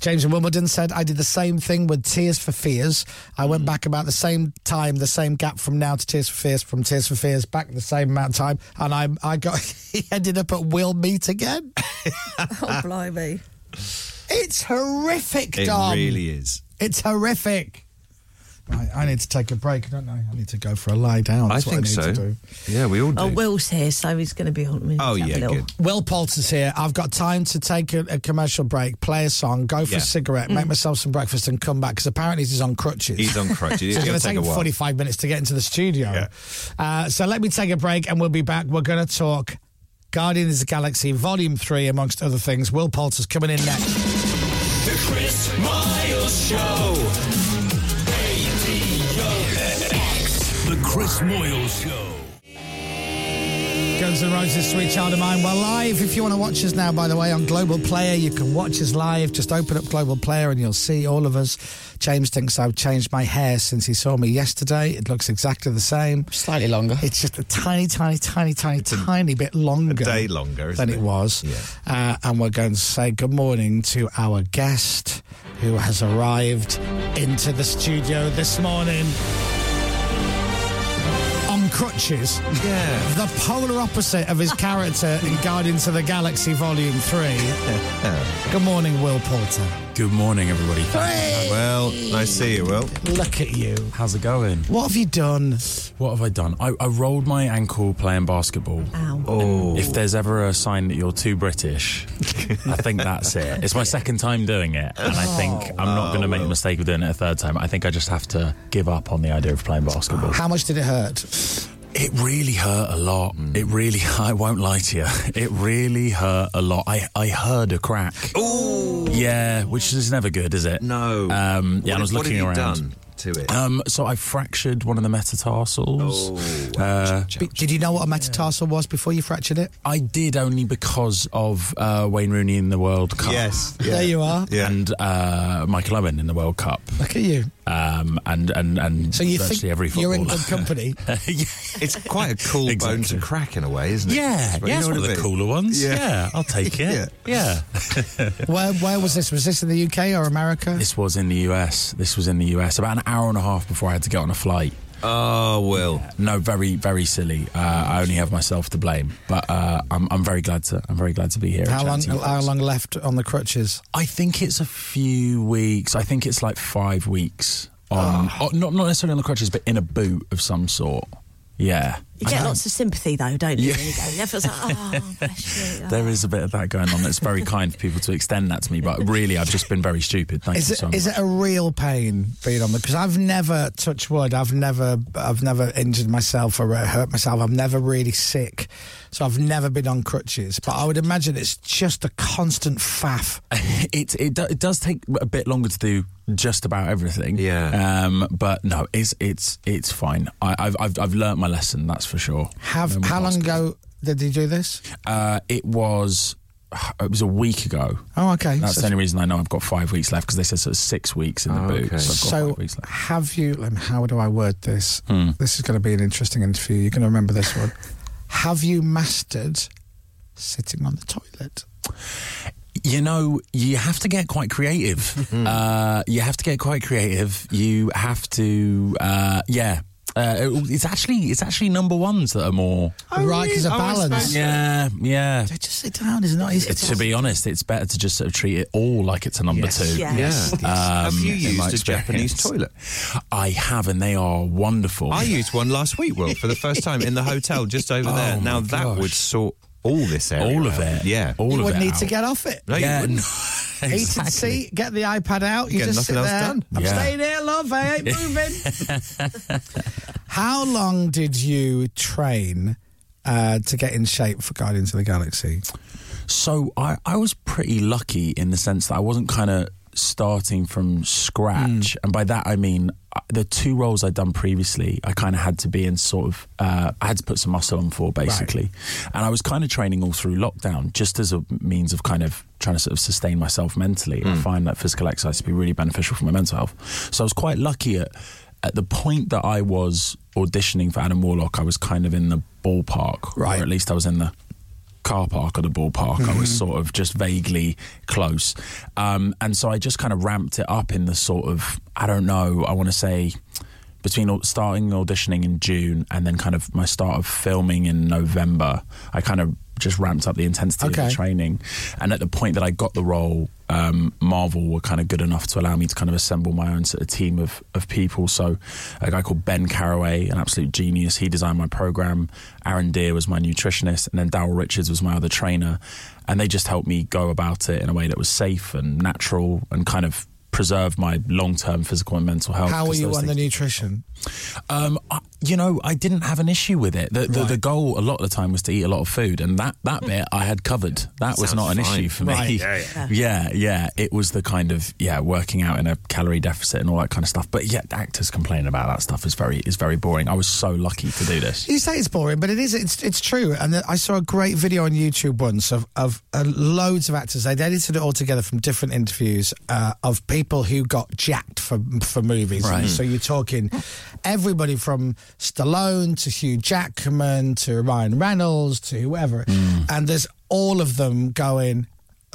Speaker 8: James in Wimbledon said, I did the same thing with Tears for Fears. I
Speaker 9: Mm.
Speaker 8: went back about the same time, the same gap from now to Tears for Fears, from Tears for Fears back the same amount of time. And I, I got, he ended up at Will Meet again.
Speaker 10: Oh, blimey.
Speaker 8: It's horrific,
Speaker 9: It
Speaker 8: Dom.
Speaker 9: really is.
Speaker 8: It's horrific. Right, I need to take a break, don't I? I need to go for a lie down. Oh, That's
Speaker 9: I
Speaker 8: what
Speaker 9: think
Speaker 8: I need
Speaker 9: so.
Speaker 8: to do.
Speaker 9: Yeah, we all do.
Speaker 10: Oh, Will's here, so he's going to be on me.
Speaker 9: Oh,
Speaker 10: Have a
Speaker 9: yeah,
Speaker 10: little-
Speaker 9: good.
Speaker 8: Will Poulter's here. I've got time to take a, a commercial break, play a song, go for
Speaker 9: Yeah.
Speaker 8: a cigarette,
Speaker 9: Mm.
Speaker 8: make myself some breakfast, and come back because apparently he's on crutches.
Speaker 9: He's on crutches.
Speaker 8: so
Speaker 9: It's gonna
Speaker 8: it's going to
Speaker 9: take
Speaker 8: take
Speaker 9: a
Speaker 8: him
Speaker 9: while.
Speaker 8: 45 minutes to get into the studio. Uh, so let me take a break and we'll be back. We're going to talk Guardians of the Galaxy Volume 3, amongst other things. Will Poulter's coming in next.
Speaker 12: The Chris Miles Show.
Speaker 1: The Chris Moyle Show.
Speaker 8: Guns N' Roses, Sweet Child of Mine. We're live. If you want to watch us now, by the way, on Global Player, you can watch us live. Just open up Global Player and you'll see all of us. James thinks I've changed my hair since he saw me yesterday. It looks exactly the same.
Speaker 11: Slightly longer.
Speaker 8: It's just a tiny, tiny, tiny, tiny, tiny bit longer.
Speaker 9: day longer, isn't
Speaker 8: than it,
Speaker 9: it?
Speaker 8: was. Uh, and we're going to say good morning to our guest who has arrived into the studio this morning on crutches. Yeah. The polar opposite of his character in Guardians of the Galaxy Volume 3. Good morning, Will Poulter.
Speaker 18: Good morning, everybody.
Speaker 8: Hey!
Speaker 18: Well, nice to see you, Will.
Speaker 8: Look at you.
Speaker 18: How's it going?
Speaker 8: What have you done?
Speaker 18: What have I done? I, I rolled my ankle playing basketball. Oh. If there's ever a sign that you're too British, I think that's it. It's my second time doing it, and I think I'm not going to make the mistake of doing it a third time. I think I just have to give up on the idea of playing basketball.
Speaker 8: How much did it hurt?
Speaker 18: It really hurt a lot. It really, I won't lie to you. It really hurt a lot. I, I heard a crack. Oh, yeah, which is never good, is it? No. Um, yeah,
Speaker 9: What-
Speaker 18: and I was
Speaker 9: what have
Speaker 18: looking
Speaker 9: you
Speaker 18: around.
Speaker 9: done to it? Oh.
Speaker 18: Um, so I fractured one of the metatarsals. Uh,
Speaker 8: Did you know what a metatarsal was before you fractured it?
Speaker 18: I did only because of uh, Wayne Rooney in the World Cup. Yes,
Speaker 8: There you are.
Speaker 18: And uh, Michael Owen in the World Cup.
Speaker 8: Look at you.
Speaker 18: Um, and and and
Speaker 8: So you
Speaker 18: virtually
Speaker 8: think
Speaker 18: every football.
Speaker 8: you're in good company?
Speaker 18: it's quite a cool
Speaker 9: bone to
Speaker 18: crack in a way,
Speaker 9: isn't it?
Speaker 18: Yeah,
Speaker 9: It's what-
Speaker 18: yeah,
Speaker 9: you
Speaker 18: it's
Speaker 9: know
Speaker 18: one of
Speaker 9: what
Speaker 18: the
Speaker 9: I mean?
Speaker 18: cooler ones.
Speaker 9: Yeah.
Speaker 18: Yeah, I'll take it.
Speaker 8: Yeah.
Speaker 18: yeah.
Speaker 8: Where, where was this? Was this in the UK or America?
Speaker 18: This was in the US. This was in the US. About an hour and a half before I had to get on a flight. Oh, Will. No, very, very silly. Uh, I only have myself to blame, but uh, I'm, I'm very glad to. I'm very glad to be here. and
Speaker 8: How
Speaker 18: chat
Speaker 8: long,
Speaker 18: to you
Speaker 8: how
Speaker 18: guys.
Speaker 8: long left on the crutches?
Speaker 18: I think it's a few weeks. I think it's like
Speaker 8: Ah.
Speaker 18: five weeks on, oh, not not necessarily on the crutches, but in a boot of some sort. Yeah.
Speaker 10: You
Speaker 18: I
Speaker 10: get
Speaker 18: know.
Speaker 10: lots of sympathy though, don't you?
Speaker 18: Yeah.
Speaker 10: When you go left, it's like, oh, bless you.
Speaker 18: There is a bit of that going on. That's very kind of people to extend that to me, but really, I've just been very stupid. Thank
Speaker 8: Is
Speaker 18: you
Speaker 8: it,
Speaker 18: so much.
Speaker 8: is it a real pain being on the? Because I've never touched wood. I've never I've never injured myself or hurt myself. I'm never really sick, so I've never been on crutches. But I would imagine it's just a constant faff.
Speaker 18: it it, do, it does take a bit longer to do just about everything. Yeah. Um, but no, it's it's it's fine. I, I've I've I've learnt my lesson. That's for sure.
Speaker 8: Have how long ago did you do this?
Speaker 18: Uh, it was it was a week ago.
Speaker 8: Oh, okay.
Speaker 18: That's
Speaker 8: So-
Speaker 18: the only reason I know I've got five weeks left because they said sort of six weeks
Speaker 8: Oh,
Speaker 18: in the boot. So, I've got
Speaker 8: So
Speaker 18: Ah, five weeks left. Hmm.
Speaker 8: have you? um, How do I word this? This is going to be an interesting interview. You're going to remember this one. have you mastered sitting on the toilet?
Speaker 18: You know, you have to get quite creative. uh, you have to get quite creative. You have to, uh, yeah. Uh, it- it's actually it's actually number ones that are more
Speaker 8: right, because
Speaker 18: Oh,
Speaker 8: of
Speaker 18: I suppose
Speaker 8: balance.
Speaker 18: so. Yeah, yeah.
Speaker 8: Just sit down. It's not easy.
Speaker 18: to be honest, it's better to just sort of treat it all like it's a number
Speaker 9: Yes.
Speaker 18: two. Um,
Speaker 9: Yes. Yes. Yes. Have you
Speaker 18: in
Speaker 9: used
Speaker 18: my
Speaker 9: a
Speaker 18: experience.
Speaker 9: Japanese toilet?
Speaker 18: I have, and they are wonderful.
Speaker 9: I used one last week, Will, for the first time in the hotel just over there. Now that would sort all this area.
Speaker 18: Oh, All of it.
Speaker 9: Yeah.
Speaker 18: All
Speaker 8: you would need to get off it.
Speaker 9: No, you wouldn't.
Speaker 8: Eat and see, get the iPad out. Oh, You
Speaker 9: Get
Speaker 8: just
Speaker 9: nothing
Speaker 8: sit
Speaker 9: else
Speaker 8: there.
Speaker 9: done.
Speaker 8: I'm
Speaker 9: Yeah.
Speaker 8: staying here, love. I ain't moving. How long did you train uh, to get in shape for Guardians of the Galaxy?
Speaker 18: So I, I was pretty lucky in the sense that I wasn't kind of starting from scratch. And by that, I mean uh, the two roles I'd done previously, I kind of had to be in sort of, uh, I had to put some muscle on for basically. And I was kind of training all through lockdown just as a means of kind of trying to sort of sustain myself mentally. I find that physical exercise to be really beneficial for my mental health. So I was quite lucky at, at the point that I was auditioning for Adam Warlock, I was kind of in the ballpark, right. or at least I was in the car park or the ballpark. I was sort of just vaguely close. Um, and so I just kind of ramped it up in the sort of, I don't know, I want to say between au- starting auditioning in June and then kind of my start of filming in November, I kind of just ramped up the intensity of
Speaker 8: Okay.
Speaker 18: the training. And at the point that I got the role, um, Marvel were kind of good enough to allow me to kind of assemble my own sort of team of, of people. So a guy called Ben Caraway, an absolute genius, he designed my program. Aaron Deer was my nutritionist, and then Daryl Richards was my other trainer. And they just helped me go about it in a way that was safe and natural and kind of preserve my long-term physical and mental health.
Speaker 8: How were
Speaker 18: 'cause
Speaker 8: you
Speaker 18: those
Speaker 8: on
Speaker 18: things-
Speaker 8: the nutrition?
Speaker 18: um, I, you know, I didn't have an issue with it. The, the, the goal a lot of the time was to eat a lot of food, and that, that bit I had covered. That was
Speaker 9: Hmm.
Speaker 18: not
Speaker 9: Sounds
Speaker 18: an
Speaker 9: fine.
Speaker 18: issue for me.
Speaker 9: Right. Yeah, yeah.
Speaker 18: yeah, yeah. It was the kind of yeah working out in a calorie deficit and all that kind of stuff. But yet, actors complaining about that stuff is very is very boring. I was so lucky to do this.
Speaker 8: You say it's boring, but it is. It's it's true. And I saw a great video on YouTube once of of uh, loads of actors. They'd edited it all together from different interviews uh, of people who got jacked for for movies.
Speaker 6: Right.
Speaker 8: So you're talking everybody from Stallone to Hugh Jackman to Ryan Reynolds to whoever, and there's all of them going.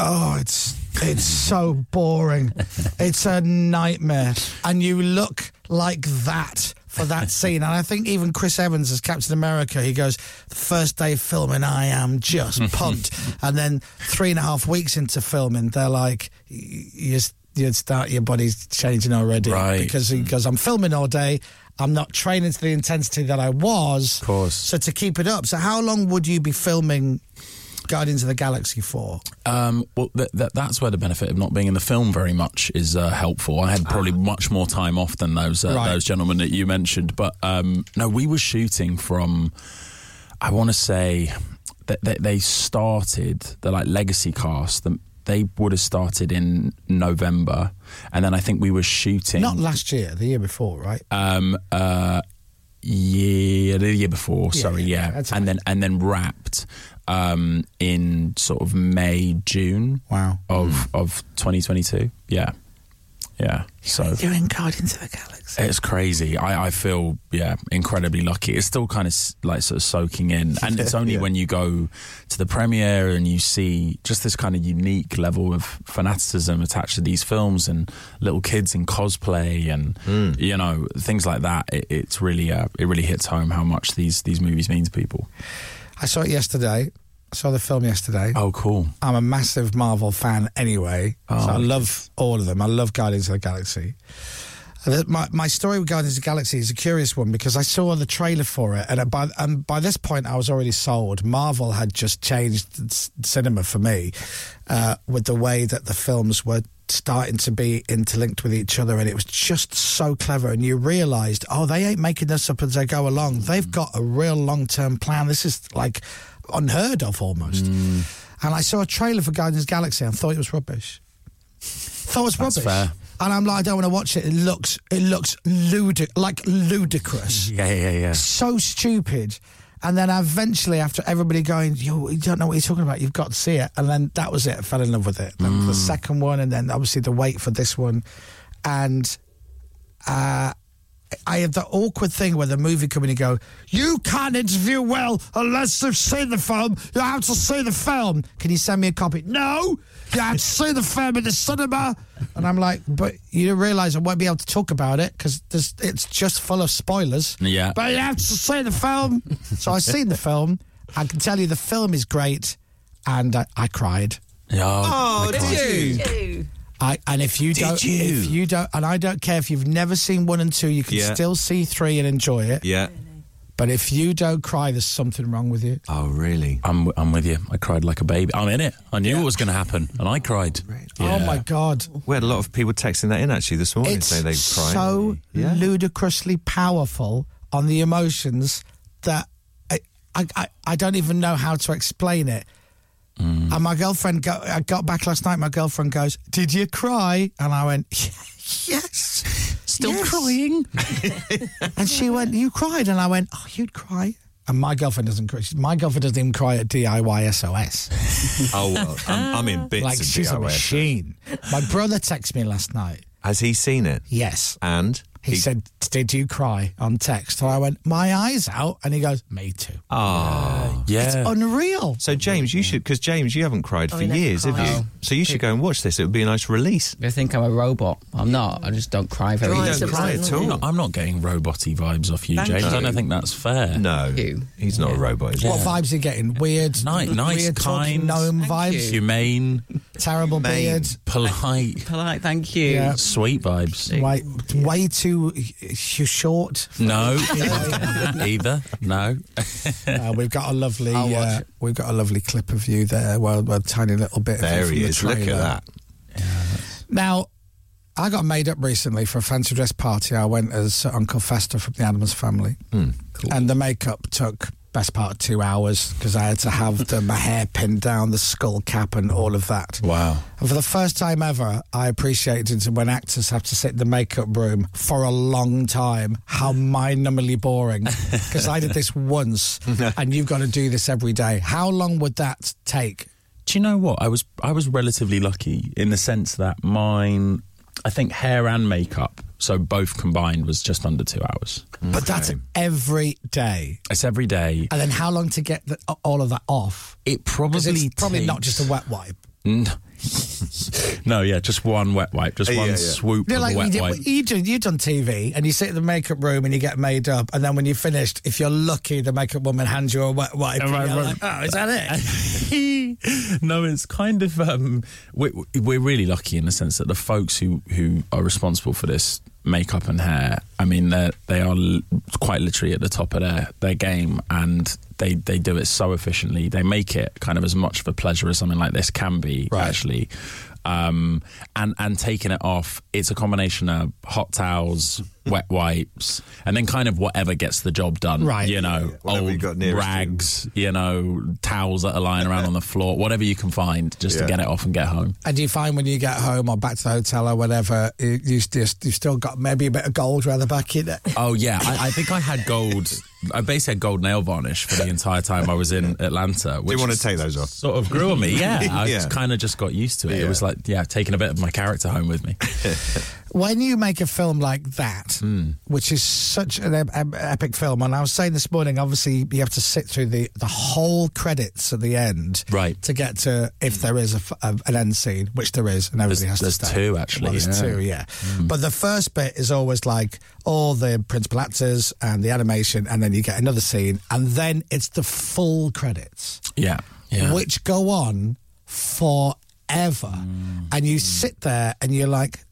Speaker 8: Oh, it's it's so boring. It's a nightmare. And you look like that for that scene. And I think even Chris Evans as Captain America, he goes, The first day of filming, I am just pumped. and then three and a half weeks into filming, they're like, you, you start, your body's changing already.
Speaker 18: Right.
Speaker 8: Because he goes, I'm filming all day. I'm not training to the intensity that I was. Of
Speaker 18: course.
Speaker 8: So to keep it up. So how long would you be filming Guardians of the Galaxy for?
Speaker 18: Um, well, th- th- that's where the benefit of not being in the film very much is uh, helpful. I had probably much more time off than those uh,
Speaker 8: Ah. Right.
Speaker 18: those gentlemen that you mentioned. But um, no, we were shooting from. I want to say that that they started the like legacy cast. The, they would have started in November, and then I think we were shooting
Speaker 8: Not last year, the year before, right?
Speaker 18: um, uh, yeah, the year before.
Speaker 8: Yeah,
Speaker 18: sorry, yeah, and then and then wrapped um, in sort of May, June.
Speaker 8: Wow.
Speaker 18: Of of 2022. Yeah, yeah. So
Speaker 6: You're in Guardians of the Galaxy.
Speaker 18: it's crazy. I, I feel yeah incredibly lucky. It's still kind of s- like sort of soaking in, and it's only when you go to the premiere and you see just this kind of unique level of fanaticism attached to these films, and little kids in cosplay, and you know things like that. It, it's really uh, it really hits home how much these these movies mean to people.
Speaker 8: I saw it yesterday. I saw the film yesterday.
Speaker 18: Oh, cool. Oh,
Speaker 8: I'm a massive Marvel fan anyway. so I love all of them. I love Guardians of the Galaxy. Uh, My, my story with Guardians of the Galaxy is a curious one because I saw the trailer for it, and by, and by this point, I was already sold. Marvel had just changed s- cinema for me uh, with the way that the films were starting to be interlinked with each other, and it was just so clever. And you realised, oh, they ain't making this up as they go along. They've got a real long term plan. This is like unheard of almost. And I saw a trailer for Guardians of the Galaxy and thought it was rubbish thought it was
Speaker 18: That's
Speaker 8: rubbish.
Speaker 18: fair.
Speaker 8: And I'm like, I don't want to watch it. It looks, it looks ludic, like ludicrous.
Speaker 18: Yeah, yeah, yeah.
Speaker 8: So stupid. And then eventually, after everybody going, you, you don't know what you're talking about. You've got to see it. And then that was it. I fell in love with it. Then The second one, and then obviously the wait for this one, and uh, I have the awkward thing where the movie company go, you can't interview well unless you've seen the film. You have to see the film. Can you send me a copy? No, you have to see the film in the cinema. And I'm like, but you don't realise I won't be able to talk about it because it's just full of spoilers.
Speaker 18: Yeah.
Speaker 8: But you have to see the film. so I've seen the film. I can tell you the film is great, and I, I cried.
Speaker 18: Oh,
Speaker 8: did I, and if you
Speaker 18: Did
Speaker 8: don't,
Speaker 18: you?
Speaker 8: if you don't, and I don't care if you've never seen one and two, you can
Speaker 9: Yeah.
Speaker 8: still see three and enjoy it.
Speaker 9: Yeah.
Speaker 8: But if you don't cry, there's something wrong with you.
Speaker 9: Oh, really?
Speaker 18: I'm, I'm with you. I cried like a baby. I'm in it. I knew what was going to happen, and I cried.
Speaker 8: Oh my god,
Speaker 9: We had a lot of people texting that in actually this morning
Speaker 8: it's
Speaker 9: saying they cried.
Speaker 8: so ludicrously powerful on the emotions that I, I, I, I don't even know how to explain it. And my girlfriend, go, I got back last night. My girlfriend goes, "Did you cry?" And I went, "Yes."
Speaker 18: Still
Speaker 8: crying. and she went, "You cried," and I went, "Oh, you'd cry." And my girlfriend doesn't cry. She- My girlfriend doesn't even cry at DIY SOS.
Speaker 9: oh well, I'm, I'm in bits.
Speaker 8: like
Speaker 9: of
Speaker 8: she's a
Speaker 9: DIY.
Speaker 8: machine. My brother texted me last night.
Speaker 9: Has he seen it?
Speaker 8: Yes.
Speaker 9: And
Speaker 8: He, said, "Did you cry?" on text, and I went, "My eyes out," and he goes, "Me too."
Speaker 9: "Oh,
Speaker 18: yeah."
Speaker 8: It's unreal.
Speaker 9: So James, you should because James, you haven't cried
Speaker 11: Oh,
Speaker 9: for
Speaker 11: he never
Speaker 9: years, have
Speaker 11: cries.
Speaker 9: you?
Speaker 11: No.
Speaker 9: So you should go and watch this. It would be a nice release.
Speaker 11: They think I'm a robot. I'm not. I just don't cry very
Speaker 9: You
Speaker 11: easily.
Speaker 9: don't cry at all.
Speaker 18: I'm not getting roboty vibes off you,
Speaker 11: Thank
Speaker 18: James. I
Speaker 11: you.
Speaker 18: don't think that's fair.
Speaker 9: No, he's not a robot. Is he?
Speaker 8: What vibes are you getting? Weird,
Speaker 18: Nice, nice,
Speaker 8: weird
Speaker 18: kind,
Speaker 8: talking gnome vibes,
Speaker 18: humane,
Speaker 8: terrible beard,
Speaker 18: polite,
Speaker 11: polite. Thank you.
Speaker 8: Yeah.
Speaker 18: sweet vibes.
Speaker 8: way, way too uh, short.
Speaker 18: No, either. No.
Speaker 8: Uh, we've got a lovely, uh, we've got a lovely clip of you there. Well, a tiny little bit. of you
Speaker 9: There
Speaker 8: from
Speaker 9: he
Speaker 8: the
Speaker 9: is. Look at
Speaker 8: trailer.
Speaker 9: that.
Speaker 8: Now, I got made up recently for a fancy dress party. I went as Uncle Fester from the Adams family. And the makeup took best part of two hours because I had to have the, my hair pinned down, the skull cap, and all of that.
Speaker 18: Wow.
Speaker 8: And for the first time ever, I appreciated when actors have to sit in the makeup room for a long time, how mind-numbingly boring. Because I did this once, and you've got to do this every day. How long would that take?
Speaker 18: Do you know what? I was I was relatively lucky in the sense that mine, I think hair and makeup, so both combined was just under two hours.
Speaker 9: Mm.
Speaker 8: But that's every day.
Speaker 18: It's every day.
Speaker 8: And then how long to get the, all of that off?
Speaker 18: It
Speaker 8: 'Cause
Speaker 18: probably
Speaker 8: it's probably not
Speaker 18: takes-
Speaker 8: just a wet wipe.
Speaker 18: No, no, yeah, just one wet wipe, just
Speaker 9: Yeah,
Speaker 18: one
Speaker 9: yeah.
Speaker 18: swoop
Speaker 8: You know,
Speaker 18: of
Speaker 8: like you
Speaker 18: wet
Speaker 8: did,
Speaker 18: wipe.
Speaker 8: you do, you've done TV and you sit in the makeup room and you get made up, and then when you're finished, if you're lucky, the makeup woman hands you a wet wipe. and
Speaker 18: Right,
Speaker 8: you're
Speaker 18: right.
Speaker 8: like, oh, is that it?
Speaker 18: no, it's kind of um, we, we're really lucky in the sense that the folks who who are responsible for this makeup and hair, I mean, they they are l- quite literally at the top of their their game, and they they do it so efficiently. They make it kind of as much of a pleasure as something like this can be actually. Um, and and taking it off, it's a combination of hot towels, wet wipes, and then kind of whatever gets the job done.
Speaker 8: Right.
Speaker 18: you know,
Speaker 9: Whatever you
Speaker 18: old
Speaker 9: got nearest to.
Speaker 18: rags, you know, towels that are lying around on the floor, whatever you can find just
Speaker 9: Yeah.
Speaker 18: to get it off and get home.
Speaker 8: And you find when you get home or back to the hotel or whatever, you, you just, you've still got maybe a bit of gold around the back in it.
Speaker 18: Oh yeah, I, I think I had gold. I basically had gold nail varnish for the entire time I was in Atlanta. Which
Speaker 9: Do you want to take those off?
Speaker 18: Sort of grew on me. Yeah, I
Speaker 9: Yeah.
Speaker 18: kind of just got used to it.
Speaker 9: Yeah.
Speaker 18: It was like yeah, taking a bit of my character home with me.
Speaker 8: When you make a film like that,
Speaker 18: Hmm.
Speaker 8: which is such an ep- ep- epic film, and I was saying this morning, obviously you have to sit through the, the whole credits at the end,
Speaker 18: Right.
Speaker 8: to get to if there is a f a an end scene, which there is, and everybody
Speaker 18: There's-
Speaker 8: has to
Speaker 18: there's
Speaker 8: stay.
Speaker 18: two, actually,
Speaker 8: Well, there's
Speaker 18: yeah. Hmm.
Speaker 8: two, yeah. But the first bit is always like all the principal actors and the animation, and then you get another scene, and then it's the full credits
Speaker 18: Yeah, yeah.
Speaker 8: which go on forever. And you sit there and you're like,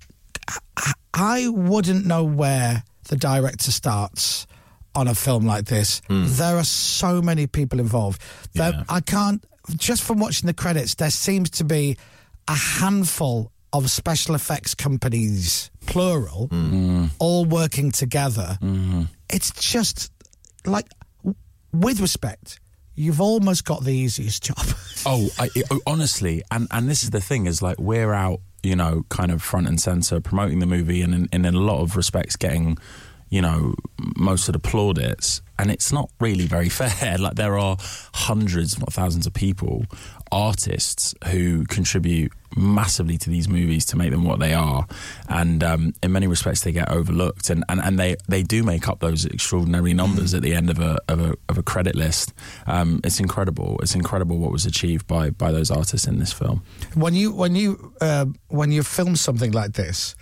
Speaker 8: "H- h- I wouldn't know where the director starts on a film like this. There are so many people involved. There, I can't, just from watching the credits, there seems to be a handful of special effects companies, plural, all working together. It's just like, w- with respect, you've almost got the easiest job.
Speaker 18: Oh, I, it- oh, honestly, and and this is the thing is like we're out, you know, kind of front and center promoting the movie, and in, and in a lot of respects, getting, you know, most of the plaudits, and it's not really very fair. Like there are hundreds, if not thousands, of people, artists who contribute massively to these movies to make them what they are, and um, in many respects, they get overlooked, and and, and they they do make up those extraordinary numbers at the end of a of a, of a credit list. Um, it's incredible. It's incredible what was achieved by by those artists in this film.
Speaker 8: when you when you uh, when you film something like this,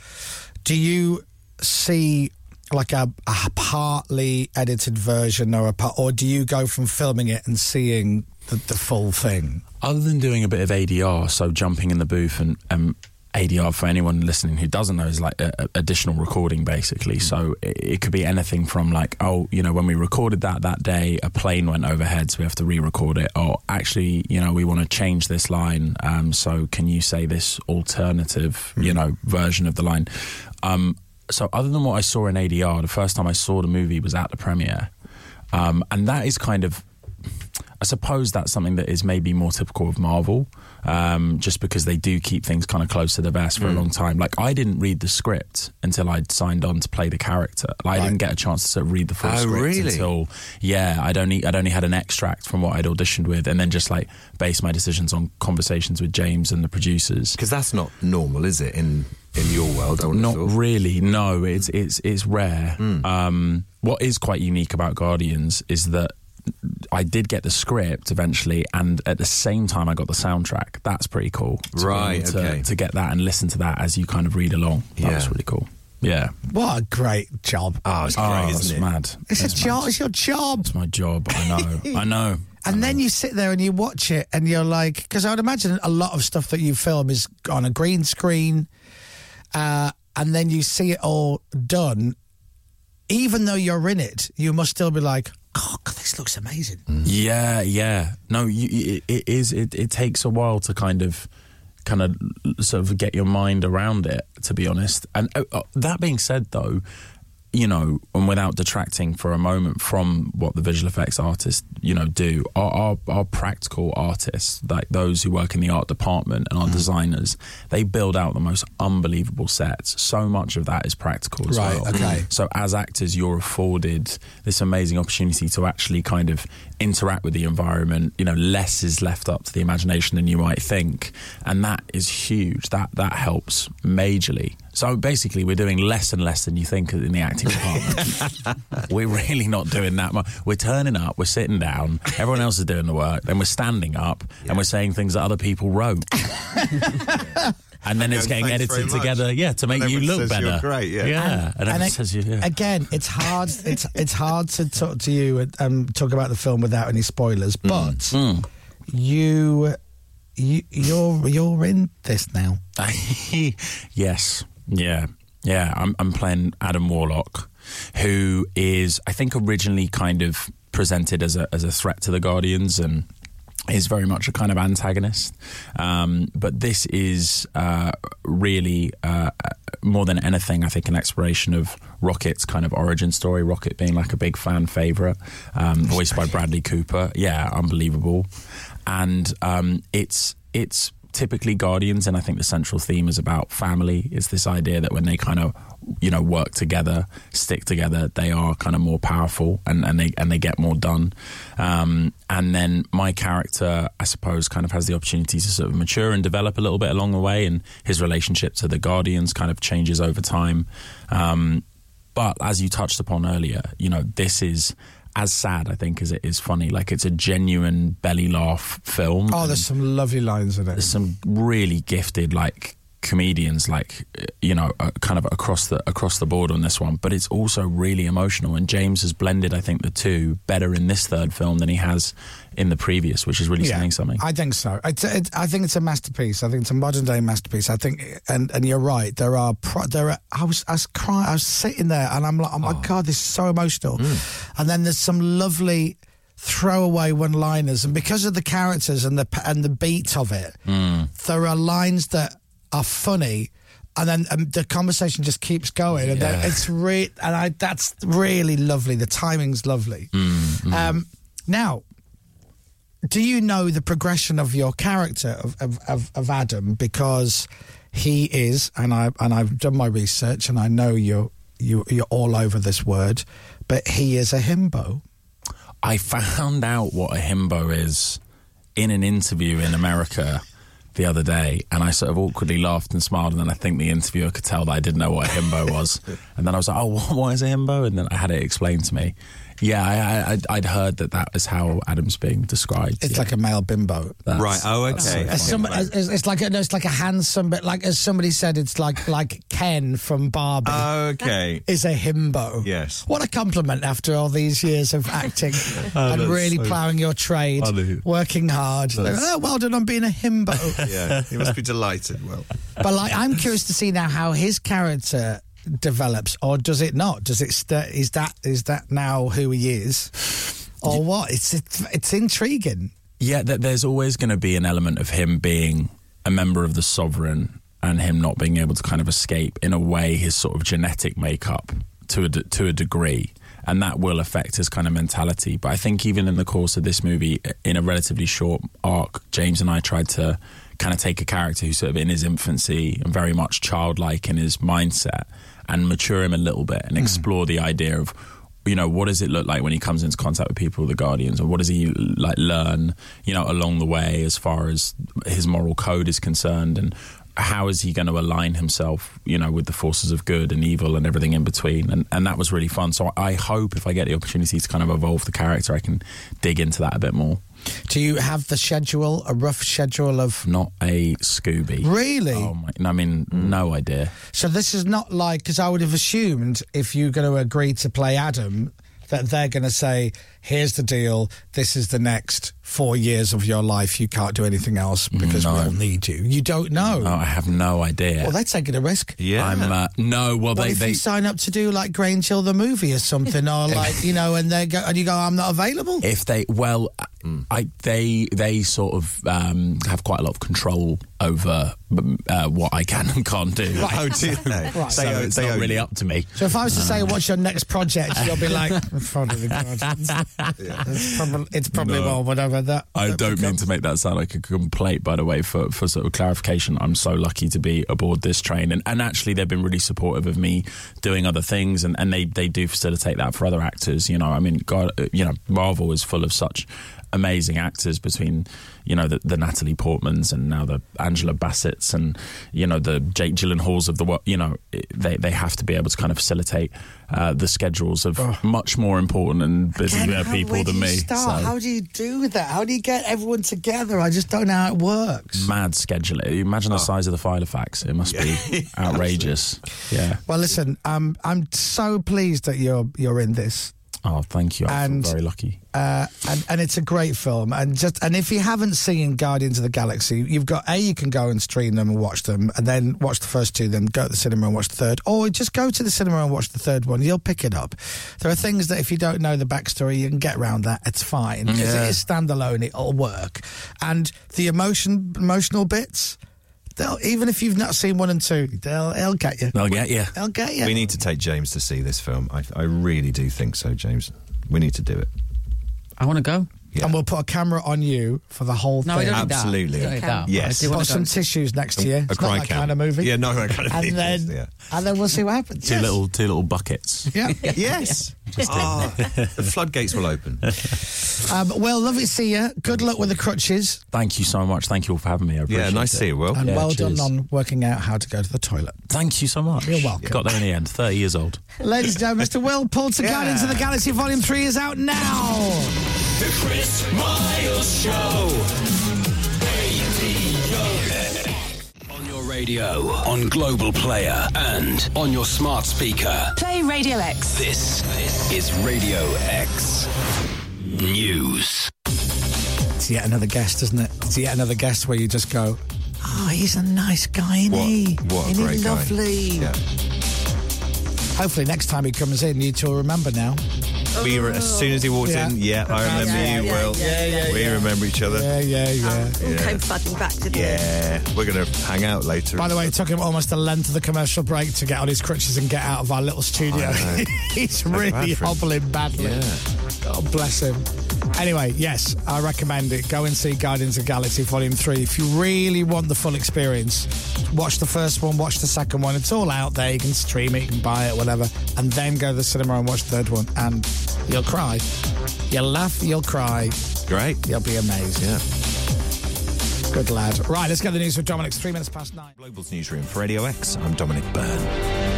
Speaker 8: do you see like a, a partly edited version or a part, or do you go from filming it and seeing the, the full thing?
Speaker 18: Other than doing a bit of ADR, so jumping in the booth and um, ADR for anyone listening who doesn't know is like a, a- additional recording basically. So it, it could be anything from like, oh, you know, when we recorded that that day, a plane went overhead, so we have to re-record it. Or actually, you know, we want to change this line, um, so can you say this alternative, you know, version of the line? Um, so other than what I saw in ADR, the first time I saw the movie was at the premiere, um, and that is kind of I suppose that's something that is maybe more typical of Marvel, um, just because they do keep things kind of close to the vest for a long time. Like I didn't read the script until I'd signed on to play the character. Like, I didn't get a chance to sort of read the full
Speaker 9: Oh,
Speaker 18: script
Speaker 9: really?
Speaker 18: until yeah, I'd only I'd only had an extract from what I'd auditioned with, and then just like base my decisions on conversations with James and the producers. Because that's not normal, is it in in your world? Not really. No, it's it's it's rare. Um, what is quite unique about Guardians is that I did get the script eventually, and at the same time, I got the soundtrack. That's pretty cool. to be
Speaker 9: Right,
Speaker 18: able To,
Speaker 9: okay.
Speaker 18: to get that and listen to that as you kind of read along. That
Speaker 9: Yeah.
Speaker 18: was really cool. Yeah.
Speaker 8: What a great job!
Speaker 18: Oh, it's
Speaker 8: great,
Speaker 18: it's
Speaker 8: isn't it?
Speaker 18: mad.
Speaker 8: It's a job. It's your job.
Speaker 18: It's my job. I know. I know.
Speaker 8: And then you sit there and you watch it and you're like, because I would imagine a lot of stuff that you film is on a green screen. Uh, and then you see it all done. Even though you're in it, you must still be like, oh, God, this looks amazing.
Speaker 18: Mm. Yeah, yeah. No, you, you- it, it is. It, it takes a while to kind of, kind of, sort of get your mind around it. To be honest, and uh, uh, that being said, though, you know, and without detracting for a moment from what the visual effects artists, you know, do, our our, our practical artists, like those who work in the art department
Speaker 8: Mm.
Speaker 18: and our designers, they build out the most unbelievable sets. So much of that is practical as
Speaker 8: Right,
Speaker 18: well.
Speaker 8: okay.
Speaker 18: So as actors, you're afforded this amazing opportunity to actually kind of interact with the environment. You know, less is left up to the imagination than you might think, and that is huge. That that helps majorly. So basically, we're doing less and less than you think in the acting department. we're really not doing that much. We're turning up, we're sitting down, everyone else is doing the work, then we're standing up and we're saying things that other people wrote. and then it's
Speaker 9: Okay,
Speaker 18: getting
Speaker 9: thanks very
Speaker 18: edited
Speaker 9: much.
Speaker 18: together, yeah, to make
Speaker 9: And
Speaker 18: you
Speaker 9: everyone
Speaker 18: look
Speaker 9: says
Speaker 18: better.
Speaker 9: you're great, yeah.
Speaker 18: Yeah. And, everyone
Speaker 8: it-
Speaker 18: says you, yeah.
Speaker 8: Again, it's hard. It's it's hard to talk to you and um, talk about the film without any
Speaker 18: Mm.
Speaker 8: spoilers. But you, you, you're you're in this now.
Speaker 18: yes. Yeah. Yeah. I'm, I'm playing Adam Warlock, who is, I think, originally kind of presented as a, as a threat to the Guardians and is very much a kind of antagonist. Um, but this is uh, really, uh, more than anything, I think, an exploration of Rocket's kind of origin story. Rocket being like a big fan favorite, um, voiced by Bradley Cooper. Yeah, unbelievable. And um, it's it's typically guardians and i think the central theme is about family it's this idea that when they kind of you know work together stick together they are kind of more powerful and, and they and they get more done um, and then my character i suppose kind of has the opportunity to sort of mature and develop a little bit along the way and his relationship to the guardians kind of changes over time um, but as you touched upon earlier, you know, this is as sad, I think, as it is funny. Like it's a genuine belly laugh film.
Speaker 8: Oh, there's some lovely lines in it.
Speaker 18: There's some really gifted, like comedians like you know uh, kind of across the across the board on this one but it's also really emotional and James has blended I think the two better in this third film than he has in the previous which is really
Speaker 8: Yeah,
Speaker 18: saying something
Speaker 8: I think so. It's, it's, I think it's a masterpiece. I think it's a modern day masterpiece. I think, and, and you're right. There are pro, there are. I was I was crying. I was sitting there, and I'm like, oh my
Speaker 18: Ah.
Speaker 8: god, this is so emotional.
Speaker 18: Mm.
Speaker 8: And then there's some lovely throwaway one-liners, and because of the characters and the and the beat of it, there are lines that are funny. And then um, the conversation just keeps going, and then
Speaker 6: Yeah.
Speaker 8: it's re- and I that's really lovely. The timing's lovely. Um, now, do you know the progression of your character of, of, of, of Adam because he is and I and I've done my research and I know you're you you're all over this word, but he is a himbo.
Speaker 18: I found out what a himbo is in an interview in America the other day, and I sort of awkwardly laughed and smiled, and then I think the interviewer could tell that I didn't know what a himbo was, and then I was like, "Oh, what, what is a himbo?" And then I had it explained to me. Yeah, I, I, I'd- I'd heard that that is how Adam's being described.
Speaker 8: It's like a male bimbo.
Speaker 18: That's-
Speaker 9: Right, oh,
Speaker 18: that's
Speaker 9: okay.
Speaker 18: so
Speaker 8: As
Speaker 18: funny.
Speaker 8: some, as, as- it's like a, no, it's like a handsome, but like as somebody said, it's like like Ken from Barbie.
Speaker 9: Okay.
Speaker 8: Is a himbo.
Speaker 9: Yes.
Speaker 8: What a compliment after all these years of acting
Speaker 9: Oh,
Speaker 8: and
Speaker 9: that's
Speaker 8: really
Speaker 9: so
Speaker 8: ploughing your trade,
Speaker 9: funny.
Speaker 8: working hard.
Speaker 9: That's-
Speaker 8: Oh, well done on being a himbo.
Speaker 9: yeah, he must be delighted. Well,
Speaker 8: but like, I'm curious to see now how his character develops, or does it not? Does it st- is that is that now who he is, or what? It's it's intriguing.
Speaker 18: Yeah, that there's always going to be an element of him being a member of the sovereign and him not being able to kind of escape in a way his sort of genetic makeup to a de- to a degree, and that will affect his kind of mentality. But I think even in the course of this movie, in a relatively short arc, James and I tried to kind of take a character who's sort of in his infancy and very much childlike in his mindset and mature him a little bit and explore the idea of you know what does it look like when he comes into contact with people the guardians or what does he like learn you know along the way as far as his moral code is concerned and how is he going to align himself you know with the forces of good and evil and everything in between and and that was really fun so i hope if i get the opportunity to kind of evolve the character i can dig into that a bit more
Speaker 8: Do you have the schedule, a rough schedule of?
Speaker 18: not a scooby
Speaker 8: Really?
Speaker 18: oh my i mean no idea
Speaker 8: So this is not like because I would have assumed if you're going to agree to play Adam that they're going to say, "Here's the deal. This is the next four years of your life. You can't do anything else because
Speaker 18: No.
Speaker 8: we all need you." You don't know.
Speaker 18: no, i have no idea
Speaker 8: Well, they're taking a risk.
Speaker 18: yeah i'm uh, no well
Speaker 8: What
Speaker 18: they
Speaker 8: if
Speaker 18: they
Speaker 8: you sign up to do like Grange Hill the movie or something, or like you know, and they go and you go, I'm not available.
Speaker 18: If they well, I they they sort of um, have quite a lot of control over um, uh, what I can and can't do.
Speaker 8: Right. Oh, do
Speaker 9: they?
Speaker 18: So
Speaker 8: Right.
Speaker 9: They own-
Speaker 18: it's
Speaker 9: they
Speaker 18: not
Speaker 9: own
Speaker 18: really
Speaker 9: you.
Speaker 18: up to me.
Speaker 8: So if I was to say, "What's your next project?" You'll be like, "Father of the God." It's probably, it's probably
Speaker 18: No.
Speaker 8: well, whatever that.
Speaker 18: I don't mean to make that sound like a complaint, by the way, for, for sort of clarification. I'm so lucky to be aboard this train. And, and actually, they've been really supportive of me doing other things, and, and they, they do facilitate that for other actors. You know, I mean, God, uh, you know, Marvel is full of such amazing actors between, you know, the, the Natalie Portmans and now the Angela Bassett's and, you know, the Jake Gyllenhaals of the world. You know, it- they, they have to be able to kind of facilitate uh, the schedules of
Speaker 8: Oh.
Speaker 18: much more important and busy
Speaker 8: Ken, how-
Speaker 18: people
Speaker 8: where do
Speaker 18: than
Speaker 8: you
Speaker 18: me.
Speaker 8: Start?
Speaker 18: so-
Speaker 8: How do you do that? How do you get everyone together? I just don't know how it works.
Speaker 18: mad schedule. Imagine
Speaker 9: Ah.
Speaker 18: the size of the file of fax. It must be outrageous. yeah.
Speaker 8: Well, listen, um, I'm so pleased that you're you're in this.
Speaker 18: Oh, thank you. I feel
Speaker 8: And-
Speaker 18: very lucky.
Speaker 8: Uh, and, and it's a great film, and just and if you haven't seen Guardians of the Galaxy, you've got a you can go and stream them and watch them, and then watch the first two, then go to the cinema and watch the third, or just go to the cinema and watch the third one. You'll pick it up. There are things that if you don't know the backstory, you can get around that. It's fine because
Speaker 6: Yeah.
Speaker 8: it is standalone. It'll work, and the emotion emotional bits. They'll, even if you've not seen one and two, they'll it'll get you.
Speaker 9: They'll get you.
Speaker 8: They'll get you.
Speaker 9: we need to take James to see this film. I, I really do think so, James. We need to do it.
Speaker 11: I want to go.
Speaker 8: And we'll put a camera on you for the whole
Speaker 11: No, I
Speaker 8: thing.
Speaker 11: don't need that. Absolutely. I don't need that.
Speaker 9: Yes. I do wanna
Speaker 8: Put some
Speaker 9: go.
Speaker 8: tissues next to you.
Speaker 9: A
Speaker 8: It's
Speaker 9: cry
Speaker 8: not that
Speaker 9: cam.
Speaker 8: kind of movie.
Speaker 9: Yeah, no, that kind of
Speaker 8: and
Speaker 9: thing,
Speaker 8: Then,
Speaker 9: yeah.
Speaker 8: And then we'll see what happens.
Speaker 18: Two
Speaker 8: Yes.
Speaker 18: little two little buckets.
Speaker 8: Yeah.
Speaker 9: yes. Ah, the floodgates will open.
Speaker 8: Um, well, lovely to see you. Good luck with the crutches.
Speaker 18: Thank you so much. Thank you all for having me. I appreciate
Speaker 9: nice to see you, Will.
Speaker 8: And
Speaker 18: Yeah,
Speaker 8: well
Speaker 18: cheers.
Speaker 8: done on working out how to go to the toilet.
Speaker 18: Thank you so much.
Speaker 8: You're welcome.
Speaker 18: Got there in the end. Thirty years old.
Speaker 8: Ladies and gentlemen, Mr. Will Poulter,
Speaker 6: Yeah.
Speaker 8: Guardians of the Galaxy Volume 3 is out now.
Speaker 6: The Chris Miles Show.
Speaker 12: On your Radio, on Global Player, and on your smart speaker.
Speaker 19: Play Radio X.
Speaker 12: This is Radio X News.
Speaker 8: It's yet another guest, isn't it? It's yet another guest where you just go,
Speaker 6: Oh, he's a nice guy, isn't he? Isn't he lovely?
Speaker 8: hopefully next time he comes in, you two will remember now.
Speaker 9: We were, as soon as he walked
Speaker 8: Yeah.
Speaker 9: in, yeah, I remember
Speaker 8: Yeah,
Speaker 9: you,
Speaker 8: yeah,
Speaker 9: Will.
Speaker 8: yeah, yeah,
Speaker 9: we
Speaker 8: yeah.
Speaker 9: remember each other.
Speaker 8: Yeah, yeah, yeah.
Speaker 10: All came flooding back to the
Speaker 9: Yeah, Uh, we're going to hang out later.
Speaker 8: By the way, it took him almost the length of the commercial break to get on his crutches and get out of our little studio.
Speaker 9: I know.
Speaker 8: He's
Speaker 9: That's
Speaker 8: really
Speaker 9: bad for him.
Speaker 8: hobbling badly.
Speaker 9: Yeah.
Speaker 8: God bless him. Anyway, yes, I recommend it. Go and see Guardians of the Galaxy Volume 3. If you really want the full experience, watch the first one, watch the second one. It's all out there. You can stream it, you can buy it, whatever. And then go to the cinema and watch the third one. And you'll cry. You'll laugh, you'll cry.
Speaker 9: Great.
Speaker 8: You'll be amazed. Yeah. Good lad. Right, let's get the news with Dominic. It's three minutes past nine.
Speaker 9: Global's newsroom for Radio X. I'm Dominic Byrne.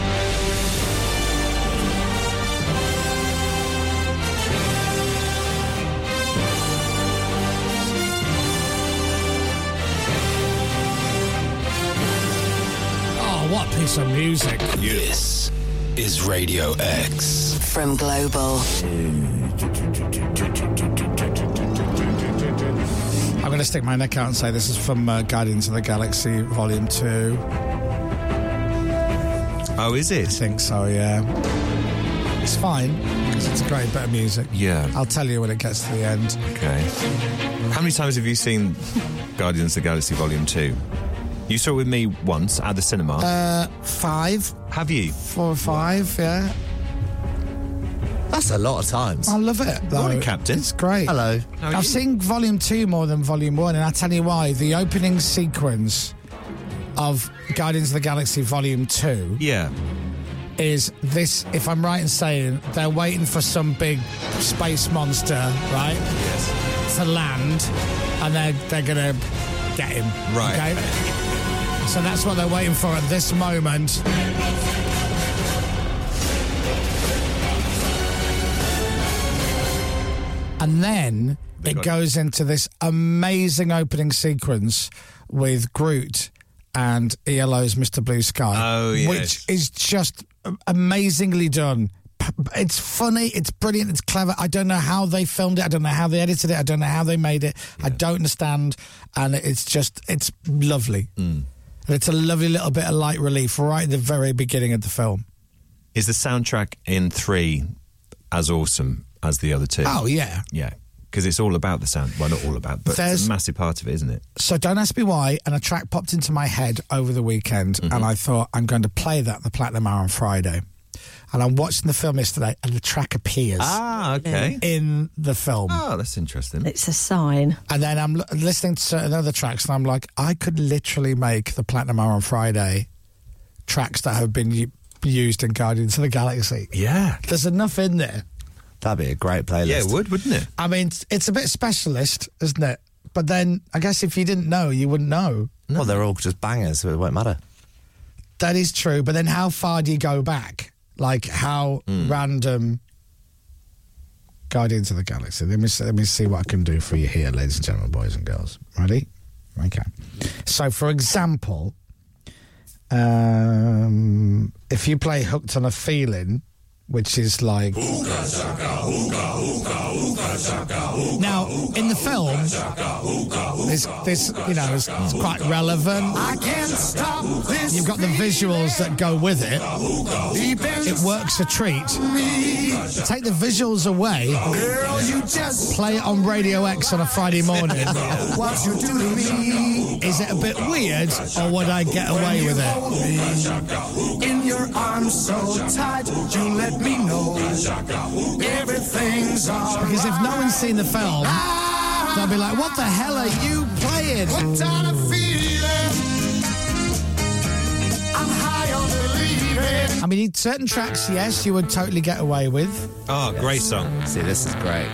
Speaker 8: Oh, what a piece of music.
Speaker 12: This is Radio X.
Speaker 2: From Global.
Speaker 8: I'm going to stick my neck out and say this is from uh, Guardians of the Galaxy Volume 2.
Speaker 9: Oh, is it? I
Speaker 8: think so, yeah. It's fine because it's a great bit of music.
Speaker 9: Yeah.
Speaker 8: I'll tell you when it gets to the end.
Speaker 9: Okay. How many times have you seen Guardians of the Galaxy Volume 2? You saw it with me once at the cinema.
Speaker 8: Uh, five,
Speaker 9: have you?
Speaker 8: four or five, yeah.
Speaker 20: That's a lot of times.
Speaker 8: I love it. Though.
Speaker 20: Morning, Captain.
Speaker 8: It's great.
Speaker 20: Hello.
Speaker 8: I've seen volume two more than volume one, and I tell you why. The opening sequence of Guardians of the Galaxy Volume Two
Speaker 9: Yeah.
Speaker 8: is this. If I'm right in saying they're waiting for some big space monster, right? Yes. To land, and they're they're gonna get him.
Speaker 6: Right.
Speaker 8: Okay. So that's what they're waiting for at this moment. And then it goes into this amazing opening sequence with Groot and E ELO's Mr. Blue Sky.
Speaker 9: Oh, yes.
Speaker 8: Which is just a- amazingly done. P- It's funny, it's brilliant, it's clever. I don't know how they filmed it, I don't know how they edited it, I don't know how they made it. I don't understand. And it's just, it's lovely.
Speaker 9: Mm.
Speaker 8: And it's a lovely little bit of light relief right at the very beginning of the film.
Speaker 9: Is the soundtrack in 3 as awesome as the other two?
Speaker 8: Oh, yeah.
Speaker 9: Yeah. Because it's all about the sound. Well, not all about, but it's
Speaker 8: There's-
Speaker 9: a massive part of it, isn't it?
Speaker 8: So don't ask me why. And a track popped into my head over the weekend,
Speaker 9: Mm-hmm.
Speaker 8: and I thought I'm going to play that at the Platinum Hour on Friday. And I'm watching the film yesterday, and the track appears.
Speaker 9: Ah, okay.
Speaker 8: In the film.
Speaker 9: Oh, that's interesting.
Speaker 10: It's a sign.
Speaker 8: And then I'm l- listening to certain other tracks, and I'm like, I could literally make the Platinum Hour on Friday tracks that have been u- used in Guardians of the Galaxy.
Speaker 20: Yeah.
Speaker 8: There's enough in there.
Speaker 20: That'd be a great playlist.
Speaker 8: Yeah, it would,
Speaker 9: wouldn't it?
Speaker 8: I mean, it's- it's a bit specialist, isn't it? But then I guess if you didn't know, you wouldn't know.
Speaker 20: Well, they're all just bangers, so it won't matter.
Speaker 8: That is true, but then how far do you go back? Like how random Guardians of the Galaxy. Let me s- let me see what I can do for you here, ladies and gentlemen, boys and girls. Ready? Okay. So, for example, um, if you play "Hooked on a Feeling," which is like now in the film, this this you know is it's quite relevant.
Speaker 6: I can't stop this.
Speaker 8: You've got the visuals that go with it.
Speaker 6: Deep
Speaker 8: It works a treat. Take the visuals away.
Speaker 6: Girl, you just-
Speaker 8: play it on Radio X on a Friday morning.
Speaker 6: What you do to me.
Speaker 8: Is it a bit weird, or would I get away with it?
Speaker 6: it. In your arms so tight, you let me know everything's all
Speaker 8: Because if no one's seen the film, they'll be like, "What the hell are you playing?"
Speaker 6: What kind of feeling? I'm high on believing.
Speaker 8: I mean, certain tracks, yes, you would totally get away with.
Speaker 9: Oh, great song.
Speaker 20: See, this is great.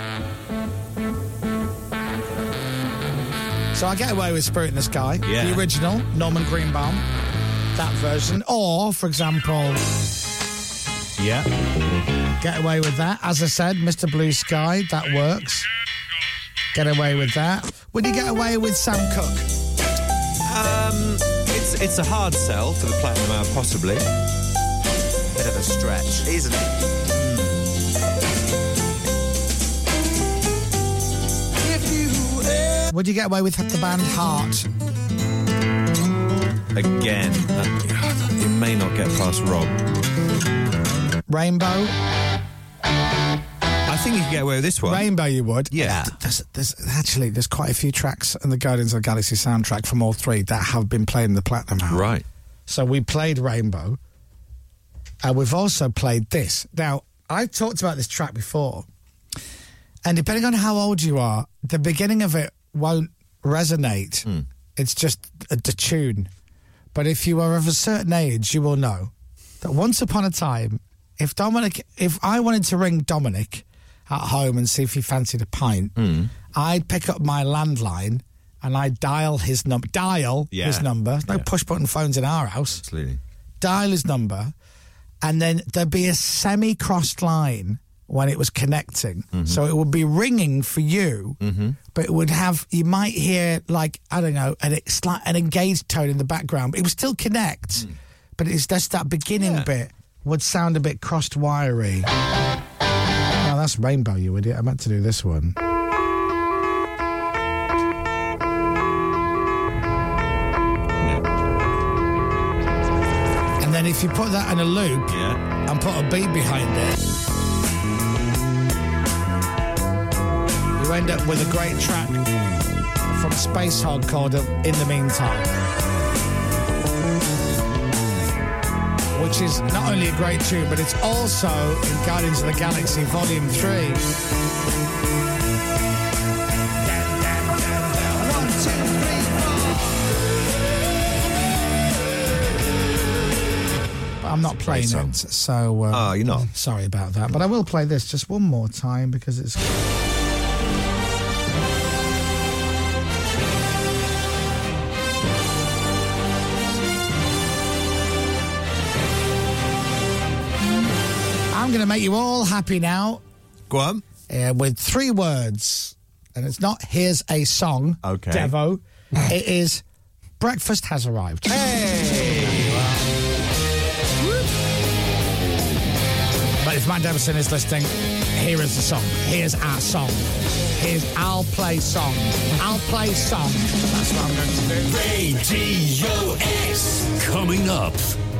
Speaker 8: So I get away with Spirit in the Sky,
Speaker 20: Yeah.
Speaker 8: the original, Norman Greenbaum, that version. Or, for example,
Speaker 9: Yeah.
Speaker 8: Get away with that. As I said, Mr. Blue Sky, that works. Get away with that. Would you get away with Sam Cooke?
Speaker 9: Um, it's it's, it's a hard sell for the Platinum Hour, possibly. Bit of a stretch, isn't it?
Speaker 8: Would you get away with the band Heart?
Speaker 9: Again, that- you may not get past Rob.
Speaker 8: Rainbow?
Speaker 9: I think you can get away with this one.
Speaker 8: Rainbow, you would.
Speaker 9: Yeah.
Speaker 8: There's, there's actually there's quite a few tracks in the Guardians of the Galaxy soundtrack from all three that have been playing the platinum hour.
Speaker 9: Right.
Speaker 8: So we played Rainbow, and we've also played this. Now I've talked about this track before, and depending on how old you are, the beginning of it won't resonate. It's just a, the tune. But if you are of a certain age, you will know that once upon a time, if Dominic, if I wanted to ring Dominic at home and see if he fancied a pint,
Speaker 12: Hmm.
Speaker 8: I'd pick up my landline and I'd dial his number. Dial
Speaker 9: Yeah.
Speaker 8: his number. No push button phones in our house.
Speaker 9: Absolutely.
Speaker 8: Dial his number, and then there'd be a semi crossed line when it was connecting.
Speaker 9: Mm-hmm.
Speaker 8: So it would be ringing for you,
Speaker 12: Mm-hmm.
Speaker 8: but it would have you might hear like I don't know an it's like an engaged tone in the background. But it would still connect, but it's just that beginning bit would sound a bit crossed wiry. Now that's Rainbow, you idiot! I meant to do this one. And then if you put that in a loop and put a beat behind it, you end up with a great track from Space Hog called In the Meantime. Which is not only a great tune, but it's also in Guardians of the Galaxy Volume 3. One, two, But I'm not playing it, so. Uh,
Speaker 9: oh, you're not?
Speaker 8: Sorry about that, but I will play this just one more time because it's. I'm going to make you all happy now
Speaker 9: Go on.
Speaker 8: uh, with three words, and it's not "Here's a song."
Speaker 9: Okay.
Speaker 8: Devo. it is "Breakfast has arrived." But if Matt Davison is listening, here is the song. Here's our song. Here's I'll play song. I'll play song. That's what I'm going to do.
Speaker 1: Radio X. Coming up,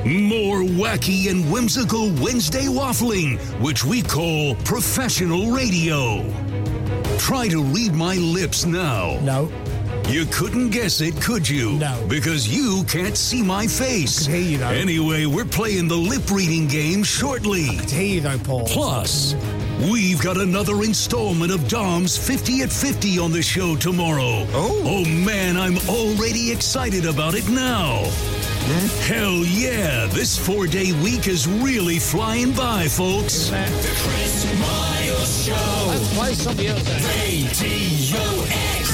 Speaker 1: more wacky and whimsical Wednesday waffling, which we call professional radio. Try to read my lips now.
Speaker 8: No.
Speaker 1: You couldn't guess it, could you? No. Because you can't see my face. hear you, though. Anyway, we're playing the lip reading game shortly. I
Speaker 8: hear you, though, Paul.
Speaker 1: Plus, we've got another installment of Dom's 50 at 50 on the show tomorrow. Oh. Oh, man, I'm already excited about it now. Hell yeah, this four day week is really flying by, folks.
Speaker 6: Chris Miles Show. Let's play something else. Radio X.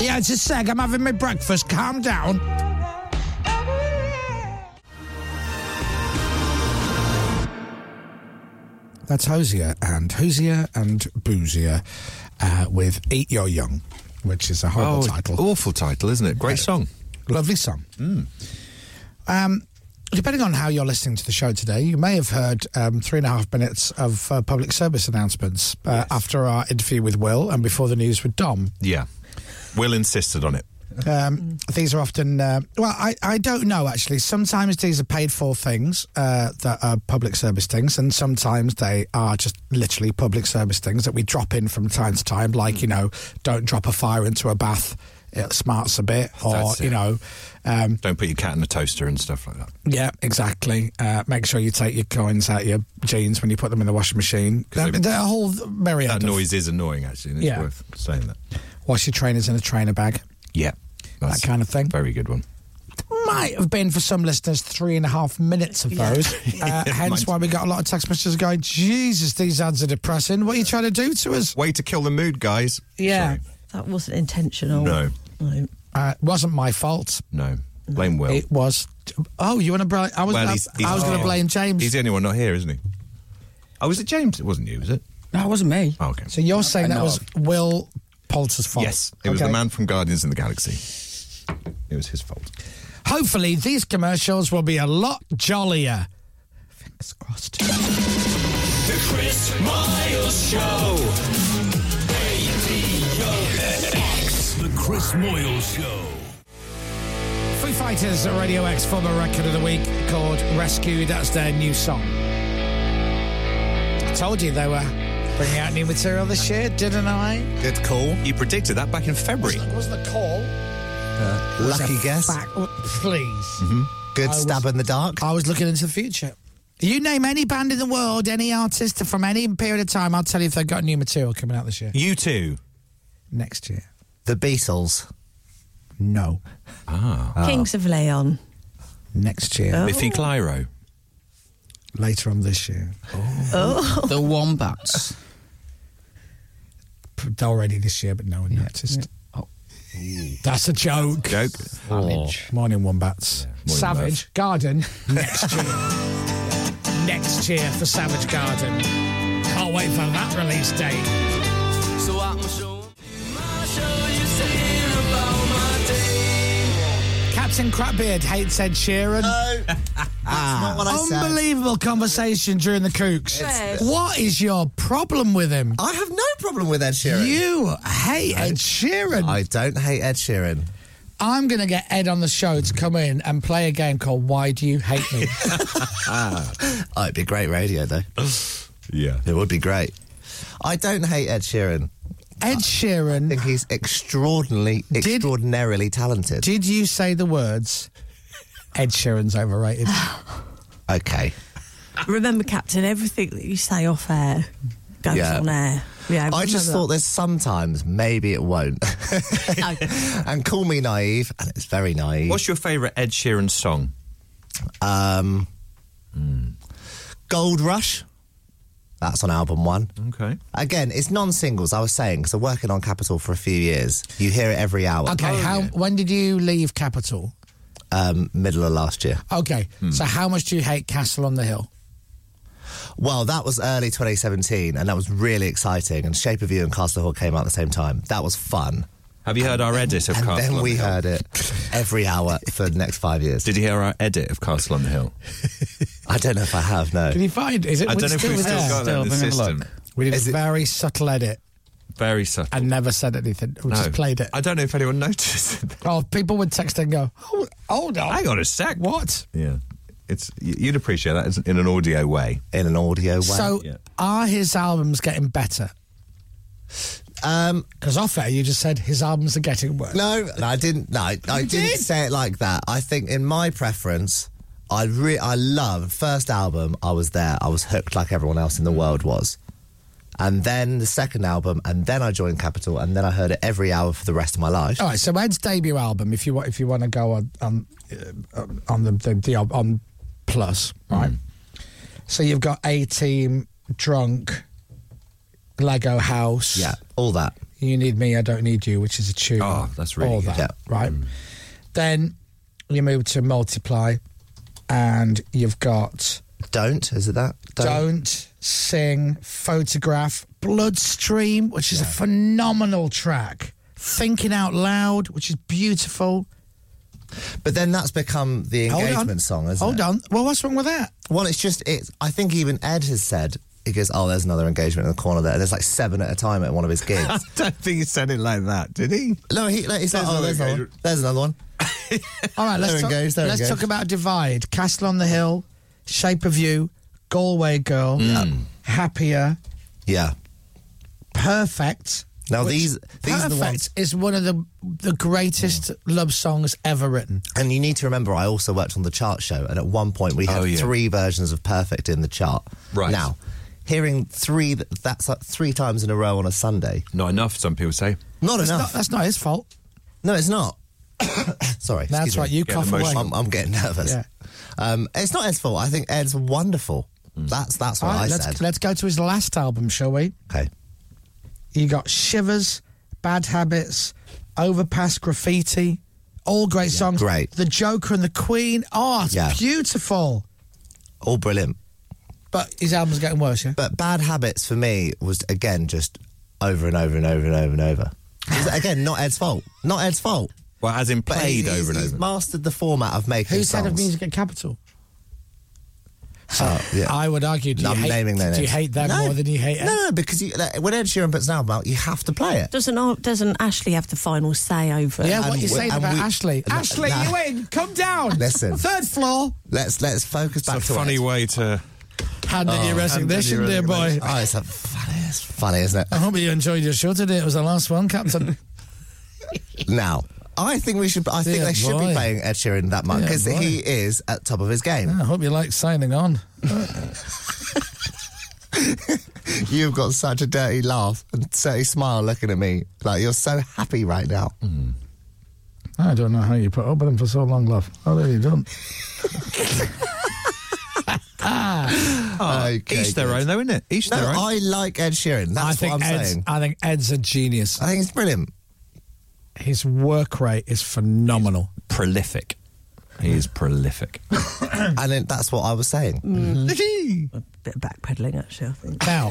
Speaker 8: Yeah, it's a sec. I'm having my breakfast. Calm down. That's Hosier and Hosier and Boozier uh, with Eat Your Young, which is a horrible
Speaker 9: Oh,
Speaker 8: title.
Speaker 9: Awful title, isn't it? Hmm. Great song.
Speaker 8: Lovely song. Um, depending on how you're listening to the show today, you may have heard um, three and a half minutes of uh, public service announcements uh, after our interview with Will and before the news with Dom.
Speaker 9: Yeah. Will insisted on it.
Speaker 8: Um, these are often, uh, well, I, I don't know actually. Sometimes these are paid for things uh, that are public service things, and sometimes they are just literally public service things that we drop in from time to time,
Speaker 9: Hmm.
Speaker 8: like, you know, don't drop a fire into a bath, it smarts a bit, or,
Speaker 9: That's it.
Speaker 8: you know, um,
Speaker 9: Don't put your cat in the toaster and stuff like that.
Speaker 8: yeah, exactly. Uh, make sure you take your coins out your jeans when you put them in the washing machine. There,
Speaker 9: they-
Speaker 8: there are a whole myriad
Speaker 9: That
Speaker 8: of-
Speaker 9: noise is annoying, actually. and It's
Speaker 8: Yeah.
Speaker 9: worth saying that.
Speaker 8: Wash your trainers in a trainer bag.
Speaker 9: Yeah.
Speaker 8: That kind of thing.
Speaker 9: Very good one.
Speaker 8: might have been for some listeners three and a half minutes of those. Uh, hence why we got a lot of text messages going, Jesus, these ads are depressing. What are you trying to do to us?
Speaker 9: Way to kill the mood, guys.
Speaker 10: Yeah. That wasn't intentional.
Speaker 9: No.
Speaker 10: No.
Speaker 8: Uh, it wasn't my fault.
Speaker 9: No. Blame Will.
Speaker 8: It was. Oh, you want to blame? I was.
Speaker 9: Well,
Speaker 8: I,
Speaker 9: he's- he's-
Speaker 8: was going to blame James.
Speaker 9: He's the only one not here, isn't he? Oh, was it James? It wasn't you, was it?
Speaker 11: No, it wasn't me.
Speaker 9: Oh, okay.
Speaker 8: So you're saying that
Speaker 9: no.
Speaker 8: was Will Poulter's fault?
Speaker 9: Yes, it was
Speaker 8: Okay.
Speaker 9: the man from Guardians in the Galaxy. It was his fault.
Speaker 8: Hopefully, these commercials will be a lot jollier.
Speaker 12: The Chris Miles Show.
Speaker 1: The Chris Moyle Show.
Speaker 8: Foo Fighters at Radio X former record of the week called Rescue. That's their new song. I told you they were bringing out new material this year, didn't I?
Speaker 9: Good call. You predicted that back in February.
Speaker 8: Wasn't the call? Was
Speaker 9: lucky
Speaker 8: a
Speaker 9: guess.
Speaker 8: fact- Oh, Please.
Speaker 20: Good
Speaker 8: I was-
Speaker 20: stab in the dark.
Speaker 8: I was looking into the future. You name any band in the world, any artist from any period of time, I'll tell you if they've got new material coming out this year.
Speaker 20: You two.
Speaker 8: Next year.
Speaker 20: The Beatles.
Speaker 8: No.
Speaker 20: Ah.
Speaker 10: Kings of Leon.
Speaker 8: Next year.
Speaker 10: Oh.
Speaker 9: Biffy Clyro.
Speaker 8: Later on this year.
Speaker 10: Oh.
Speaker 8: The Wombats. Already this year, but no one noticed. That's a joke.
Speaker 9: Joke.
Speaker 8: Savage. Morning, Wombats.
Speaker 9: Morning,
Speaker 8: oh. Savage Garden next year. next year for Savage Garden. Can't wait for that release date.
Speaker 12: So I'm sure. you saying about my
Speaker 8: Captain Crapbeard hates Ed Sheeran. No, that's
Speaker 12: not what I said.
Speaker 8: Unbelievable conversation during the Kooks.
Speaker 12: It's-
Speaker 8: What is your problem with him?
Speaker 20: I have no problem with Ed Sheeran.
Speaker 8: You hate Ed Sheeran.
Speaker 20: I don't hate Ed Sheeran.
Speaker 8: I'm going to get Ed on the show to come in and play a game called Why Do You Hate Me?
Speaker 20: Ah, oh, it'd be great radio though.
Speaker 9: yeah,
Speaker 20: it would be great. I don't hate Ed Sheeran.
Speaker 8: Ed Sheeran.
Speaker 20: I think he's extraordinarily, extraordinarily talented.
Speaker 8: Did you say the words Ed Sheeran's overrated?
Speaker 20: okay.
Speaker 10: Remember, Captain, everything that you say off air goes
Speaker 20: Yeah.
Speaker 10: on air. Yeah,
Speaker 20: I just thought there's sometimes maybe it won't. and call me naive, and it's very naive.
Speaker 9: What's your favourite Ed Sheeran song? Hmm.
Speaker 20: Um, Gold Rush. That's on album one.
Speaker 9: Okay.
Speaker 20: Again, it's non-singles. I was saying because I'm working on Capital for a few years. You hear it every hour.
Speaker 8: Okay,
Speaker 9: Oh,
Speaker 8: how when did you leave Capital?
Speaker 20: Um, middle of last year.
Speaker 8: Okay,
Speaker 20: Hmm.
Speaker 8: so how much do you hate Castle on the Hill?
Speaker 20: Well, that was early 2017, and that was really exciting. And Shape of You and Castle Hall came out at the same time. That was fun.
Speaker 9: Have you heard our edit of
Speaker 20: and
Speaker 9: Castle
Speaker 20: then
Speaker 9: on
Speaker 20: we
Speaker 9: the Hill?
Speaker 20: heard it every hour for the next five years.
Speaker 9: Did you hear our edit of Castle on the Hill?
Speaker 20: I don't know if I have. No.
Speaker 8: Did you find? Is it?
Speaker 9: I don't know if we've
Speaker 8: with
Speaker 9: still
Speaker 8: us?
Speaker 9: got that in the system.
Speaker 8: We did a very subtle edit
Speaker 9: Very subtle.
Speaker 8: and never said anything. We just
Speaker 9: No.
Speaker 8: played it.
Speaker 9: I don't know if anyone noticed.
Speaker 8: Oh, people would text and go, "Oh, "Hold, hold on,
Speaker 9: Hang on a sec.
Speaker 8: What?
Speaker 9: yeah, it's y- you'd appreciate that isn't- in an audio way.
Speaker 20: In an audio way.
Speaker 8: So are his albums getting better?
Speaker 20: Um,
Speaker 8: because off air you just said his albums are getting worse.
Speaker 20: No, no, I didn't. No, I didn't
Speaker 8: did?
Speaker 20: say it like that. I think in my preference, I re- I love first album. I was there. I was hooked like everyone else in the world was. And then the second album, and then I joined Capital, and then I heard it every hour for the rest of my life.
Speaker 8: All right, so Ed's debut album, if you wa- if you want to go on on, uh, on the, the, the al- on plus, right? So you've got A Team, Drunk, Lego House,
Speaker 20: Yeah, all that.
Speaker 8: You need me, I don't need you, which is a tune. Oh,
Speaker 9: that's really
Speaker 8: all
Speaker 9: good.
Speaker 8: that,
Speaker 9: Yeah.
Speaker 8: right? Then you move to Multiply, and you've got
Speaker 20: Don't is it that
Speaker 8: Don't, sing, Photograph, Bloodstream, which is a phenomenal track. Thinking out loud, which is beautiful.
Speaker 20: But then that's become the
Speaker 8: Hold on.
Speaker 20: engagement song, isn't
Speaker 8: Hold
Speaker 20: it?
Speaker 8: on. Well, what's wrong with that?
Speaker 20: Well, it's just it. I think even Ed has said he goes, "Oh, there's another engagement in the corner there." There's like seven at a time at one of his
Speaker 9: I
Speaker 20: gigs.
Speaker 9: don't think he said it like that, did he?
Speaker 20: no, he, like, he's like, "Oh, there's another one. There's another one."
Speaker 8: All right, let's,
Speaker 20: There it
Speaker 8: talk,
Speaker 20: goes, there it
Speaker 8: let's
Speaker 20: goes.
Speaker 8: talk about Divide, Castle on the Hill, Shape of You, Galway Girl,
Speaker 20: Mm.
Speaker 8: Happier,
Speaker 20: Yeah.
Speaker 8: Perfect.
Speaker 20: Now
Speaker 8: which-
Speaker 20: these these
Speaker 8: Perfect
Speaker 20: are the ones.
Speaker 8: is one of the the greatest love songs ever written.
Speaker 20: And you need to remember, I also worked on the chart show, and at one point we had
Speaker 9: Oh, yeah.
Speaker 20: three versions of "Perfect" in the chart.
Speaker 9: Right.
Speaker 20: now, hearing three th- that's uh, three times in a row on a Sunday.
Speaker 9: Not enough. Some people say.
Speaker 20: Not
Speaker 8: That's
Speaker 20: enough.
Speaker 8: not- that's not his fault.
Speaker 20: No, it's not. Sorry,
Speaker 8: That's
Speaker 20: excuse me.
Speaker 8: right, you Getting cough away. emotional.
Speaker 20: I'm, I'm getting nervous.
Speaker 8: Yeah.
Speaker 20: Um, it's not Ed's fault. I think Ed's wonderful.
Speaker 9: Hmm.
Speaker 20: That's that's what
Speaker 8: All right,
Speaker 20: I
Speaker 8: let's
Speaker 20: said.
Speaker 8: let's go to his last album, shall we?
Speaker 20: Okay.
Speaker 8: You got Shivers, Bad Habits, Overpass, Graffiti, all great songs.
Speaker 20: great.
Speaker 8: The Joker and the Queen. Oh, it's
Speaker 20: Yeah.
Speaker 8: beautiful.
Speaker 20: All brilliant. But his album's getting worse, yeah. But Bad Habits for me was again just over and over and over and over and over. It's, again, not Ed's fault. Not Ed's fault.
Speaker 9: Well, as in played over and over.
Speaker 20: Mastered the format of making.
Speaker 8: Who's head of
Speaker 20: songs.
Speaker 8: music at Capital?
Speaker 20: Oh, yeah.
Speaker 8: I would argue. Do
Speaker 20: I'm
Speaker 8: you hate,
Speaker 20: naming their
Speaker 8: do you
Speaker 20: names.
Speaker 8: hate them
Speaker 20: No.
Speaker 8: more than you hate?
Speaker 20: No, no, because you, like, when Ed Sheeran puts an album out, you have to play it.
Speaker 10: Doesn't Ar- doesn't Ashley have the final say over?
Speaker 20: Yeah, what And you're we- saying and about we-
Speaker 8: Ashley?
Speaker 20: Ashley, Nah. you
Speaker 8: in. Come down.
Speaker 20: Listen.
Speaker 8: Third floor.
Speaker 20: Let's let's focus back
Speaker 9: It's
Speaker 20: to
Speaker 9: a funny
Speaker 20: Ed.
Speaker 9: way to. Oh,
Speaker 8: Hand in your resignation, dear boy.
Speaker 20: Oh, it's a funny, it's funny, isn't it?
Speaker 8: I hope you enjoyed your show today. It was the last one, Captain.
Speaker 20: Now, I think we should. I think
Speaker 8: Dear
Speaker 20: they should
Speaker 8: boy.
Speaker 20: be playing Ed Sheeran that month
Speaker 8: Dear
Speaker 20: because
Speaker 8: boy.
Speaker 20: he is at top of his game.
Speaker 8: I hope you like signing on.
Speaker 20: You've got such a dirty laugh and dirty smile looking at me. Like you're so happy right now.
Speaker 8: I don't know how you put up with him for so long, love. Oh, I really don't.
Speaker 9: Ah, each their own, though, isn't it? Each
Speaker 20: no,
Speaker 9: their own.
Speaker 20: I like Ed Sheeran. That's
Speaker 8: I think
Speaker 20: what I'm
Speaker 8: Ed's,
Speaker 20: saying.
Speaker 8: I think Ed's a genius. I
Speaker 20: think it's brilliant.
Speaker 8: His work rate is phenomenal.
Speaker 9: prolific. He is prolific.
Speaker 20: and then that's what I was saying.
Speaker 9: Mm-hmm.
Speaker 20: Mm.
Speaker 10: A bit of backpedaling, actually, I think.
Speaker 8: Now,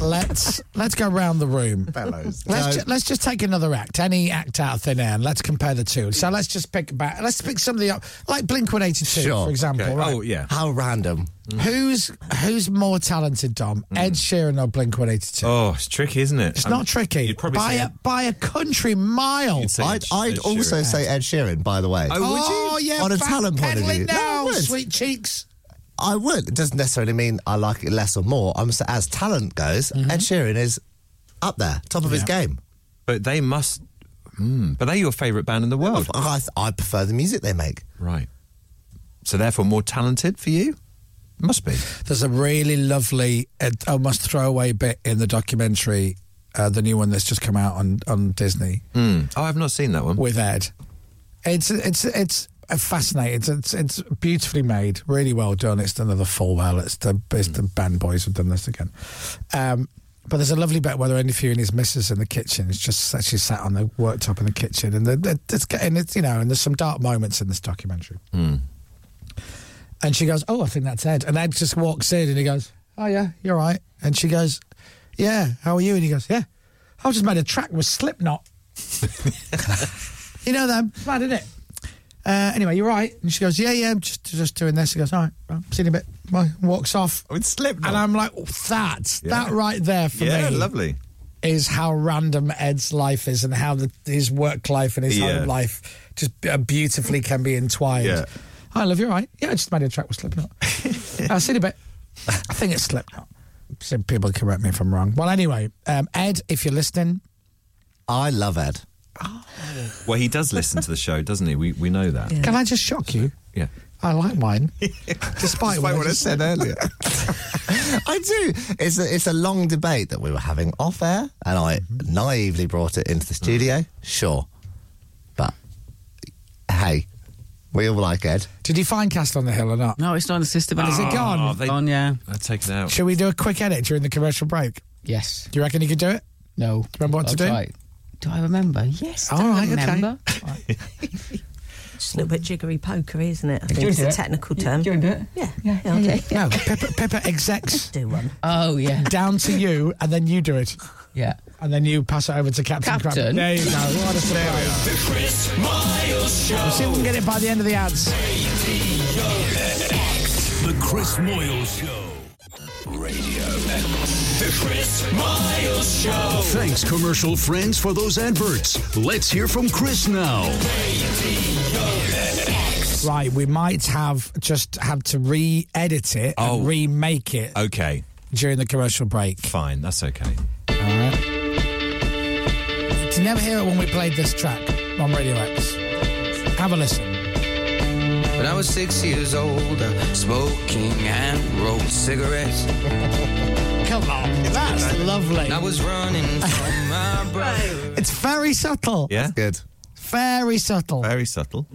Speaker 8: let's let's go round the room.
Speaker 20: Fellows.
Speaker 8: Let's,
Speaker 20: No.
Speaker 8: ju- let's just take another act, any act out of thin air, and let's compare the two. So let's just pick back. Let's pick somebody up, like Blink One Eighty Two,
Speaker 20: Sure.
Speaker 8: for example.
Speaker 20: Okay.
Speaker 8: Right?
Speaker 20: Oh, yeah. How random.
Speaker 8: Who's who's more talented, Dom?
Speaker 20: Mm.
Speaker 8: Ed Sheeran or Blink One Eighty Two?
Speaker 9: Oh, it's tricky, isn't it?
Speaker 8: It's not tricky.
Speaker 9: Um, You'd probably
Speaker 8: by
Speaker 9: say
Speaker 8: a by a country mile.
Speaker 20: I'd, I'd also say Ed Sheeran, by the way.
Speaker 8: Oh, yeah,
Speaker 20: On a talent point of
Speaker 8: backpedaling
Speaker 20: view.
Speaker 8: Now,
Speaker 20: No, I would.
Speaker 8: sweet cheeks.
Speaker 20: I would. It doesn't necessarily mean I like it less or more. I'm s- as talent goes, Ed Sheeran is up there, top of his game.
Speaker 9: But they must. Mm, but they're your favourite band in the world.
Speaker 20: I, I prefer the music they make.
Speaker 9: Right. So therefore, more talented for you. Must be.
Speaker 8: There's a really lovely, uh, almost throwaway bit in the documentary, uh, the new one that's just come out on, on Disney
Speaker 9: Mm. Oh, I've not seen that one.
Speaker 8: Hmm. with Ed. It's it's it's uh, fascinating. It's, it's it's beautifully made, really well done. It's another Falwell. It's the it's the
Speaker 9: Hmm.
Speaker 8: band boys have done this again. Um, but there's a lovely bit where they're interviewing his missus in the kitchen. It's just actually sat on the worktop in the kitchen, and they're, they're, it's getting it's you know, and there's some dark moments in this documentary.
Speaker 9: Hmm.
Speaker 8: And she goes, Oh, I think that's Ed. And Ed just walks in and he goes, Oh, yeah, you're right. And she goes, Yeah, how are you? And he goes, Yeah, I just made a track with Slipknot. you know them? It's mad, isn't it? Uh, anyway, you're right. And she goes, Yeah, yeah, I'm just, just doing this. He goes, All right, well, see you in a bit. Well, walks off.
Speaker 9: With Slipknot.
Speaker 8: And I'm like, That,
Speaker 9: Oh, Yeah.
Speaker 8: that right there for
Speaker 9: yeah,
Speaker 8: me
Speaker 9: lovely.
Speaker 8: is how random Ed's life is and how the, his work life and his
Speaker 9: Yeah.
Speaker 8: home life just uh, beautifully can be entwined.
Speaker 9: Yeah.
Speaker 8: I love you, right? Yeah, I just made a track with Slipknot. I've seen a bit. I think it's Slipknot. So people correct me if I'm wrong. Well, anyway, um, Ed, if you're listening,
Speaker 20: I love Ed.
Speaker 9: Oh. Well, he does listen to the show, doesn't he? We we know that.
Speaker 8: can I just shock you?
Speaker 9: Yeah.
Speaker 8: I like mine, despite what, I just-
Speaker 20: earlier. I do. It's a, it's a long debate that we were having off air, and I naively brought it into the studio. Sure. But hey, we all like Ed.
Speaker 8: Did you find Castle on the Hill or not?
Speaker 11: No, it's not on the system. Oh,
Speaker 8: Is it gone?
Speaker 11: It's gone, yeah.
Speaker 9: I take it out.
Speaker 8: Shall we do a quick edit during the commercial break?
Speaker 11: Yes.
Speaker 8: Do you reckon you could do it?
Speaker 11: No.
Speaker 8: Remember what to do? Oh,
Speaker 11: I'll try. Do I remember? Yes.
Speaker 8: All
Speaker 11: do I
Speaker 8: right, okay.
Speaker 11: remember.
Speaker 10: It's a little bit jiggery pokery, isn't it? I think
Speaker 11: you
Speaker 10: it's
Speaker 11: do
Speaker 10: a
Speaker 11: it?
Speaker 10: technical
Speaker 11: You-
Speaker 10: term.
Speaker 11: do you wanna do it?
Speaker 10: Yeah, yeah, yeah. I'll do it.
Speaker 8: No, Pippa, Pippa execs.
Speaker 10: Do one.
Speaker 11: Oh, yeah.
Speaker 8: Down to you, and then you do it.
Speaker 11: Yeah.
Speaker 8: And then you pass it over to Captain, Crab.
Speaker 11: Captain?
Speaker 8: There you go. What a surprise.
Speaker 6: The Chris Miles Show.
Speaker 8: We'll see if we can get it by the end of the ads.
Speaker 1: The Chris Moyle Show.
Speaker 6: Radio X. The Chris Miles Show.
Speaker 1: Thanks, commercial friends, for those adverts. Let's hear from Chris now.
Speaker 8: Right, we might have just had to re edit it
Speaker 9: Oh.
Speaker 8: and remake it
Speaker 9: Okay.
Speaker 8: during the commercial break.
Speaker 9: Fine. That's okay.
Speaker 8: All right. Did you never hear it when we played this track on Radio X? Have a listen.
Speaker 19: When I was six years old, I smoking and rolled cigarettes.
Speaker 8: Come on, that's lovely.
Speaker 19: I was running from my brother.
Speaker 8: It's very subtle.
Speaker 9: Yeah.
Speaker 20: Good.
Speaker 8: Very subtle. Mm.
Speaker 9: Very subtle.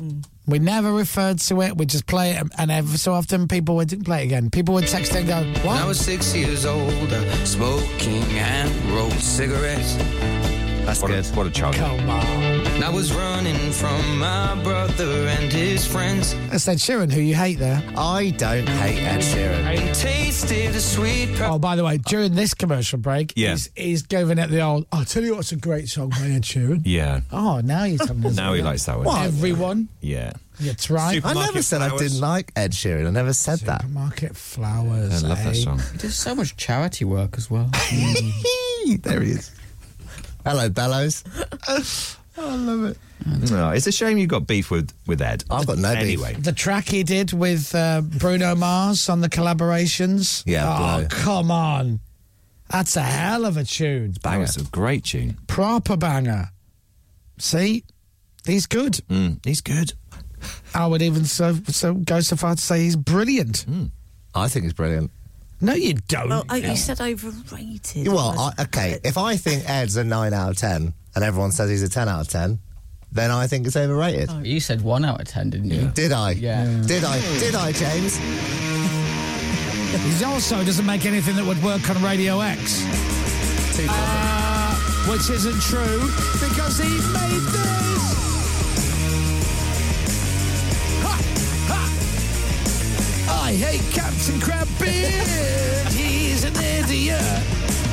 Speaker 8: We never referred to it. We just play it, and ever so often people would play it again. People would text and go,
Speaker 19: When
Speaker 8: "What?"
Speaker 19: I was six years old, I smoking and rolled cigarettes.
Speaker 9: That's what good. A, what a child.
Speaker 8: Come on.
Speaker 19: And I was running from my brother and his friends.
Speaker 8: That's Ed Sheeran, who you hate there.
Speaker 20: I don't hate Ed Sheeran.
Speaker 19: I tasted a sweet
Speaker 8: Oh, by the way, during this commercial break,
Speaker 9: Yeah.
Speaker 8: he's, he's giving it the old, I'll tell you what's a great song by Ed Sheeran.
Speaker 9: Yeah.
Speaker 8: Oh, now you're telling us.
Speaker 9: Now he likes that one.
Speaker 8: What? Everyone.
Speaker 9: Yeah.
Speaker 8: That's right.
Speaker 20: I never said I didn't like Ed Sheeran. I never said that.
Speaker 8: Market flowers.
Speaker 20: I love that
Speaker 8: eh?
Speaker 20: song.
Speaker 11: He does so much charity work as well.
Speaker 20: there he is. Hello, Bellows. I
Speaker 11: Oh,
Speaker 20: love it.
Speaker 9: No, it's a shame you got beef with, with Ed. I've got no anyway.
Speaker 8: The track he did with uh, Bruno Mars on the collaborations.
Speaker 9: Yeah,
Speaker 8: Oh,
Speaker 9: blow.
Speaker 8: come on. That's a hell of a tune.
Speaker 9: That was a great tune.
Speaker 8: Proper banger. See? He's good.
Speaker 9: Mm, he's good.
Speaker 8: I would even so, so go so far to say he's brilliant.
Speaker 9: Mm.
Speaker 20: I think it's brilliant.
Speaker 8: No, you don't.
Speaker 10: Well, oh, you said overrated.
Speaker 20: Well, I, okay. If I think Ed's a nine out of ten, and everyone says he's a ten out of ten, then I think it's overrated.
Speaker 11: You said one out of ten, didn't you?
Speaker 20: Did I?
Speaker 11: Yeah.
Speaker 20: Did I? Did I, James?
Speaker 8: He also doesn't make anything that would work on Radio X. Uh, which isn't true because he made this. Ha, ha. I hate Captain Crabbeard. He's an idiot.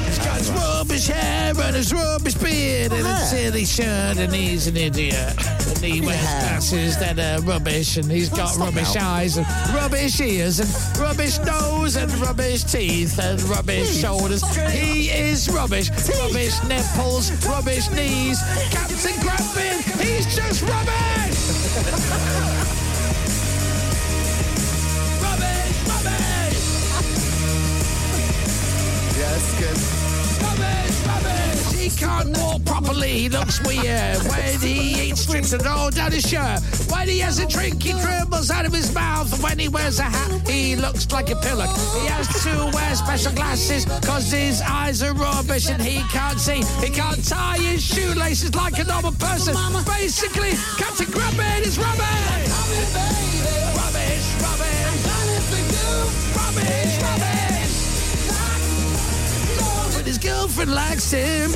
Speaker 8: He's got his rubbish hair and his rubbish beard and a silly shirt and he's an idiot. And he wears glasses that are rubbish and he's got rubbish eyes and rubbish ears and rubbish nose and rubbish teeth and rubbish shoulders. He is rubbish. Rubbish nipples, rubbish knees. Captain Crabbeard, he's just rubbish! Rubbish,
Speaker 20: Yes, good.
Speaker 8: Rubbish, rubbish. He can't walk properly. He looks weird. When he eats, strips and all down his shirt. When he has a drink, he dribbles out of his mouth. And when he wears a hat, he looks like a pillock. He has to wear special glasses because his eyes are rubbish and he can't see. He can't tie his shoelaces like a normal person. Basically, Captain Grubman is rubbish. Rubbish, rubbish. Rubbish, rubbish. But his girlfriend likes him.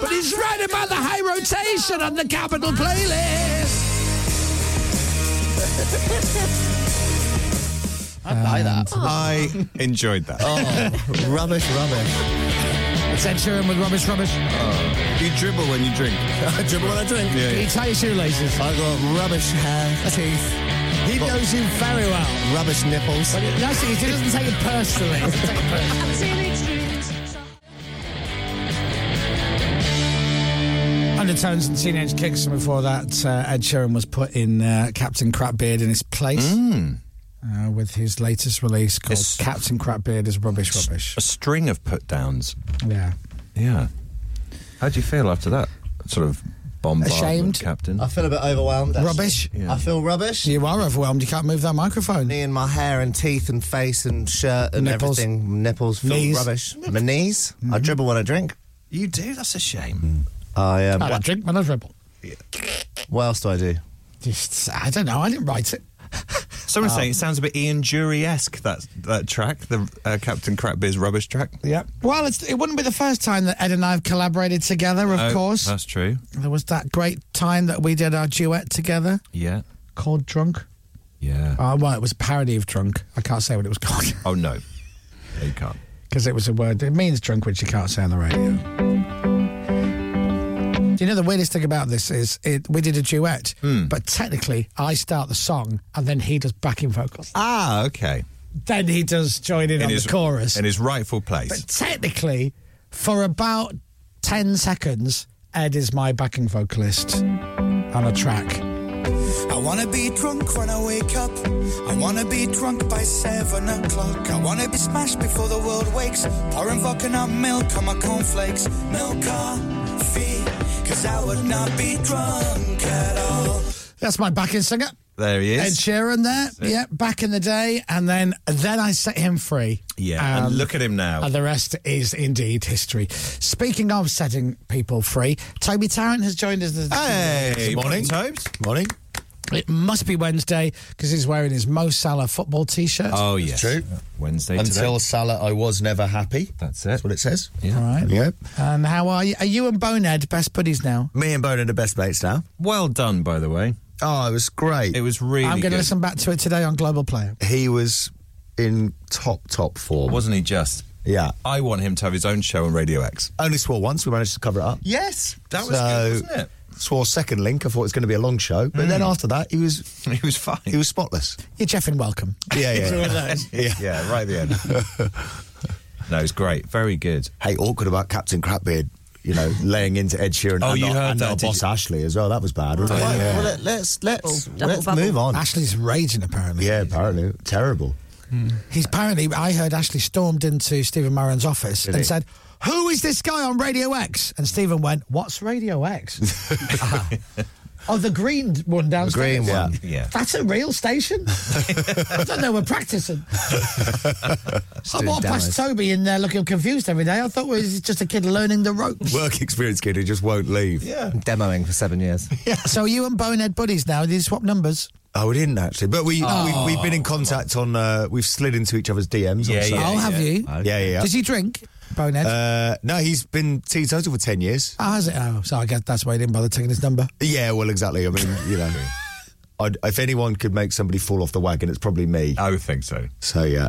Speaker 8: But he's right about the high rotation on the capital playlist.
Speaker 11: I buy that.
Speaker 9: I enjoyed that.
Speaker 20: Um, Oh, rubbish, rubbish.
Speaker 8: It's Ed Sheeran with rubbish, rubbish.
Speaker 9: You dribble when you drink.
Speaker 20: I dribble when I drink.
Speaker 9: Yeah.
Speaker 8: He tie your shoelaces.
Speaker 20: I got rubbish hair, teeth.
Speaker 8: He knows you very well.
Speaker 20: Rubbish nipples.
Speaker 8: But it, no, see, he doesn't take it personally. He doesn't take it personally. Undertones and Teenage Kicks, and before that, uh, Ed Sheeran was put in uh, Captain Crapbeard in his place
Speaker 9: Mm.
Speaker 8: uh, with his latest release called Captain Crapbeard is Rubbish Rubbish.
Speaker 9: A string of put downs.
Speaker 8: Yeah.
Speaker 9: Yeah. How do you feel after that sort of bombardment,
Speaker 8: Ashamed? Uh,
Speaker 9: Captain?
Speaker 20: I feel a bit overwhelmed. actually.
Speaker 8: Rubbish?
Speaker 20: I feel rubbish.
Speaker 8: You are overwhelmed. You can't move that microphone.
Speaker 20: Me and my hair and teeth and face and shirt and
Speaker 8: Nipples.
Speaker 20: everything, nipples, feel
Speaker 8: Knees. Mm-hmm.
Speaker 20: rubbish. My knees. I dribble when I drink.
Speaker 9: You do? That's a shame.
Speaker 20: I um,
Speaker 8: And I
Speaker 20: what,
Speaker 8: drink when I dribble.
Speaker 20: what else do I do?
Speaker 8: Just, I don't know. I didn't write it.
Speaker 9: Someone's
Speaker 8: Um,
Speaker 9: saying it sounds a bit Ian Jury esque, that, that track, the uh, Captain Crapbeer's rubbish track.
Speaker 8: Yeah. Well, it's, it wouldn't be the first time that Ed and I have collaborated together, of
Speaker 9: Oh,
Speaker 8: course.
Speaker 9: That's true.
Speaker 8: There was that great time that we did our duet together
Speaker 9: Yeah.
Speaker 8: called Drunk.
Speaker 9: Yeah.
Speaker 8: Oh, well, it was a parody of Drunk. I can't say what it was called
Speaker 9: Oh, no. No, you can't.
Speaker 8: because it was a word. It means drunk, which you can't say on the radio. Do you know the weirdest thing about this is it, we did a duet, but technically I start the song and then he does backing vocals.
Speaker 9: Ah, okay.
Speaker 8: Then he does join in, on the chorus.
Speaker 9: In his rightful place.
Speaker 8: But technically, for about 10 seconds, Ed is my backing vocalist on a track.
Speaker 6: I wanna be drunk when I wake up. I wanna be drunk by seven o'clock. I wanna be smashed before the world wakes. Pouring vodka, not milk on my cornflakes. Milk coffee, cause I would not be drunk at all.
Speaker 8: That's my backing singer.
Speaker 9: there he
Speaker 8: Ed
Speaker 9: is.
Speaker 8: Sheeran there, yeah, back in the day, and then then I set him free.
Speaker 9: yeah.
Speaker 8: Um,
Speaker 9: and look at him now.
Speaker 8: And the rest is indeed history. Speaking of setting people free, Toby Tarrant has joined us this,
Speaker 9: Hey,
Speaker 8: this
Speaker 9: morning,
Speaker 8: morning.
Speaker 9: Tobes.
Speaker 20: Morning.
Speaker 8: It must be Wednesday because he's wearing his Mo Salah football t shirt.
Speaker 9: Oh, yes.
Speaker 8: True.
Speaker 9: Wednesday
Speaker 8: Until
Speaker 9: Salah, I was never happy. That's it. That's what it says. Yeah.
Speaker 8: All right. Yep. And how are you? Are you and Boned best buddies now?
Speaker 9: Me and Bonan are best mates now. Well done, by the way. Oh, it was great. It was really
Speaker 8: I'm going to
Speaker 9: good.
Speaker 8: listen back to it today on Global Player.
Speaker 9: He was in top, top form. Wasn't he just? Yeah. I want him to have his own show on Radio X.
Speaker 14: Only swore once. We managed to cover it up.
Speaker 9: Yes, that was
Speaker 14: So-
Speaker 9: good, wasn't it?
Speaker 14: Swore second link. I thought it was going to be a long show, but then after that, he was
Speaker 9: he was fine.
Speaker 14: He was spotless.
Speaker 8: You're Jeff and welcome.
Speaker 14: Yeah, yeah,
Speaker 8: Through
Speaker 14: yeah.
Speaker 8: those.
Speaker 14: yeah.
Speaker 9: yeah, right at the
Speaker 8: Ah.
Speaker 9: end. no, it was great. Very good.
Speaker 14: Hey, awkward about Captain Crapbeard, you know, laying into Ed Sheeran.
Speaker 9: Oh,
Speaker 14: and
Speaker 9: you
Speaker 14: our-
Speaker 9: heard
Speaker 14: and
Speaker 9: that,
Speaker 14: our
Speaker 9: did
Speaker 14: boss Ashley as well. That was bad, wasn't
Speaker 9: Oh,
Speaker 14: it?
Speaker 9: yeah.
Speaker 14: Well, let, us let's
Speaker 8: Double
Speaker 14: let's
Speaker 8: bubble.
Speaker 14: move on.
Speaker 8: Ashley's raging apparently.
Speaker 14: Yeah, apparently terrible.
Speaker 9: Hmm.
Speaker 8: He's apparently, I heard Ashley stormed into Stephen Moran's office
Speaker 14: Did
Speaker 8: and
Speaker 14: he?
Speaker 8: said, Who is this guy on Radio X? And Stephen went, What's Radio X? Ah. Oh, the green one downstairs.
Speaker 14: green one, yeah.
Speaker 8: That's a real station? I don't know, we're practicing. I walked past Toby in there looking confused every day. I thought well, he's just a kid learning the ropes.
Speaker 14: Work experience kid who just won't leave. Yeah, demoing for seven years.
Speaker 8: So are you and Bonehead buddies now? Did you swap numbers?
Speaker 14: Oh, we didn't actually, but we,
Speaker 8: Oh.
Speaker 14: we we've been in contact on. Uh, we've slid into each other's DMs.
Speaker 8: Yeah,
Speaker 14: on
Speaker 8: yeah,
Speaker 14: social
Speaker 8: Oh, have
Speaker 14: media.
Speaker 8: you?
Speaker 14: Yeah, yeah. yeah.
Speaker 8: Does he drink, Bonehead?
Speaker 14: Uh, no, he's been teetotal for ten years.
Speaker 8: oh, has it? Oh, so I guess that's why he didn't bother taking his number.
Speaker 14: Yeah, well, exactly. I mean, you know, I'd, if anyone could make somebody fall off the wagon, it's probably me.
Speaker 9: I would think so.
Speaker 14: So yeah,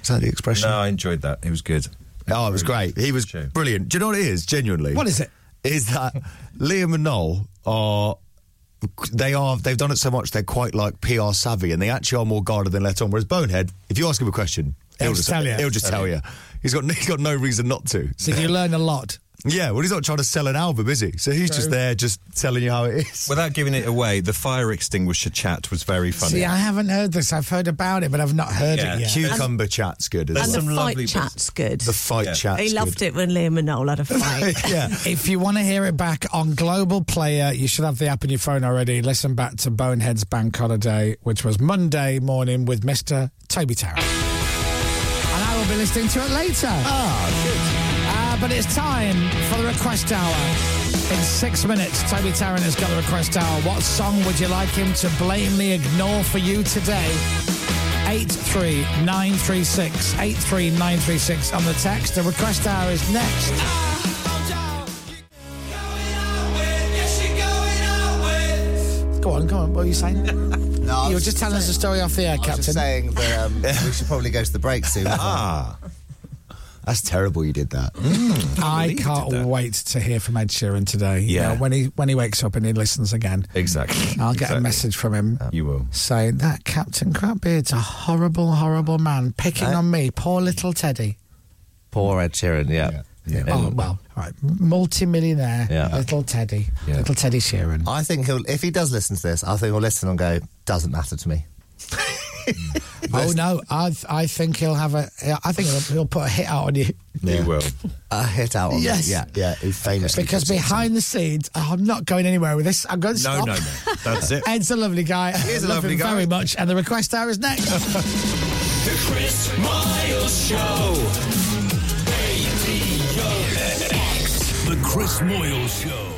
Speaker 14: is that the expression?
Speaker 9: No, I enjoyed that. It was good.
Speaker 14: Oh, it was great. He was brilliant. Do you know what it is? Genuinely,
Speaker 8: What is it?
Speaker 14: Is that Liam and Noel are. They are. They've done it so much. They're quite like PR savvy, and they actually are more guarded than let on. Whereas Bonehead, if you ask him a question, he'll,
Speaker 8: He'll
Speaker 14: just
Speaker 8: tell you.
Speaker 14: He'll just
Speaker 8: Tell
Speaker 14: tell
Speaker 8: you.
Speaker 14: you. He's got he's got no reason not to.
Speaker 8: So you learn a lot.
Speaker 14: Yeah, well, he's not trying to sell an album, is he? So he's
Speaker 8: True.
Speaker 14: just there, just telling you how it is.
Speaker 9: Without giving it away, the fire extinguisher chat was very funny.
Speaker 8: See, I haven't heard this. I've heard about it, but I've not heard
Speaker 9: Yeah.
Speaker 8: it yet.
Speaker 14: Cucumber chat's good.
Speaker 10: And
Speaker 14: As
Speaker 10: the
Speaker 14: well.
Speaker 10: fight chat's good.
Speaker 14: The fight chat's
Speaker 10: he
Speaker 14: good.
Speaker 10: loved it when Liam and Noel had a fight.
Speaker 8: If you want to hear it back on Global Player, you should have the app on your phone already. Listen back to Bonehead's Bank Holiday, which was Monday morning with Mr. Toby Tarrant. And I will be listening to it later. Ah, good. Uh, but it's time for the request hour. In six minutes, Toby Tarrant has got the request hour. What song would you like him to blatantly ignore for you today? 83936 83936 on the text. The request hour is next. Go on, go on. What are you saying?
Speaker 14: No,
Speaker 8: you were just telling us a story off the air, Captain.
Speaker 14: saying that um, we should probably go to the break soon. ah. That's terrible you did that.
Speaker 8: I can't wait to hear from Ed Sheeran today. You
Speaker 14: Yeah.
Speaker 8: know, when he when he wakes up and he listens again,
Speaker 9: Exactly.
Speaker 8: I'll get a message from him.
Speaker 9: You will.
Speaker 8: saying that Captain Crapbeard's a horrible, horrible man, picking on me, poor little Teddy.
Speaker 14: Poor Ed Sheeran, yeah. yeah.
Speaker 8: Oh well, all right, multi-millionaire,
Speaker 14: Yeah.
Speaker 8: little Teddy, little Teddy Sheeran.
Speaker 14: I think he'll, if he does listen to this, I think he'll listen and go, doesn't matter to me.
Speaker 8: Oh no, I th- I think he'll have a. I think he'll, he'll put a hit out on you
Speaker 14: He will. A hit out on me.
Speaker 8: Yes.
Speaker 14: Yeah, yeah, he famously.
Speaker 8: because
Speaker 14: does it.
Speaker 8: behind the scenes, oh, I'm not going anywhere with this. I'm going to
Speaker 14: No,
Speaker 8: stop.
Speaker 14: no, no. That's it.
Speaker 8: Ed's a lovely guy.
Speaker 6: He is a
Speaker 8: I love
Speaker 6: lovely
Speaker 8: him
Speaker 6: guy.
Speaker 8: very much, and the request hour is next.
Speaker 6: The Chris Miles Show.
Speaker 1: The Chris Moyle Show.